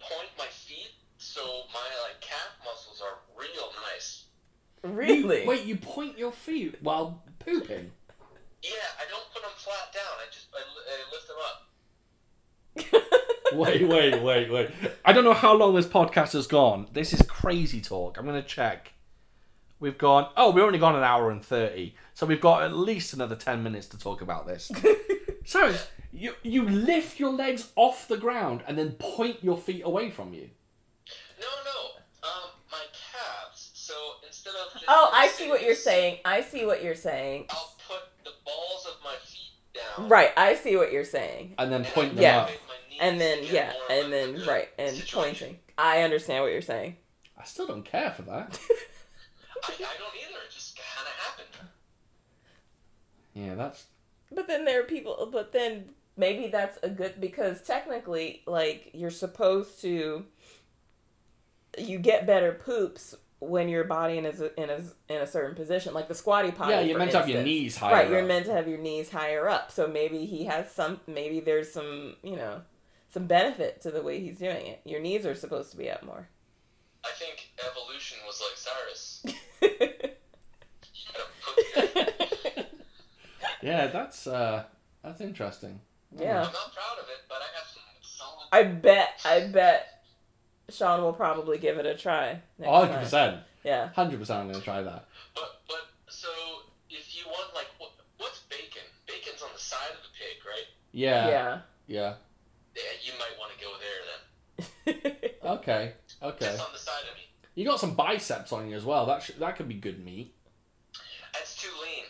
C: point my feet so my like calf muscles are real nice.
B: Really?
A: Wait, you point your feet while pooping?
C: Yeah, I don't put them flat down. I just I, li- I lift them up.
A: Wait, wait, wait, wait. I don't know how long this podcast has gone. This is crazy talk. I'm gonna check. We've gone. Oh, we've only gone an hour and thirty, so we've got at least another ten minutes to talk about this. so it's- you you lift your legs off the ground and then point your feet away from you.
C: No, no, um, my calves. So instead of just
B: Oh, I see what you're
C: sitting,
B: saying. I see what you're saying.
C: I'll put the balls of my feet down.
B: Right, I see what you're saying.
A: And then
C: And
A: point them
B: Yeah.
A: up.
C: my knees
B: And then
C: to get
B: yeah,
C: more of
B: and
C: a-
B: then
C: a
B: right, and
C: situation.
B: pointing. I understand what you're saying.
A: I still don't care for that.
C: I, I don't either. It just kind of happened.
A: Yeah, that's
B: But then there are people but then maybe that's a good because technically like you're supposed to you get better poops when your body in is in a, in a certain position like the squatty potty
A: yeah. You're
B: for
A: meant to have your
B: instance.
A: knees higher.
B: right, you're
A: up.
B: meant to have your knees higher up. So maybe he has some. Maybe there's some, you know, some benefit to the way he's doing it. Your knees are supposed to be up more.
C: I think evolution was like Cyrus. You gotta put your-
B: yeah,
A: Yeah, that's uh, that's interesting.
C: I'm not proud of it, but I got some solid.
B: I bet. I bet Sean will probably give it a try. Next
A: Oh, Hundred
B: time.
A: percent,
B: Yeah.
A: hundred percent. I'm gonna try that.
C: But but so if you want like what, what's bacon? Bacon's on the side of the pig, right?
A: Yeah, yeah,
B: Yeah.
C: Yeah, you might want to go there then.
A: Okay, okay.
C: Just on the side of me.
A: You got some biceps on you as well. That sh- that could be good meat.
C: That's too lean.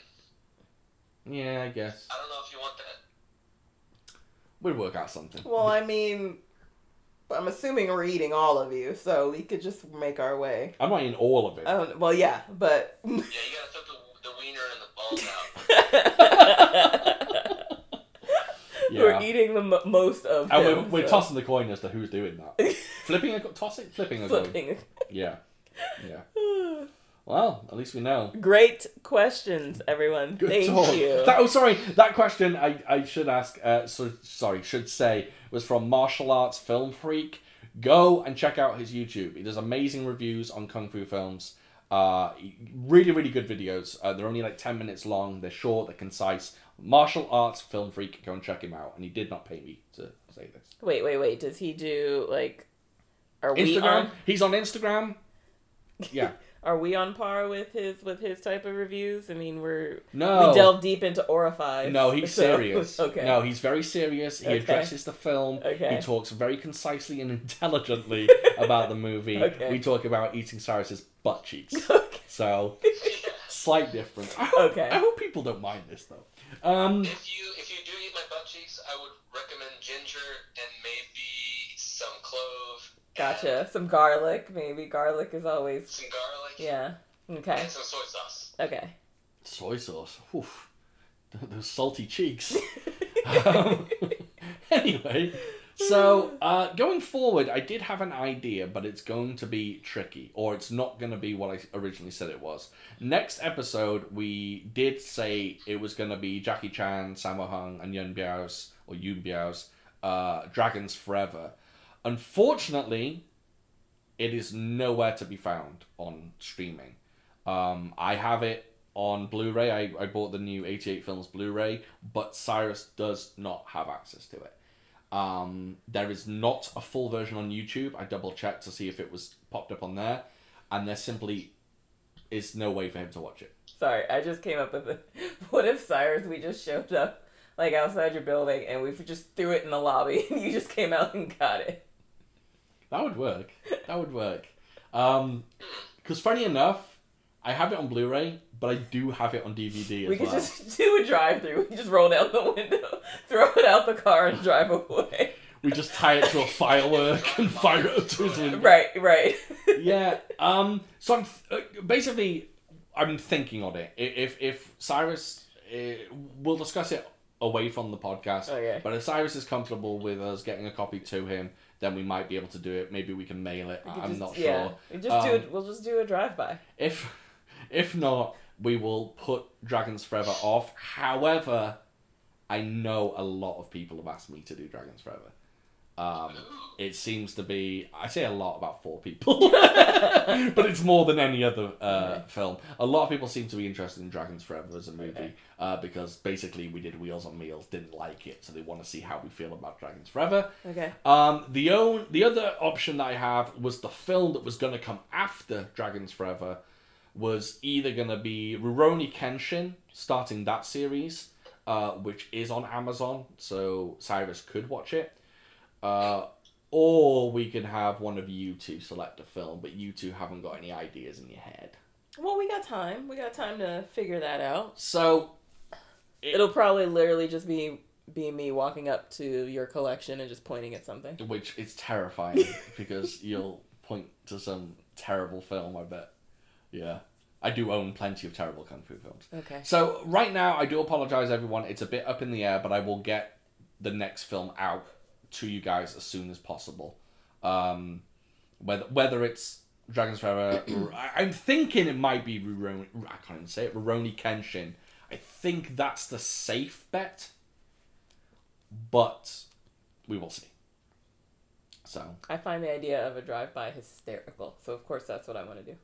A: Yeah, I guess
C: I don't know if you want that.
A: we'd work out something.
B: well, I mean, I'm assuming we're eating all of you, so we could just make our way.
A: I'm not eating all of it.
B: Oh well, yeah, but.
C: Yeah, you gotta put the, the wiener and the balls out.
A: yeah,
B: We're eating the mo most of
A: and
B: him,
A: we're, we're
B: so.
A: tossing the coin as to who's doing that. flipping a co- tossing, flipping a coin.
B: flipping.
A: Yeah, yeah. Well, at least we know.
B: Great questions, everyone.
A: Good
B: Thank
A: talk.
B: you.
A: That, oh, sorry. That question I, I should ask. Uh, so sorry, should say was from martial arts film freak. Go and check out his YouTube. He does amazing reviews on kung fu films. Uh, really, really good videos. Uh, they're only like ten minutes long. They're short. They're concise. Martial arts film freak. Go and check him out. And he did not pay me to say this.
B: Wait, wait, wait. Does he do like? Are we
A: Instagram.
B: on?
A: He's on Instagram. Yeah.
B: Are we on par with his with his type of reviews? I mean, we're
A: No.
B: we delve deep into orifice.
A: Oh. No, he's
B: so-
A: serious.
B: Okay.
A: No, he's very serious. He
B: Okay.
A: addresses the film.
B: Okay.
A: He talks very concisely and intelligently about the movie.
B: Okay.
A: We talk about eating Cyrus's butt cheeks.
B: Okay.
A: So,
C: Yeah.
A: slight difference. I hope,
B: Okay.
A: I hope people don't mind this, though. Um,
C: If you if you do eat my butt cheeks, I would recommend ginger and maybe some clove. and
B: Gotcha. Some garlic, maybe. Garlic is always.
C: Some garlic.
B: Yeah. Okay.
C: And some soy sauce.
B: Okay.
A: soy sauce. Oof. Those salty cheeks. Um, anyway, so uh, going forward, I did have an idea, but it's going to be tricky, or it's not going to be what I originally said it was. Next episode, we did say it was going to be Jackie Chan, Sammo Hung, and Yun Biao's or Yun Biao's uh, Dragons Forever. Unfortunately, it is nowhere to be found on streaming. Um, I have it on Blu-ray. I, I bought the new 88 Films Blu-ray, but Cyrus does not have access to it. Um, there is not a full version on YouTube. I double checked to see if it was popped up on there, and there simply is no way for him to watch it.
B: Sorry, I just came up with it. What if Cyrus, we just showed up like outside your building and we just threw it in the lobby and you just came out and got it?
A: That would work. That would work. Um, Because funny enough, I have it on Blu-ray, but I do have it on DVD as
B: We could
A: well.
B: just do a drive through. We just roll down the window, throw it out the car, and drive away.
A: We just tie it to a firework and fire it up to his window.
B: Right, right.
A: yeah. Um. So I'm th- uh, basically I'm thinking on it. I- If if Cyrus, uh, we'll discuss it away from the podcast.
B: Okay.
A: But if Cyrus is comfortable with us getting a copy to him, then we might be able to do it. Maybe we can mail it.
B: We could
A: I'm
B: just-
A: not
B: yeah.
A: sure.
B: We just
A: Um,
B: do it. We'll just do a drive by.
A: If if not, we will put Dragons Forever off. However, I know a lot of people have asked me to do Dragons Forever. Um, it seems to be I say a lot about four people, but it's more than any other uh, film. A lot of people seem to be interested in Dragons Forever as a movie
B: Okay.
A: uh, because basically we did Wheels on Meals, didn't like it, so they want to see how we feel about Dragons Forever.
B: Okay.
A: Um, the own the other option that I have was the film that was going to come after Dragons Forever was either going to be Rurouni Kenshin, starting that series, uh, which is on Amazon, so Cyrus could watch it, uh, or we could have one of you two select a film, but you two haven't got any ideas in your head.
B: Well, we got time. We got time to figure that out.
A: So
B: It'll probably literally just be be me walking up to your collection and just pointing at something.
A: which is terrifying because you'll point to some terrible film. I bet. Yeah, I do own plenty of terrible kung fu films.
B: Okay.
A: So right now, I do apologize, everyone. It's a bit up in the air, but I will get the next film out to you guys as soon as possible. Um, whether whether it's Dragons Forever, I- I'm thinking it might be Rurouni. I can't even say it. Rurouni Kenshin. I think that's the safe bet, but we will see. So
B: I find the idea of a drive by hysterical. So of course that's what I want to do.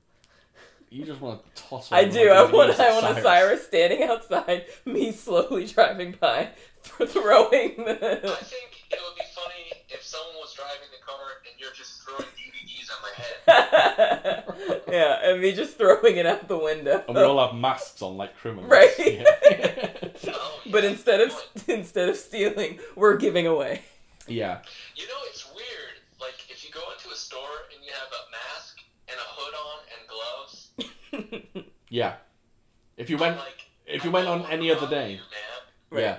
A: you just want to toss.
B: I
A: one
B: do.
A: of
B: I
A: these
B: want.
A: at
B: I want a Cyrus standing outside, me slowly driving by, throwing the.
C: I think it would be funny if someone was driving the car and you're just throwing DVDs on my head.
B: yeah, and me just throwing it out the window.
A: And we all have masks on like criminals.
B: Right.
A: Yeah.
C: Oh,
B: But
C: yeah,
B: instead of
C: good point.
B: instead of stealing, we're giving away.
A: yeah.
C: You know, it's weird. Like, if you go into a store and you have a mask and a hood on and gloves,
A: Yeah. If you went,
C: I'm like,
A: if
C: I
A: you went
C: don't
A: on
C: wanna
A: any other
C: rob
A: day,
C: you, man.
B: Right.
A: yeah,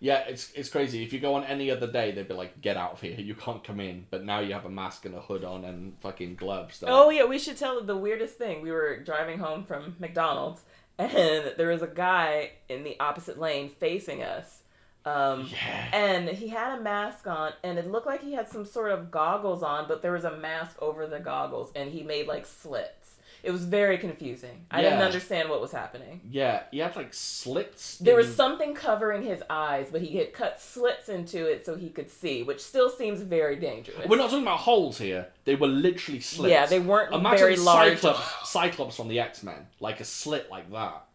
A: yeah, it's it's crazy. If you go on any other day, they'd be like, "Get out of here! You can't come in." But now you have a mask and a hood on and fucking gloves. so-
B: Oh yeah, we should tell the weirdest thing. We were driving home from McDonald's, and there was a guy in the opposite lane facing us. Um,
A: yeah,
B: and he had a mask on and it looked like he had some sort of goggles on but there was a mask over the goggles and he made like slits it was very confusing i didn't
A: Yeah.
B: understand what was happening
A: yeah. You had like slits.
B: there
A: in-
B: was something covering his eyes but he had cut slits into it so he could see which still seems very dangerous
A: We're not talking about holes here. They were literally slits.
B: yeah they weren't
A: Imagine
B: very large
A: Cyclops, Cyclops from the X Men, like a slit like that.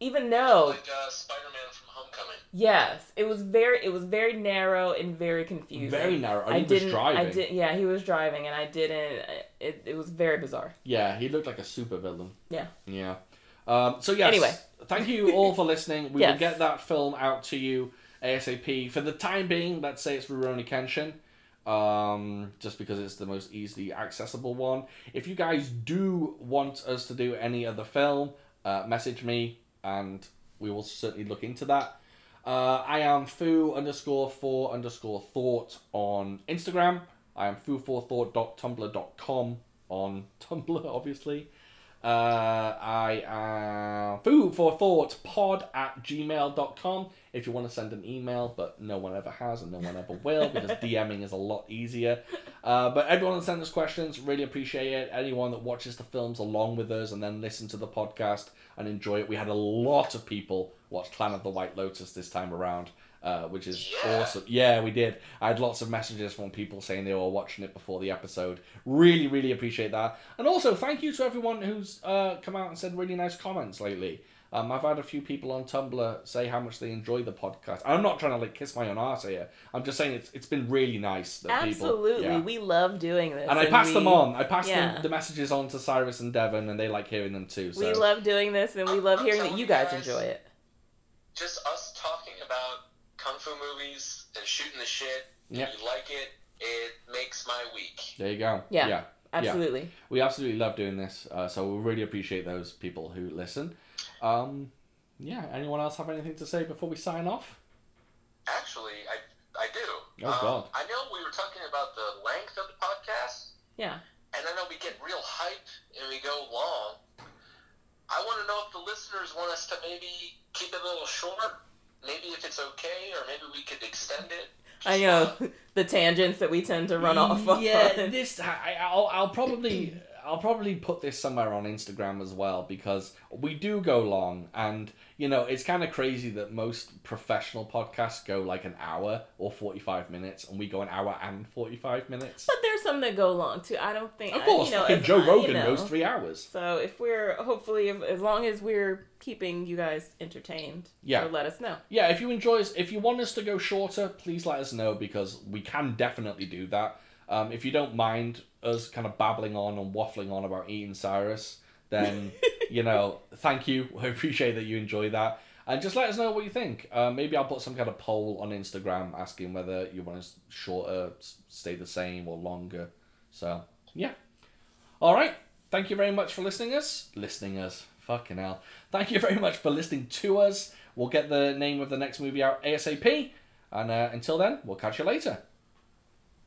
B: even though
C: Like uh, Spider-Man from Homecoming.
B: yes it was very it was very narrow and very confusing
A: Very narrow. and
B: I
A: he was
B: didn't.
A: driving.
B: I did. Yeah, he was driving, and I didn't. It, it was very bizarre.
A: Yeah, he looked like a supervillain.
B: Yeah.
A: Yeah. Um, so yes.
B: Anyway.
A: thank you all for listening. We will
B: Yes.
A: get that film out to you ASAP. For the time being, let's say it's Rurouni Kenshin, um, just because it's the most easily accessible one. If you guys do want us to do any other film, uh, message me and we will certainly look into that. Uh, I am foo underscore four underscore thought on Instagram. I am foo4thought.tumblr.com on Tumblr, obviously. Uh, I am food for thought pod at gmail.com if you want to send an email, but no one ever has and no one ever will because DMing is a lot easier. Uh, but everyone that sends us questions, really appreciate it. Anyone that watches the films along with us and then listen to the podcast and enjoy it. We had a lot of people watch Clan of the White Lotus this time around. Uh, which is
C: Yeah.
A: awesome. Yeah, we did. I had lots of messages from people saying they were watching it before the episode. Really, really appreciate that. And also, thank you to everyone who's uh, come out and said really nice comments lately. Um, I've had a few people on Tumblr say how much they enjoy the podcast. I'm not trying to like kiss my own ass here. I'm just saying it's it's been really nice. That
B: Absolutely,
A: People, yeah.
B: we love doing this,
A: and I passed them
B: we-
A: on. I passed
B: yeah.
A: them, the messages on to Cyrus and Devon, and they like hearing them too. So
B: We love doing this, and we love hearing that you guys enjoy it.
C: Just us talking about kung fu movies and shooting the shit.
A: Yeah.
C: You like it? It makes my week.
A: there you go.
B: Yeah.
A: yeah.
D: Absolutely.
A: We absolutely love doing this, uh, so we really appreciate those people who listen. Um, yeah, anyone else have anything to say before we sign off?
C: Actually, I I do.
A: Oh,
C: Um,
A: God.
C: I know we were talking about the length of the podcast,
D: Yeah.
C: and I know we get real hyped and we go long. I want to know if the listeners want us to maybe keep it a little short. Maybe if it's okay, or maybe we could extend it.
D: I know the tangents that we tend to run off on.
A: Yeah, this I, I'll, I'll probably I'll probably put this somewhere on Instagram as well because we do go long, and you know it's kind of crazy that most professional podcasts go like an hour or forty five minutes, and we go an hour and forty five minutes.
D: But there's some that go long too. I don't think
A: Of
D: I-
A: course,
D: you know,
A: fucking
D: as-
A: Joe
D: you
A: Rogan
D: know.
A: goes three hours.
D: So if we're hopefully if, as long as we're keeping you guys entertained,
A: Yeah.
D: so let us know.
A: yeah if you enjoy us if you want us to go shorter please let us know because we can definitely do that um, if you don't mind us kind of babbling on and waffling on about eating cyrus then you know thank you i appreciate that you enjoy that and just let us know what you think uh, maybe i'll put some kind of poll on instagram asking whether you want us shorter s- stay the same or longer so yeah all right thank you very much for listening us listening us fucking hell thank you very much for listening to us we'll get the name of the next movie out asap and uh, until then we'll catch you later